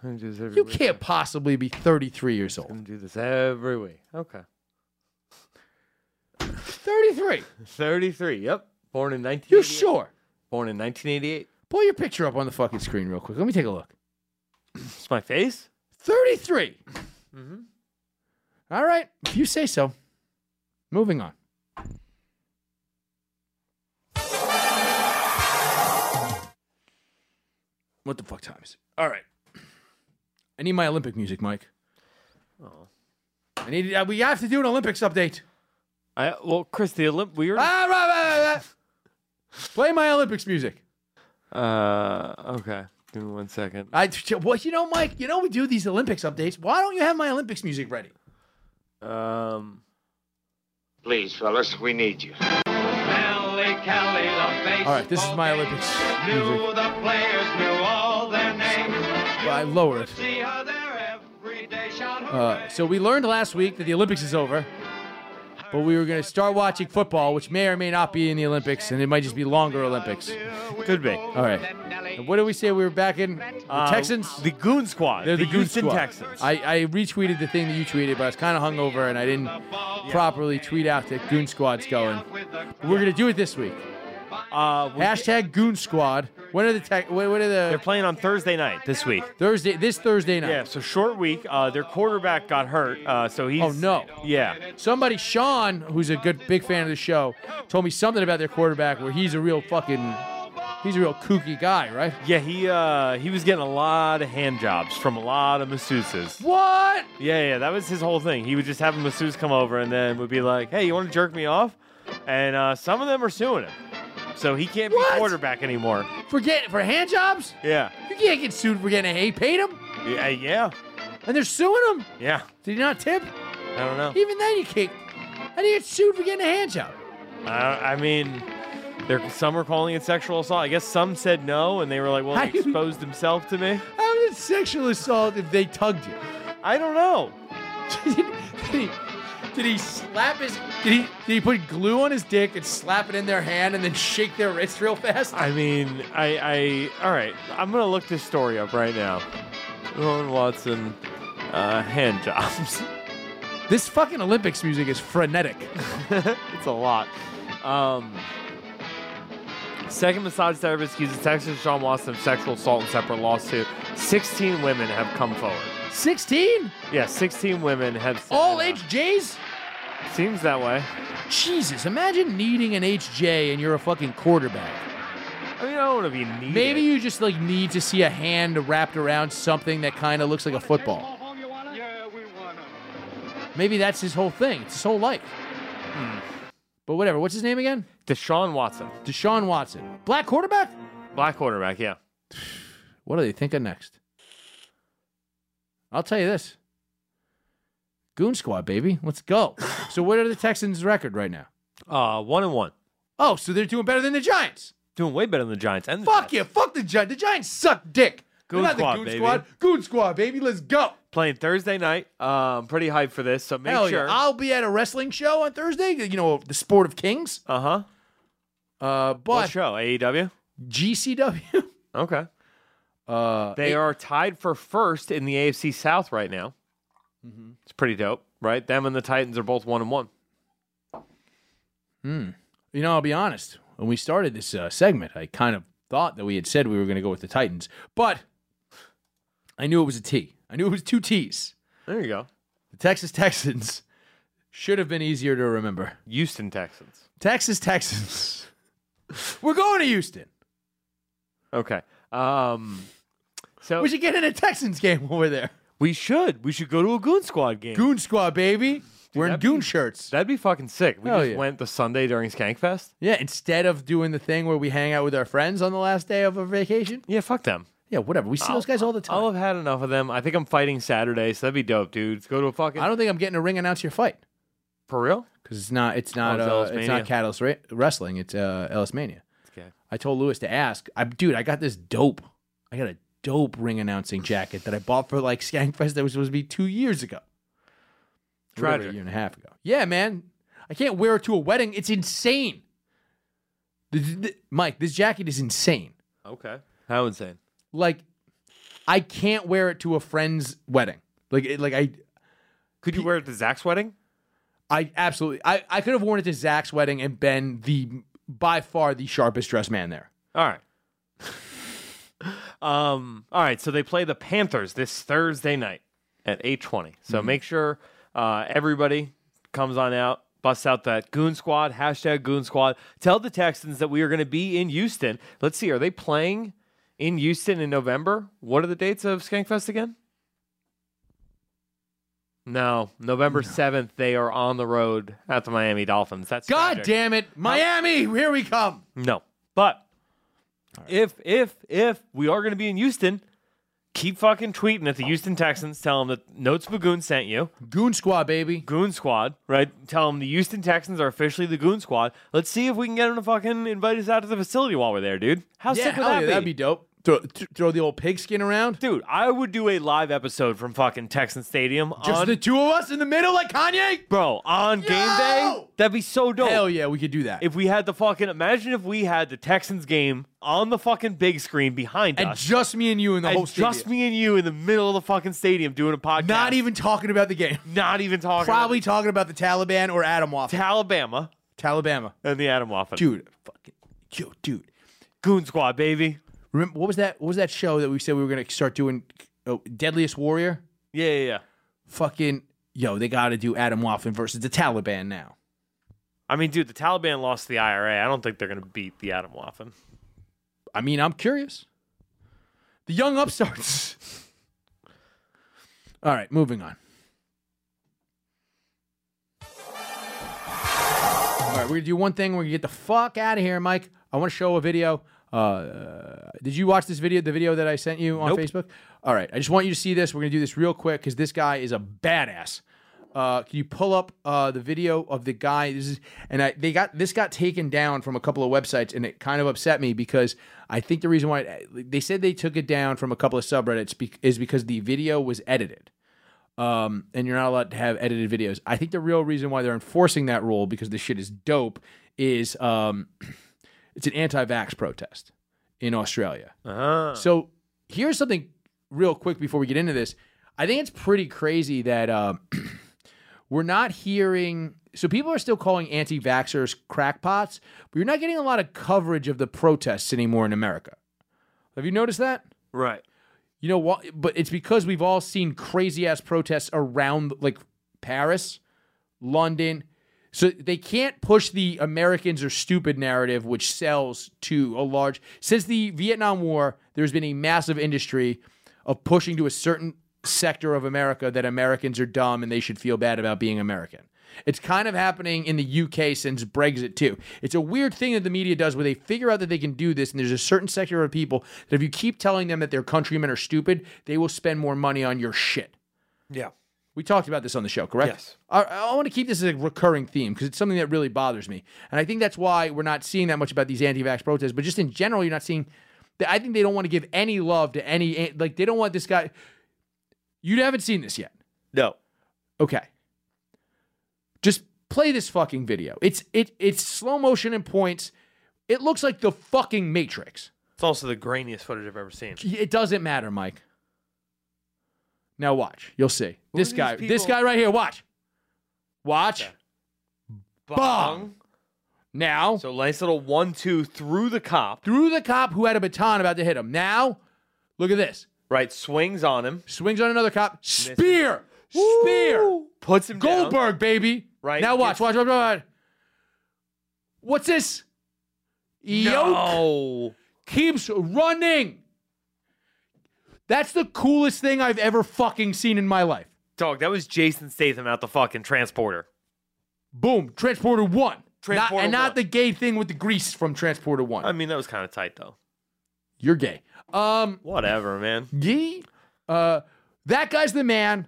Speaker 2: I'm gonna do this every
Speaker 1: You
Speaker 2: week.
Speaker 1: can't possibly be 33 years
Speaker 2: I'm
Speaker 1: old.
Speaker 2: gonna do this every week. Okay.
Speaker 1: 33.
Speaker 2: 33. Yep. Born in 19.
Speaker 1: You sure?
Speaker 2: Born in 1988.
Speaker 1: Pull your picture up on the fucking screen real quick. Let me take a look.
Speaker 2: It's my face.
Speaker 1: 33. All right. If you say so. Moving on. What the fuck time is it? All right. I need my Olympic music, Mike. I need. uh, we have to do an Olympics update.
Speaker 2: I well, Chris, the Olymp. We were.
Speaker 1: Ah, rah, rah, rah, rah. Play my Olympics music.
Speaker 2: Uh, okay. Give me one second.
Speaker 1: I well, you know, Mike. You know we do these Olympics updates. Why don't you have my Olympics music ready?
Speaker 2: Um,
Speaker 6: Please, fellas, we need you.
Speaker 1: All right, this is my Olympics music.
Speaker 8: the players knew all their names.
Speaker 1: Well, I lower it.
Speaker 8: See how their everyday shout
Speaker 1: Uh, so we learned last week that the Olympics is over, but we were going to start watching football, which may or may not be in the Olympics, and it might just be longer Olympics.
Speaker 2: could be.
Speaker 1: All right. And what did we say we were back in? The
Speaker 2: Uh,
Speaker 1: Texans.
Speaker 2: the Goon Squad.
Speaker 1: They're the, Goon
Speaker 2: Houston
Speaker 1: Squad.
Speaker 2: Texans.
Speaker 1: I, I retweeted the thing that you tweeted, but I was kind of hungover and I didn't properly tweet out that Goon Squad's going. We're gonna do it this week.
Speaker 2: uh, we-
Speaker 1: Hashtag Goon Squad. When are the tech? When when are
Speaker 2: they're
Speaker 1: the
Speaker 2: playing on Thursday night this week.
Speaker 1: Thursday? This Thursday night.
Speaker 2: Yeah, so short week. Uh, their quarterback got hurt, uh, so he's.
Speaker 1: Oh, no.
Speaker 2: Yeah,
Speaker 1: Somebody, Sean, who's a good big fan of the show, told me something about their quarterback where he's a real fucking, he's a real kooky guy, right?
Speaker 2: yeah. He uh, he was getting a lot of hand jobs from a lot of masseuses.
Speaker 1: What?
Speaker 2: Yeah, yeah. That was his whole thing. He would just have a masseuse come over and then would be like, "Hey, you want to jerk me off?" And uh, some of them are suing him, so he can't be
Speaker 1: What?
Speaker 2: quarterback anymore.
Speaker 1: For getting for hand jobs?
Speaker 2: Yeah,
Speaker 1: You can't get sued for getting a hey paid him,
Speaker 2: yeah, yeah,
Speaker 1: and they're suing him.
Speaker 2: yeah.
Speaker 1: Did he not tip?
Speaker 2: I don't know.
Speaker 1: Even then, you can't. How do you get sued for getting a hand job?
Speaker 2: I, I mean, they're, some are calling it sexual assault. I guess some said no, and they were like, "Well,
Speaker 1: How
Speaker 2: he
Speaker 1: do you-
Speaker 2: exposed himself to me."
Speaker 1: How is it sexual assault if they tugged you?
Speaker 2: I don't know.
Speaker 1: did, he, did he slap his? Did he? Did he put glue on his dick and slap it in their hand and then shake their wrist real fast?
Speaker 2: I mean, I, I, all right. I'm gonna look this story up right now. Owen Watson, uh, hand jobs.
Speaker 1: This fucking Olympics music is frenetic.
Speaker 2: it's a lot. Um, second massage therapist accuses Texas Sean Watson of sexual assault in separate lawsuit. 16 women have come forward.
Speaker 1: Sixteen?
Speaker 2: Yeah, 16 women have. said-
Speaker 1: All HJs?
Speaker 2: Seems that way.
Speaker 1: Jesus, imagine needing an HJ and you're a fucking quarterback.
Speaker 2: I mean, I don't want to be needed.
Speaker 1: Maybe you just like need to see a hand wrapped around something that kind of looks like a football. Maybe that's his whole thing. It's his whole life. Hmm. But whatever. What's his name again?
Speaker 2: Deshaun Watson,
Speaker 1: Deshaun Watson. Black quarterback?
Speaker 2: black quarterback. Yeah.
Speaker 1: What are they thinking next? I'll tell you this. Goon Squad, baby. Let's go. so what are the Texans' record right now?
Speaker 2: Uh, one and one.
Speaker 1: Oh, so they're doing better than the Giants.
Speaker 2: Doing way better than the Giants. And the
Speaker 1: Fuck
Speaker 2: Jets.
Speaker 1: you. Fuck the Giants. The Giants suck dick. They're
Speaker 2: Goon
Speaker 1: not
Speaker 2: Squad,
Speaker 1: the Goon
Speaker 2: baby.
Speaker 1: Squad. Goon Squad, baby. Let's go.
Speaker 2: Playing Thursday night. Uh, I'm pretty hyped for this. So make
Speaker 1: Hell
Speaker 2: sure.
Speaker 1: yeah. Ah, I'll be at a wrestling show on Thursday. You know, the sport of kings.
Speaker 2: Uh huh.
Speaker 1: Uh,
Speaker 2: What
Speaker 1: but
Speaker 2: show? E AEW.
Speaker 1: GCW.
Speaker 2: Okay.
Speaker 1: Uh,
Speaker 2: They
Speaker 1: eight-
Speaker 2: are tied for first in the AFC South right now.
Speaker 1: Mm-hmm.
Speaker 2: It's pretty dope, right? Them and the Titans are both one and one.
Speaker 1: You know, I'll be honest. When we started this uh, segment, I kind of thought that we had said we were going to go with the Titans, but I knew it was a T. I knew it was two T's.
Speaker 2: There you go.
Speaker 1: The Texas Texans should have been easier to remember.
Speaker 2: Houston Texans.
Speaker 1: Texas Texans. we're going to Houston.
Speaker 2: Okay. Um. So
Speaker 1: We should get in a Texans game over there.
Speaker 2: we should we should go to a Goon Squad game.
Speaker 1: Goon Squad, baby. We're in
Speaker 2: that'd
Speaker 1: goon
Speaker 2: be-
Speaker 1: shirts.
Speaker 2: That'd be fucking sick. We
Speaker 1: Hell
Speaker 2: just
Speaker 1: yeah.
Speaker 2: went the Sunday during Skankfest.
Speaker 1: yeah, instead of doing the thing where we hang out with our friends on the last day of our vacation.
Speaker 2: Yeah, fuck them.
Speaker 1: Yeah, whatever. We see those guys all the time.
Speaker 2: I'll have had enough of them. I think I'm fighting Saturday, so that'd be dope, dude. Let's go to a fucking
Speaker 1: I don't think I'm getting a ring announce your fight.
Speaker 2: for real.
Speaker 1: because it's not it's not
Speaker 2: Oh, it's
Speaker 1: uh,
Speaker 2: Ellis
Speaker 1: it's
Speaker 2: Mania.
Speaker 1: not Catalyst Ra- Wrestling. It's uh, Ellis Mania.
Speaker 2: Okay.
Speaker 1: I told Lewis to ask. I, dude, I got this dope. I got a dope ring announcing jacket that I bought for like Skankfest that was supposed to be two years ago. Or whatever,
Speaker 2: Tragic.
Speaker 1: a year and a half ago. Yeah, man. I can't wear it to a wedding. It's insane. Th- th- th- Mike, this jacket is insane.
Speaker 2: Okay. How insane.
Speaker 1: Like, I can't wear it to a friend's wedding. Like, it, like I,
Speaker 2: Could you wear it to Zach's wedding?
Speaker 1: I absolutely, I, I could have worn it to Zach's wedding and been the by far the sharpest dressed man there.
Speaker 2: All right. Um, all right, so they play the Panthers this Thursday night at 8:20. So make sure uh, everybody comes on out, busts out that Goon Squad hashtag Goon Squad. Tell the Texans that we are going to be in Houston. Let's see, are they playing in Houston in November? What are the dates of Skankfest again? No, November seventh. They are on the road at the Miami Dolphins. That's
Speaker 1: God
Speaker 2: tragic.
Speaker 1: damn it, Miami! Here we come.
Speaker 2: No. But if if if we are going to be in Houston, keep fucking tweeting at the Houston Texans. Tell them that Notes Bagoon sent you.
Speaker 1: Goon Squad, baby.
Speaker 2: Goon Squad, right? Tell them the Houston Texans are officially the Goon Squad. Let's see if we can get them to fucking invite us out to the facility while we're there, dude. How sick would
Speaker 1: hell
Speaker 2: that
Speaker 1: yeah,
Speaker 2: be?
Speaker 1: that'd be dope. Throw, th- throw the old pigskin around.
Speaker 2: Dude, I would do a live episode from fucking Texan Stadium
Speaker 1: Just
Speaker 2: on
Speaker 1: the two of us in the middle, like Kanye.
Speaker 2: bro on game day.
Speaker 1: Yo!
Speaker 2: That'd be so dope.
Speaker 1: Hell yeah, we could do that.
Speaker 2: If we had the fucking imagine if we had the Texans game on the fucking big screen behind
Speaker 1: and
Speaker 2: us.
Speaker 1: just me and you in the whole
Speaker 2: and
Speaker 1: stadium.
Speaker 2: just me and you in the middle of the fucking stadium doing a podcast.
Speaker 1: Not even talking about the game.
Speaker 2: not even talking.
Speaker 1: Probably talking about the Taliban or Adam Waffle.
Speaker 2: about Alabama
Speaker 1: Talibama.
Speaker 2: and the Adam Waffen.
Speaker 1: Dude, fucking, yo, dude.
Speaker 2: Goon Squad, baby.
Speaker 1: Remember what was that? What was that show that we said we were gonna start doing? Oh, Deadliest Warrior.
Speaker 2: Yeah, yeah, yeah.
Speaker 1: Fucking yo, they got to do Adam Waffen versus the Taliban now.
Speaker 2: I mean, dude, the Taliban lost to the IRA. I don't think they're gonna beat the Adam Waffen.
Speaker 1: I mean, I'm curious. The young upstarts. All right, moving on. All right, we're gonna do one thing. We're gonna get the fuck out of here, Mike. I want to show a video. Uh, did you watch this video? The video that I sent you on
Speaker 2: Nope.
Speaker 1: Facebook. All right, I just want you to see this. We're gonna do this real quick because this guy is a badass. Uh, can you pull up uh, the video of the guy? This is, and I, they got this got taken down from a couple of websites, and it kind of upset me because I think the reason why it, they said they took it down from a couple of subreddits bec is because the video was edited um, and you're not allowed to have edited videos. I think the real reason why they're enforcing that rule because this shit is dope is um, it's an anti-vax protest in Australia. So here's something real quick before we get into this. I think it's pretty crazy that um, we're not hearing. So people are still calling anti-vaxxers crackpots, but you're not getting a lot of coverage of the protests anymore in America. Have you noticed that?
Speaker 2: Right.
Speaker 1: You know what? But it's because we've all seen crazy ass protests around like Paris, London. So they can't push the Americans are stupid narrative, which sells to a large. Since the Vietnam War, there's been a massive industry of pushing to a certain sector of America that Americans are dumb and they should feel bad about being American. It's kind of happening in the UK since Brexit, too. It's a weird thing that the media does where they figure out that they can do this, and there's a certain sector of people that if you keep telling them that their countrymen are stupid, they will spend more money on your shit.
Speaker 2: Yeah.
Speaker 1: We talked about this on the show, correct?
Speaker 2: Yes.
Speaker 1: I, I want to keep this as a recurring theme because it's something that really bothers me. And I think that's why we're not seeing that much about these anti vax protests, but just in general, you're not seeing. I think they don't want to give any love to any. Like, they don't want this guy. You haven't seen this yet.
Speaker 2: No.
Speaker 1: Okay. Just play this fucking video. It's it it's slow motion in points. It looks like the fucking Matrix.
Speaker 2: It's also the grainiest footage I've ever seen.
Speaker 1: It doesn't matter, Mike. Now watch. You'll see. this
Speaker 2: these
Speaker 1: guy, this
Speaker 2: people?
Speaker 1: guy right here, watch. Watch. Bong. Now
Speaker 2: So nice little one-two through the cop.
Speaker 1: through the cop who had a baton about to hit him. Now, look at this.
Speaker 2: Right, swings on him.
Speaker 1: Swings on another cop. Spear. Spear.
Speaker 2: Puts him down.
Speaker 1: Goldberg, baby.
Speaker 2: Right.
Speaker 1: Now watch,
Speaker 2: Gets-
Speaker 1: watch, watch, watch. watch. What's this? Yoke
Speaker 2: No.
Speaker 1: keeps running. That's the coolest thing I've ever fucking seen in my life.
Speaker 2: Dog, that was Jason Statham out the fucking transporter.
Speaker 1: Boom, Transporter 1. not,
Speaker 2: Transporter
Speaker 1: and not
Speaker 2: one.
Speaker 1: the gay thing with the grease from Transporter 1.
Speaker 2: I mean, that was kind of tight though.
Speaker 1: You're gay. Um,
Speaker 2: Whatever, man.
Speaker 1: Gee, uh, that guy's the man.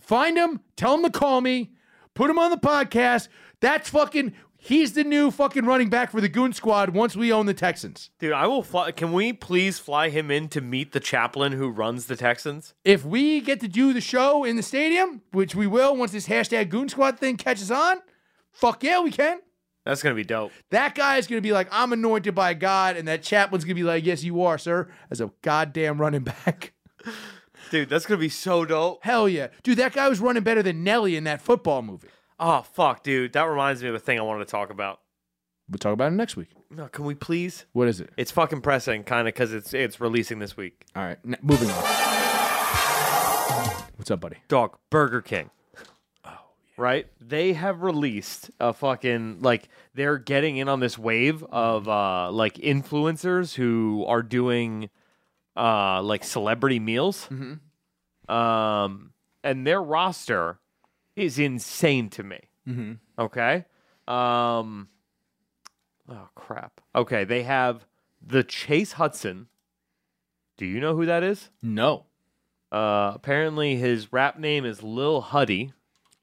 Speaker 1: Find him, tell him to call me, put him on the podcast. That's fucking, he's the new fucking running back for the Goon Squad once we own the Texans.
Speaker 2: Dude, I will fly. Can we please fly him in to meet the chaplain who runs the Texans?
Speaker 1: If we get to do the show in the stadium, which we will once this hashtag Goon Squad thing catches on, fuck yeah, we can.
Speaker 2: That's gonna be dope.
Speaker 1: That guy is going to be like, I'm anointed by God. And that chaplain's going to be like, Yes, you are, sir, as a goddamn running back.
Speaker 2: Dude, that's gonna be so dope.
Speaker 1: Hell yeah. Dude, that guy was running better than Nelly in that football movie.
Speaker 2: Oh fuck, dude. That reminds me of a thing I wanted to talk about.
Speaker 1: We'll talk about it next week.
Speaker 2: No, can we please?
Speaker 1: What is it?
Speaker 2: It's fucking pressing, kind of, because it's it's releasing this week.
Speaker 1: All right, n- moving on. What's up, buddy?
Speaker 2: Dog Burger King. Oh, Right? They have released a fucking like they're getting in on this wave of uh like influencers who are doing uh like celebrity meals. Um and their roster is insane to me. Okay? Um Oh crap. Okay, they have the Chase Hudson. Do you know who that is?
Speaker 1: No,
Speaker 2: Uh, apparently, his rap name is Lil Huddy.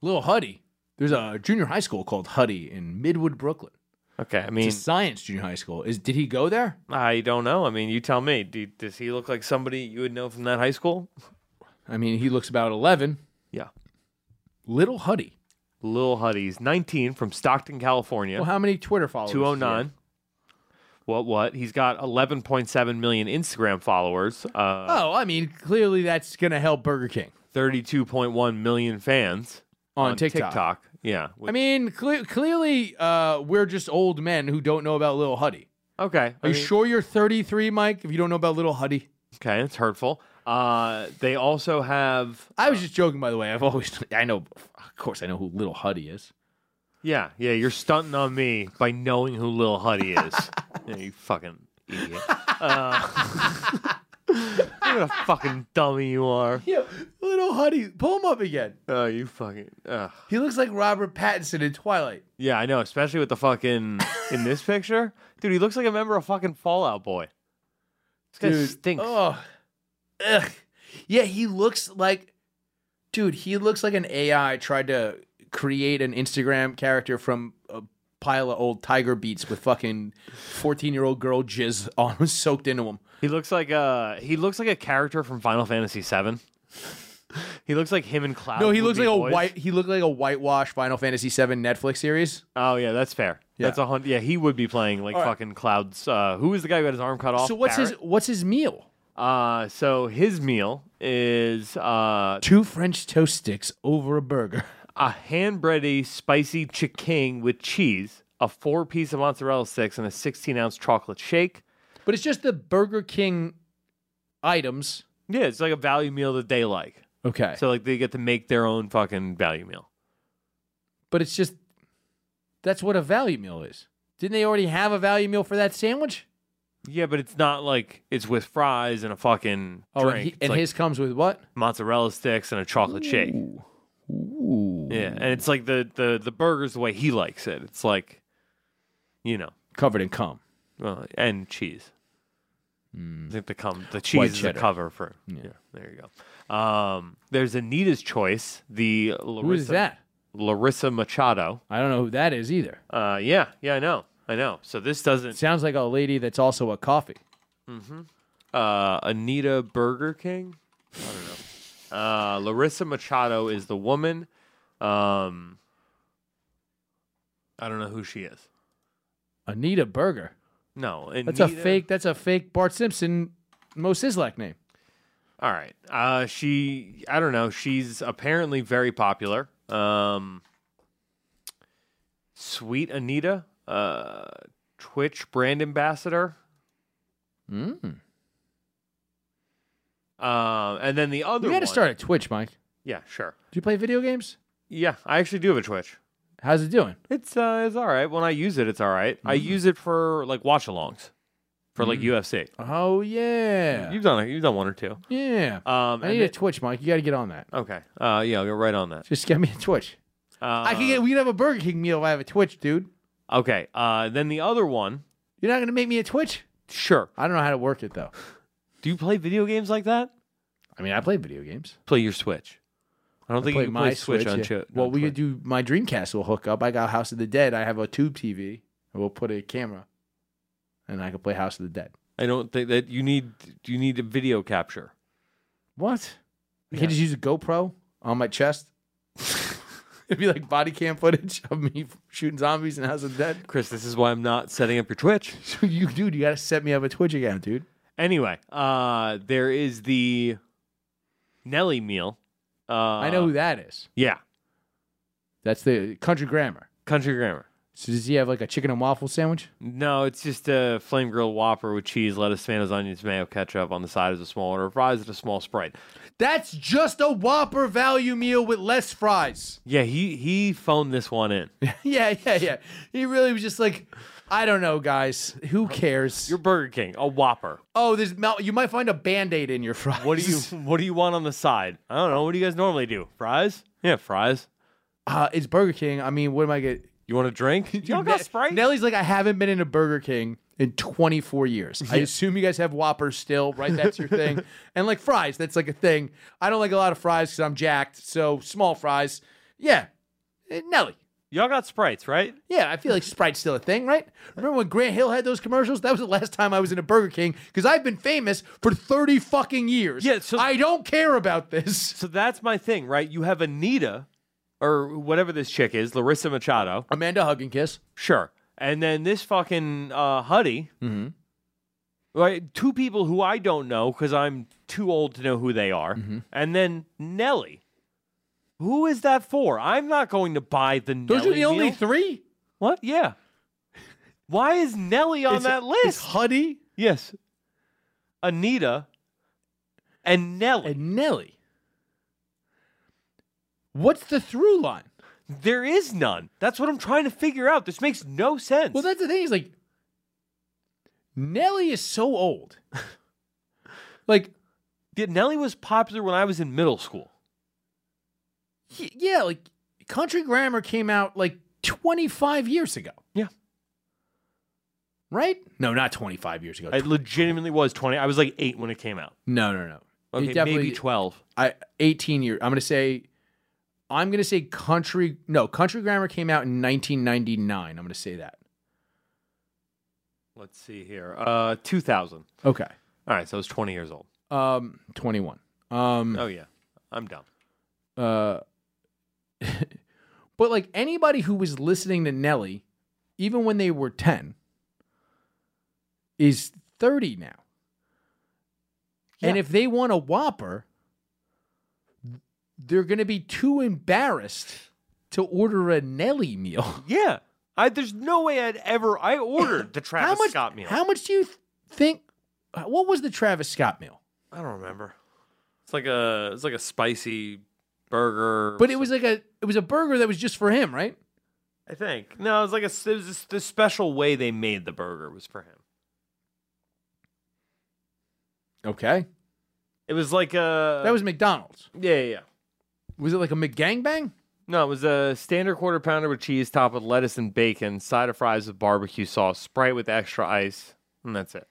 Speaker 1: Little Huddy. There's a junior high school called Huddy in Midwood, Brooklyn.
Speaker 2: Okay, I mean,
Speaker 1: It's a science junior high school. Is did he go there?
Speaker 2: I don't know. I mean, you tell me. Do, does he look like somebody you would know from that high school?
Speaker 1: I mean, he looks about eleven.
Speaker 2: Yeah,
Speaker 1: Little Huddy.
Speaker 2: Lil Huddy's 19 from Stockton, California.
Speaker 1: Well, how many Twitter followers? does he have?
Speaker 2: 209. What? What? He's got 11.7 million Instagram followers. Uh,
Speaker 1: Oh, I mean, clearly that's gonna help Burger King
Speaker 2: 32.1 million fans
Speaker 1: on, TikTok.
Speaker 2: Yeah.
Speaker 1: I mean, cle- clearly uh, we're just old men who don't know about Little Huddy.
Speaker 2: okay. I
Speaker 1: Are you
Speaker 2: mean-
Speaker 1: sure you're 33, Mike? If you don't know about Little Huddy,
Speaker 2: Okay, it's hurtful. Uh, they also have
Speaker 1: I was just joking, by the way. I've always, I know, of course, I know who Little Huddy is.
Speaker 2: Yeah, yeah, you're stunting on me by knowing who Lil Huddy is. Yeah, you fucking idiot. Uh, what a fucking dummy you are.
Speaker 1: Yeah, Little Huddy. Pull him up again.
Speaker 2: Oh, you fucking. ugh.
Speaker 1: He looks like Robert Pattinson in Twilight.
Speaker 2: Yeah, I know, especially with the fucking. In this picture, dude, he looks like a member of fucking Fallout Boy. This guy stinks.
Speaker 1: Oh, ugh. Yeah, he looks like, dude. He looks like an AI tried to create an Instagram character from a pile of old Tiger Beats with fucking fourteen-year-old girl jizz on soaked into him.
Speaker 2: He looks like a he looks like a character from Final Fantasy VII. he looks like him and Cloud.
Speaker 1: No, he
Speaker 2: would
Speaker 1: looks
Speaker 2: be
Speaker 1: like a
Speaker 2: boys.
Speaker 1: white. He looked like a whitewash Final Fantasy VII Netflix series.
Speaker 2: Oh yeah, that's fair.
Speaker 1: Yeah.
Speaker 2: That's a hundred. Yeah, he would be playing like
Speaker 1: All right.
Speaker 2: fucking clouds. Uh, who is the guy who got his arm cut off?
Speaker 1: so what's
Speaker 2: Barrett?
Speaker 1: his what's his meal?
Speaker 2: Uh, so his meal is uh,
Speaker 1: Two French toast sticks over a burger.
Speaker 2: a hand bready spicy chicken with cheese, a four piece of mozzarella sticks, and a 16 ounce chocolate shake.
Speaker 1: But it's just the Burger King items.
Speaker 2: Yeah, it's like a value meal that they like.
Speaker 1: Okay.
Speaker 2: So like they get to make their own fucking value meal.
Speaker 1: but it's just that's what a value meal is. Didn't they already have a value meal for that sandwich?
Speaker 2: Yeah, but it's not like it's with fries and a fucking
Speaker 1: Oh,
Speaker 2: drink.
Speaker 1: and, he,
Speaker 2: It's
Speaker 1: and
Speaker 2: like
Speaker 1: his comes with what?
Speaker 2: mozzarella sticks and a chocolate shake.
Speaker 1: Ooh.
Speaker 2: Yeah, and it's like the the the burgers the way he likes it. It's like, you know,
Speaker 1: Covered in cum.
Speaker 2: uh, and cheese. I think the com- the
Speaker 1: Hmm. White
Speaker 2: cheese is the
Speaker 1: cheddar.
Speaker 2: cover for. Yeah. there you go. Um, there's Anita's choice. The Larissa,
Speaker 1: Who is that?
Speaker 2: Larissa Machado.
Speaker 1: I don't know who that is either.
Speaker 2: Uh, yeah, yeah, I know, I know. So this doesn't
Speaker 1: Sounds like a lady that's also a coffee.
Speaker 2: uh, Anita Burger King. I don't know. Uh, Larissa Machado is the woman. Um, I don't know who she is.
Speaker 1: Anita Burger.
Speaker 2: No,
Speaker 1: That's a
Speaker 2: Anita-
Speaker 1: fake. That's a fake Bart Simpson, Mo Sizlak name.
Speaker 2: All right. Uh, she, I don't know. She's apparently very popular. Um, Sweet Anita, uh, Twitch brand ambassador.
Speaker 1: Hmm.
Speaker 2: Mm. Um, and then the other.
Speaker 1: You got to
Speaker 2: one-
Speaker 1: start at Twitch, Mike.
Speaker 2: Yeah, sure.
Speaker 1: Do you play video games?
Speaker 2: Yeah, I actually do have a Twitch.
Speaker 1: How's it doing?
Speaker 2: It's uh, it's all right. When I use it, it's all right. I
Speaker 1: Mm-hmm.
Speaker 2: use it for like watch-alongs, for like UFC.
Speaker 1: Oh yeah,
Speaker 2: You've done you've done one or two.
Speaker 1: yeah. I
Speaker 2: Um, and
Speaker 1: need a
Speaker 2: it-
Speaker 1: Twitch, Mike. You got to get on that.
Speaker 2: okay. Uh, yeah, I'll go right on that.
Speaker 1: Just get me a Twitch.
Speaker 2: Uh,
Speaker 1: I can get. We can have a Burger King meal if I have a Twitch, dude.
Speaker 2: Okay. Uh, then the other one.
Speaker 1: You're not gonna make me a Twitch.
Speaker 2: Sure.
Speaker 1: I don't know how to work it though.
Speaker 2: Do you play video games like that?
Speaker 1: I mean, I play video games.
Speaker 2: Play your Switch. I don't think
Speaker 1: play
Speaker 2: you can play Switch, on
Speaker 1: yeah.
Speaker 2: Chi-
Speaker 1: Well,
Speaker 2: on
Speaker 1: we could
Speaker 2: Twitch.
Speaker 1: do my Dreamcast. will hook up. I got House of the Dead. I have a tube TV. And we'll put a camera, and I can play House of the Dead.
Speaker 2: I don't think that you need. You need a video capture.
Speaker 1: What? I can't just use a GoPro on my chest. It'd be like body cam footage of me shooting zombies in House of the Dead.
Speaker 2: Chris, this is why I'm not setting up your Twitch.
Speaker 1: So you, dude, you gotta set me up a Twitch account, dude.
Speaker 2: Anyway, uh, there is the Nelly meal. Uh,
Speaker 1: I know who that is.
Speaker 2: Yeah,
Speaker 1: That's the country grammar.
Speaker 2: Country Grammar.
Speaker 1: So does he have like a chicken and waffle sandwich?
Speaker 2: No, it's just a flame grilled Whopper with cheese, lettuce, tomatoes, onions, mayo, ketchup on the side is a small order of fries and a small Sprite.
Speaker 1: That's just a Whopper value meal with less fries.
Speaker 2: Yeah, he he phoned this one in.
Speaker 1: yeah, yeah, yeah. He really was just like, I don't know, guys. Who cares?
Speaker 2: Your Burger King, a Whopper.
Speaker 1: oh, there's mel- you might find a band-aid in your fries.
Speaker 2: What do you what do you want on the side? I don't know. What do you guys normally do? Fries? Yeah, fries.
Speaker 1: Uh, it's Burger King. I mean, what am I get?
Speaker 2: You want a drink? you don't got
Speaker 1: Ne-
Speaker 2: Sprite?
Speaker 1: Nelly's like, I haven't been in a Burger King in 24 years. I assume you guys have Whoppers still, right? That's your thing. and like fries, that's like a thing. I don't like a lot of fries because I'm jacked. So small fries. Yeah. Eh, Nelly.
Speaker 2: Y'all got Sprites, right?
Speaker 1: Yeah, I feel like Sprite's still a thing, right? Remember when Grant Hill had those commercials? That was the last time I was in a Burger King because I've been famous for 30 fucking years.
Speaker 2: Yeah, so-
Speaker 1: I don't care about this.
Speaker 2: So that's my thing, right? You have Anita or whatever this chick is, Larissa Machado.
Speaker 1: Amanda Hug and Kiss.
Speaker 2: Sure. And then this fucking uh, Huddy,
Speaker 1: Mm-hmm.
Speaker 2: right? Two people who I don't know because I'm too old to know who they are.
Speaker 1: Mm-hmm.
Speaker 2: And then Nelly. Who is that for? I'm not going to buy the
Speaker 1: Those
Speaker 2: Nelly
Speaker 1: are the only
Speaker 2: meal.
Speaker 1: three
Speaker 2: what? Yeah. Why is Nelly on
Speaker 1: It's-
Speaker 2: that
Speaker 1: It's
Speaker 2: list?
Speaker 1: Huddy
Speaker 2: yes. Anita and Nelly.
Speaker 1: and Nelly. What's the through line?
Speaker 2: there is none. That's what I'm trying to figure out. This makes no sense.
Speaker 1: Well, that's the thing. Is like Nelly is so old. like
Speaker 2: Yeah, Nelly was popular when I was in middle school.
Speaker 1: y- yeah, like Country Grammar came out like 25 years ago.
Speaker 2: Yeah.
Speaker 1: Right? No, not 25 years ago.
Speaker 2: I legitimately was 20. I was like 8 when it came out.
Speaker 1: no, no, no. It
Speaker 2: Okay, maybe
Speaker 1: definitely-
Speaker 2: 12.
Speaker 1: I 18 years. I'm gonna say, I'm gonna say country. No, Country Grammar came out in 1999. I'm gonna say that.
Speaker 2: Let's see here. Uh 2000.
Speaker 1: Okay.
Speaker 2: All right, so I was 20 years old.
Speaker 1: Um, 21. Um,
Speaker 2: Oh yeah. I'm dumb.
Speaker 1: Uh, but like anybody who was listening to Nelly, even when they were 10, is 30 now. And
Speaker 2: Yeah.
Speaker 1: if they want a Whopper, they're going to be too embarrassed to order a Nelly meal.
Speaker 2: Yeah. I there's no way I'd ever I ordered the Travis
Speaker 1: how much,
Speaker 2: Scott meal.
Speaker 1: How much do you th- think? uh, What was the Travis Scott meal?
Speaker 2: I don't remember. It's like a it's like a spicy burger.
Speaker 1: But it was like a it was a burger that was just for him, right?
Speaker 2: I think. No, it was like a it was just the special way they made the burger was for him.
Speaker 1: Okay,
Speaker 2: It was like a
Speaker 1: that was McDonald's.
Speaker 2: Yeah, yeah, yeah.
Speaker 1: Was it like a McGangbang?
Speaker 2: No, it was a standard quarter pounder with cheese, topped with lettuce and bacon, side of fries with barbecue sauce, Sprite with extra ice, and that's it.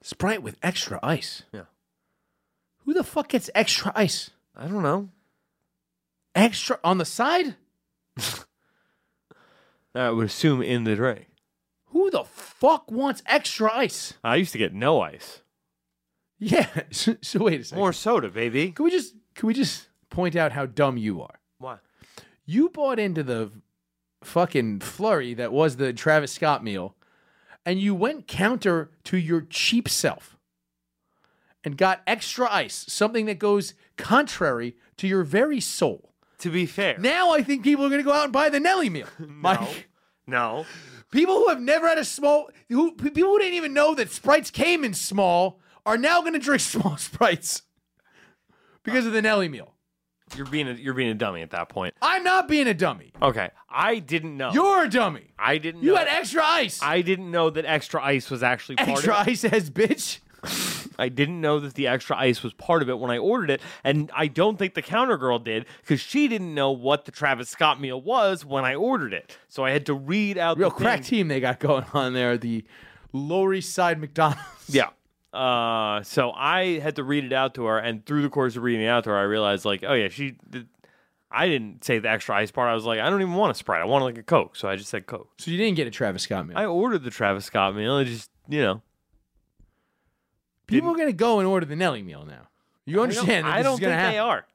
Speaker 1: Sprite with extra ice.
Speaker 2: Yeah.
Speaker 1: Who the fuck gets extra ice?
Speaker 2: I don't know.
Speaker 1: Extra on the side?
Speaker 2: I would assume in the drink.
Speaker 1: Who the fuck wants extra ice?
Speaker 2: I used to get no ice.
Speaker 1: Yeah. So, so wait a second.
Speaker 2: More soda, baby.
Speaker 1: Can we just can we just point out how dumb you are?
Speaker 2: Why?
Speaker 1: You bought into the fucking flurry that was the Travis Scott meal, and you went counter to your cheap self and got extra ice, something that goes contrary to your very soul.
Speaker 2: To be fair.
Speaker 1: Now I think people are going to go out and buy the Nelly meal. Mike.
Speaker 2: No.
Speaker 1: People who have never had a small, who people who didn't even know that sprites came in small, are now going to drink small sprites because of the Nelly meal.
Speaker 2: You're being a, you're being a dummy at that point.
Speaker 1: I'm not being a dummy.
Speaker 2: Okay. I didn't know.
Speaker 1: You're a dummy.
Speaker 2: I didn't
Speaker 1: You
Speaker 2: know.
Speaker 1: had extra ice.
Speaker 2: Oh. I didn't know that extra ice was actually part
Speaker 1: extra
Speaker 2: of it.
Speaker 1: ice, as bitch.
Speaker 2: I didn't know that the extra ice was part of it when I ordered it, and I don't think the counter girl did because she didn't know what the Travis Scott meal was when I ordered it. So I had to read out
Speaker 1: Real
Speaker 2: the
Speaker 1: crack
Speaker 2: thing.
Speaker 1: team they got going on there. The Lower East Side McDonald's.
Speaker 2: Yeah. Uh, so I had to read it out to her, and through the course of reading it out to her, I realized like, oh yeah, she. Did, I didn't say the extra ice part. I was like, I don't even want a sprite. I want like a coke. So I just said coke.
Speaker 1: So you didn't get a Travis Scott meal.
Speaker 2: I ordered the Travis Scott meal. It just you know.
Speaker 1: people are going to go and order the Nelly meal now. You understand? that
Speaker 2: I
Speaker 1: this
Speaker 2: don't,
Speaker 1: is gonna
Speaker 2: I don't think
Speaker 1: happen.
Speaker 2: they are.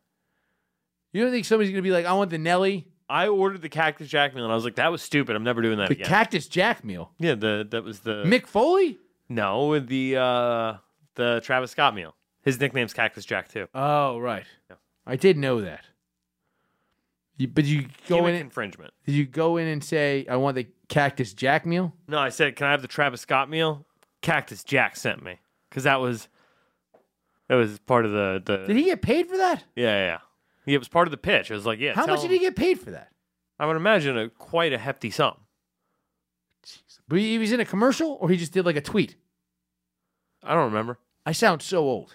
Speaker 1: You don't think somebody's going to be like, I want the Nelly,
Speaker 2: I ordered the Cactus Jack meal, and I was like, that was stupid. I'm never doing that
Speaker 1: the
Speaker 2: again.
Speaker 1: Cactus Jack meal?
Speaker 2: yeah, the that was the
Speaker 1: Mick Foley?
Speaker 2: No, with the uh the Travis Scott meal. His nickname's Cactus Jack too.
Speaker 1: Oh, right. I did know that. You, but you go
Speaker 2: Gimmick
Speaker 1: in and
Speaker 2: infringement.
Speaker 1: you go in and say, "I want the Cactus Jack meal?
Speaker 2: No, I said, can I have the Travis Scott meal? Cactus Jack sent me because that was that was part of the the
Speaker 1: Did he get paid for that?
Speaker 2: yeah yeah. yeah. Yeah, It was part of the pitch. It was like, yeah.
Speaker 1: How
Speaker 2: tell
Speaker 1: much did
Speaker 2: him-
Speaker 1: he get paid for that?
Speaker 2: I would imagine a quite a hefty sum.
Speaker 1: But he he was in a commercial or he just did like a tweet?
Speaker 2: I don't remember.
Speaker 1: I sound so old.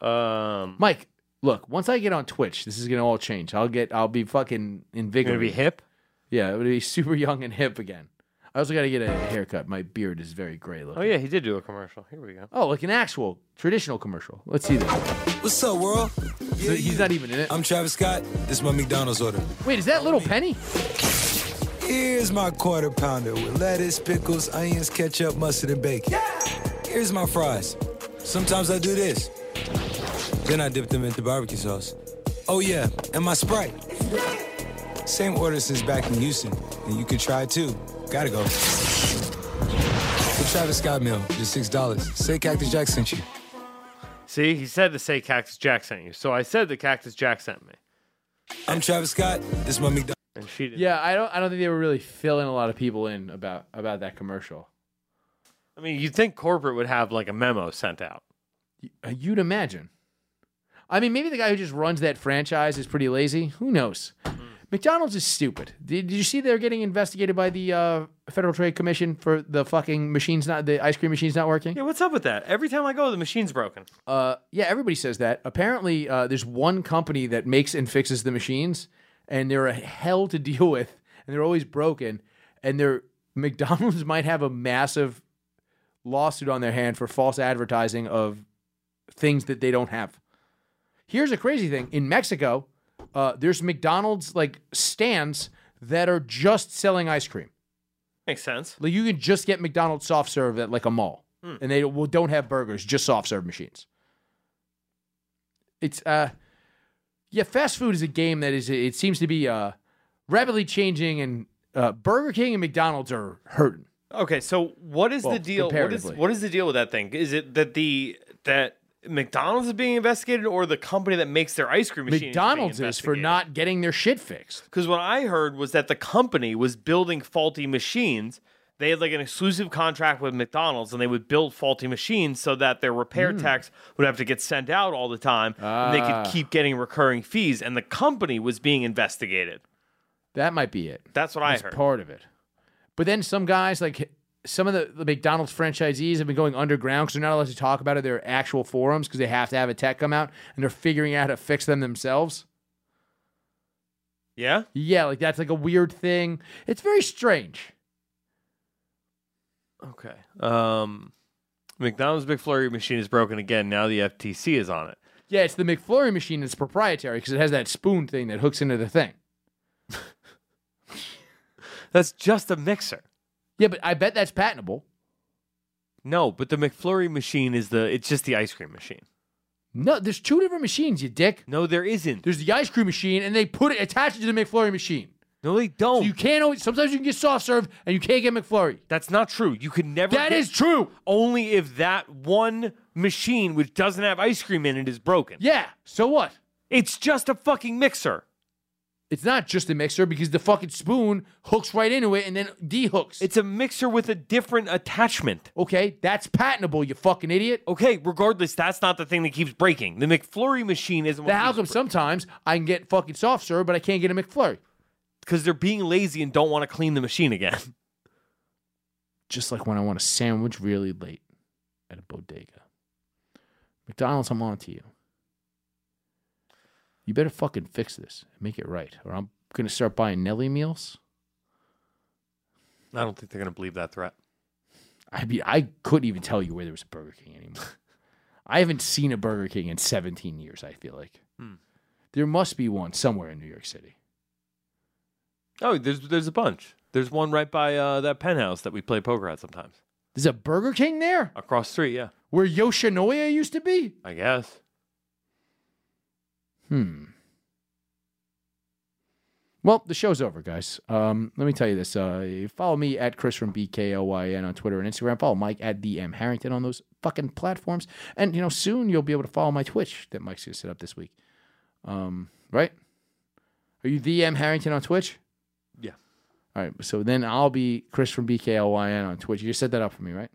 Speaker 2: Um,
Speaker 1: Mike, look, once I get on Twitch, this is gonna all change. I'll get I'll be fucking
Speaker 2: gonna
Speaker 1: invigorated.
Speaker 2: be hip.
Speaker 1: Yeah, it would be super young and hip again. I also gotta get a haircut. My beard is very gray looking.
Speaker 2: Oh yeah, he did do a commercial. Here we go.
Speaker 1: Oh, like an actual traditional commercial. Let's see this.
Speaker 9: What's up, world?
Speaker 1: So he's not even in it.
Speaker 9: I'm Travis Scott. This is my McDonald's order.
Speaker 1: Wait, is that Little Penny?
Speaker 9: Here's my quarter pounder with lettuce, pickles, onions, ketchup, mustard, and bacon. Here's my fries. Sometimes I do this. Then I dip them into barbecue sauce. Oh, yeah, and my Sprite. Same order since back in Houston, and you could try it too. Gotta go. The Travis Scott meal, just $6. Say Cactus Jack sent you.
Speaker 2: See, he said to say Cactus Jack sent you, so I said the Cactus Jack sent me,
Speaker 9: I'm Travis Scott. This is my McDonald's.
Speaker 2: and she did.
Speaker 1: Yeah, I don't I don't think they were really filling a lot of people in about about that commercial.
Speaker 2: I mean, you'd think corporate would have like a memo sent out.
Speaker 1: Uh, You'd imagine. I mean, maybe the guy who just runs that franchise is pretty lazy. Who knows? McDonald's is stupid. Did, did you see they're getting investigated by the uh, Federal Trade Commission for the fucking machines not the ice cream machines not working?
Speaker 2: Yeah, what's up with that? Every time I go, the machine's broken.
Speaker 1: Uh, yeah, everybody says that. Apparently, uh, there's one company that makes and fixes the machines, and they're a hell to deal with, and they're always broken. And their McDonald's might have a massive lawsuit on their hand for false advertising of things that they don't have. Here's a crazy thing: in Mexico, uh, there's McDonald's like stands that are just selling ice cream.
Speaker 2: Makes sense.
Speaker 1: Like you can just get McDonald's soft serve at like a mall, and they will don't have burgers, just soft serve machines. It's uh, yeah, fast food is a game that is it seems to be uh rapidly changing, and uh, Burger King and McDonald's are hurting.
Speaker 2: Okay, so what is
Speaker 1: Well,
Speaker 2: the deal? What is
Speaker 1: comparatively.
Speaker 2: what is the deal with that thing? Is it that the that McDonald's is being investigated, or the company that makes their ice cream machine?
Speaker 1: McDonald's is for not getting their shit fixed.
Speaker 2: Because what I heard was that the company was building faulty machines. They had like an exclusive contract with McDonald's, and they would build faulty machines so that their repair
Speaker 1: Hmm.
Speaker 2: techs would have to get sent out all the time, and they
Speaker 1: Ah.
Speaker 2: could keep getting recurring fees. And the company was being investigated.
Speaker 1: That might be it.
Speaker 2: That's what
Speaker 1: That's
Speaker 2: I heard.
Speaker 1: part of it. But then some guys, like some of the, the McDonald's franchisees, have been going underground because they're not allowed to talk about it. Their actual forums because they have to have a tech come out and they're figuring out how to fix them themselves.
Speaker 2: yeah.
Speaker 1: Yeah, like that's like a weird thing. It's very strange.
Speaker 2: Okay. Um, McDonald's McFlurry machine is broken again. Now the FTC is on it.
Speaker 1: Yeah, it's the McFlurry machine that's proprietary because it has that spoon thing that hooks into the thing.
Speaker 2: That's just a mixer.
Speaker 1: Yeah, but I bet that's patentable.
Speaker 2: No, but the McFlurry machine is the. It's just the ice cream machine.
Speaker 1: No, there's two different machines, you dick.
Speaker 2: No, there isn't.
Speaker 1: There's the ice cream machine, and they put it attach it to the McFlurry machine.
Speaker 2: No, they don't.
Speaker 1: You can't always. Sometimes you can get soft serve, and you can't get McFlurry.
Speaker 2: That's not true. You could never.
Speaker 1: That
Speaker 2: get-
Speaker 1: is true.
Speaker 2: only if that one machine, which doesn't have ice cream in it, is broken.
Speaker 1: Yeah. So what?
Speaker 2: It's just a fucking mixer.
Speaker 1: It's not just a mixer because the fucking spoon hooks right into it and then de-hooks.
Speaker 2: It's a mixer with a different attachment.
Speaker 1: okay, that's patentable, you fucking idiot.
Speaker 2: Okay, regardless, that's not the thing that keeps breaking. The McFlurry machine isn't.
Speaker 1: Now, how come sometimes I can get fucking soft serve, but I can't get a McFlurry?
Speaker 2: Because they're being lazy and don't want to clean the machine again.
Speaker 1: Just like when I want a sandwich really late at a bodega. McDonald's, I'm on to you. You better fucking fix this and make it right, or I'm gonna start buying Nelly meals.
Speaker 2: I don't think they're gonna believe that threat.
Speaker 1: I mean, I couldn't even tell you where there was a Burger King anymore. I haven't seen a Burger King in 17 years. I feel like there must be one somewhere in New York City.
Speaker 2: Oh, there's there's a bunch. There's one right by uh, that penthouse that we play poker at sometimes.
Speaker 1: There's a Burger King there
Speaker 2: Across the street, yeah.
Speaker 1: where Yoshinoya used to be.
Speaker 2: I guess.
Speaker 1: Hmm. Well, the show's over, guys. Um, let me tell you this. Uh, follow me at Chris from BKOYN on Twitter and Instagram. Follow Mike at DM Harrington on those fucking platforms. And, you know, soon you'll be able to follow my Twitch that Mike's going to set up this week. Um, right? Are you DM Harrington on Twitch?
Speaker 2: Yeah.
Speaker 1: All right. So then I'll be Chris from BKLYN on Twitch. You just set that up for me, right?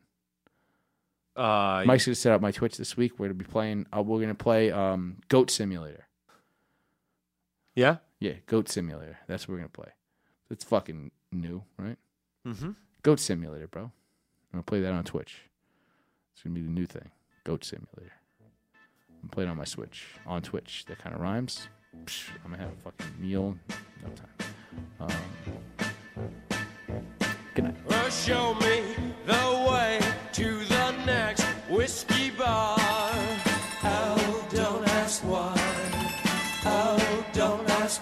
Speaker 2: Uh,
Speaker 1: Mike's gonna set up my Twitch this week. We're gonna be playing. Uh, we're gonna play um, Goat Simulator.
Speaker 2: yeah.
Speaker 1: Yeah, Goat Simulator. That's what we're gonna play. That's fucking new, right?
Speaker 2: Mm-hmm.
Speaker 1: Goat Simulator, bro. I'm gonna play that on Twitch. It's gonna be the new thing. Goat Simulator. I'm playing on my Switch on Twitch. That kind of rhymes. Psh, I'm gonna have a fucking meal. No time. Um, good night.
Speaker 10: Show me the way to the next whiskey bar. Oh, don't ask why. Oh, don't ask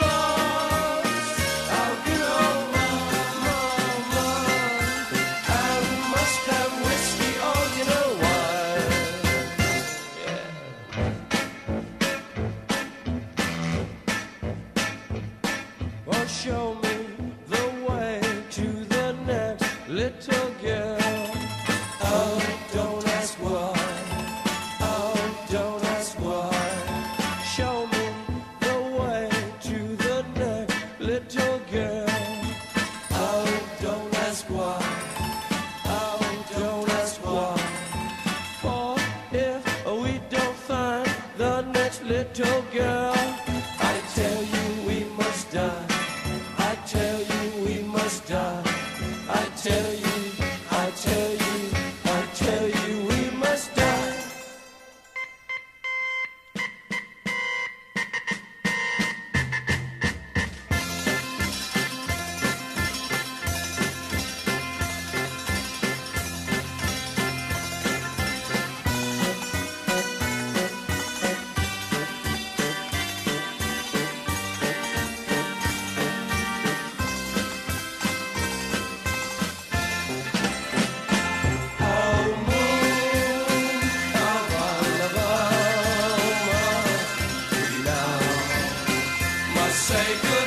Speaker 10: lost our good old mama, and must have whiskey. Oh, you know why? Well, show me the way to the next little girl. Oh, don't ask why. Oh, don't ask why. Show me the way to the next little girl. Oh, don't ask why. Oh, don't ask why. For if we don't find the next little girl, I tell you we must die. I tell you we must die. I tell you, I tell you, I tell you we must die. Say goodbye.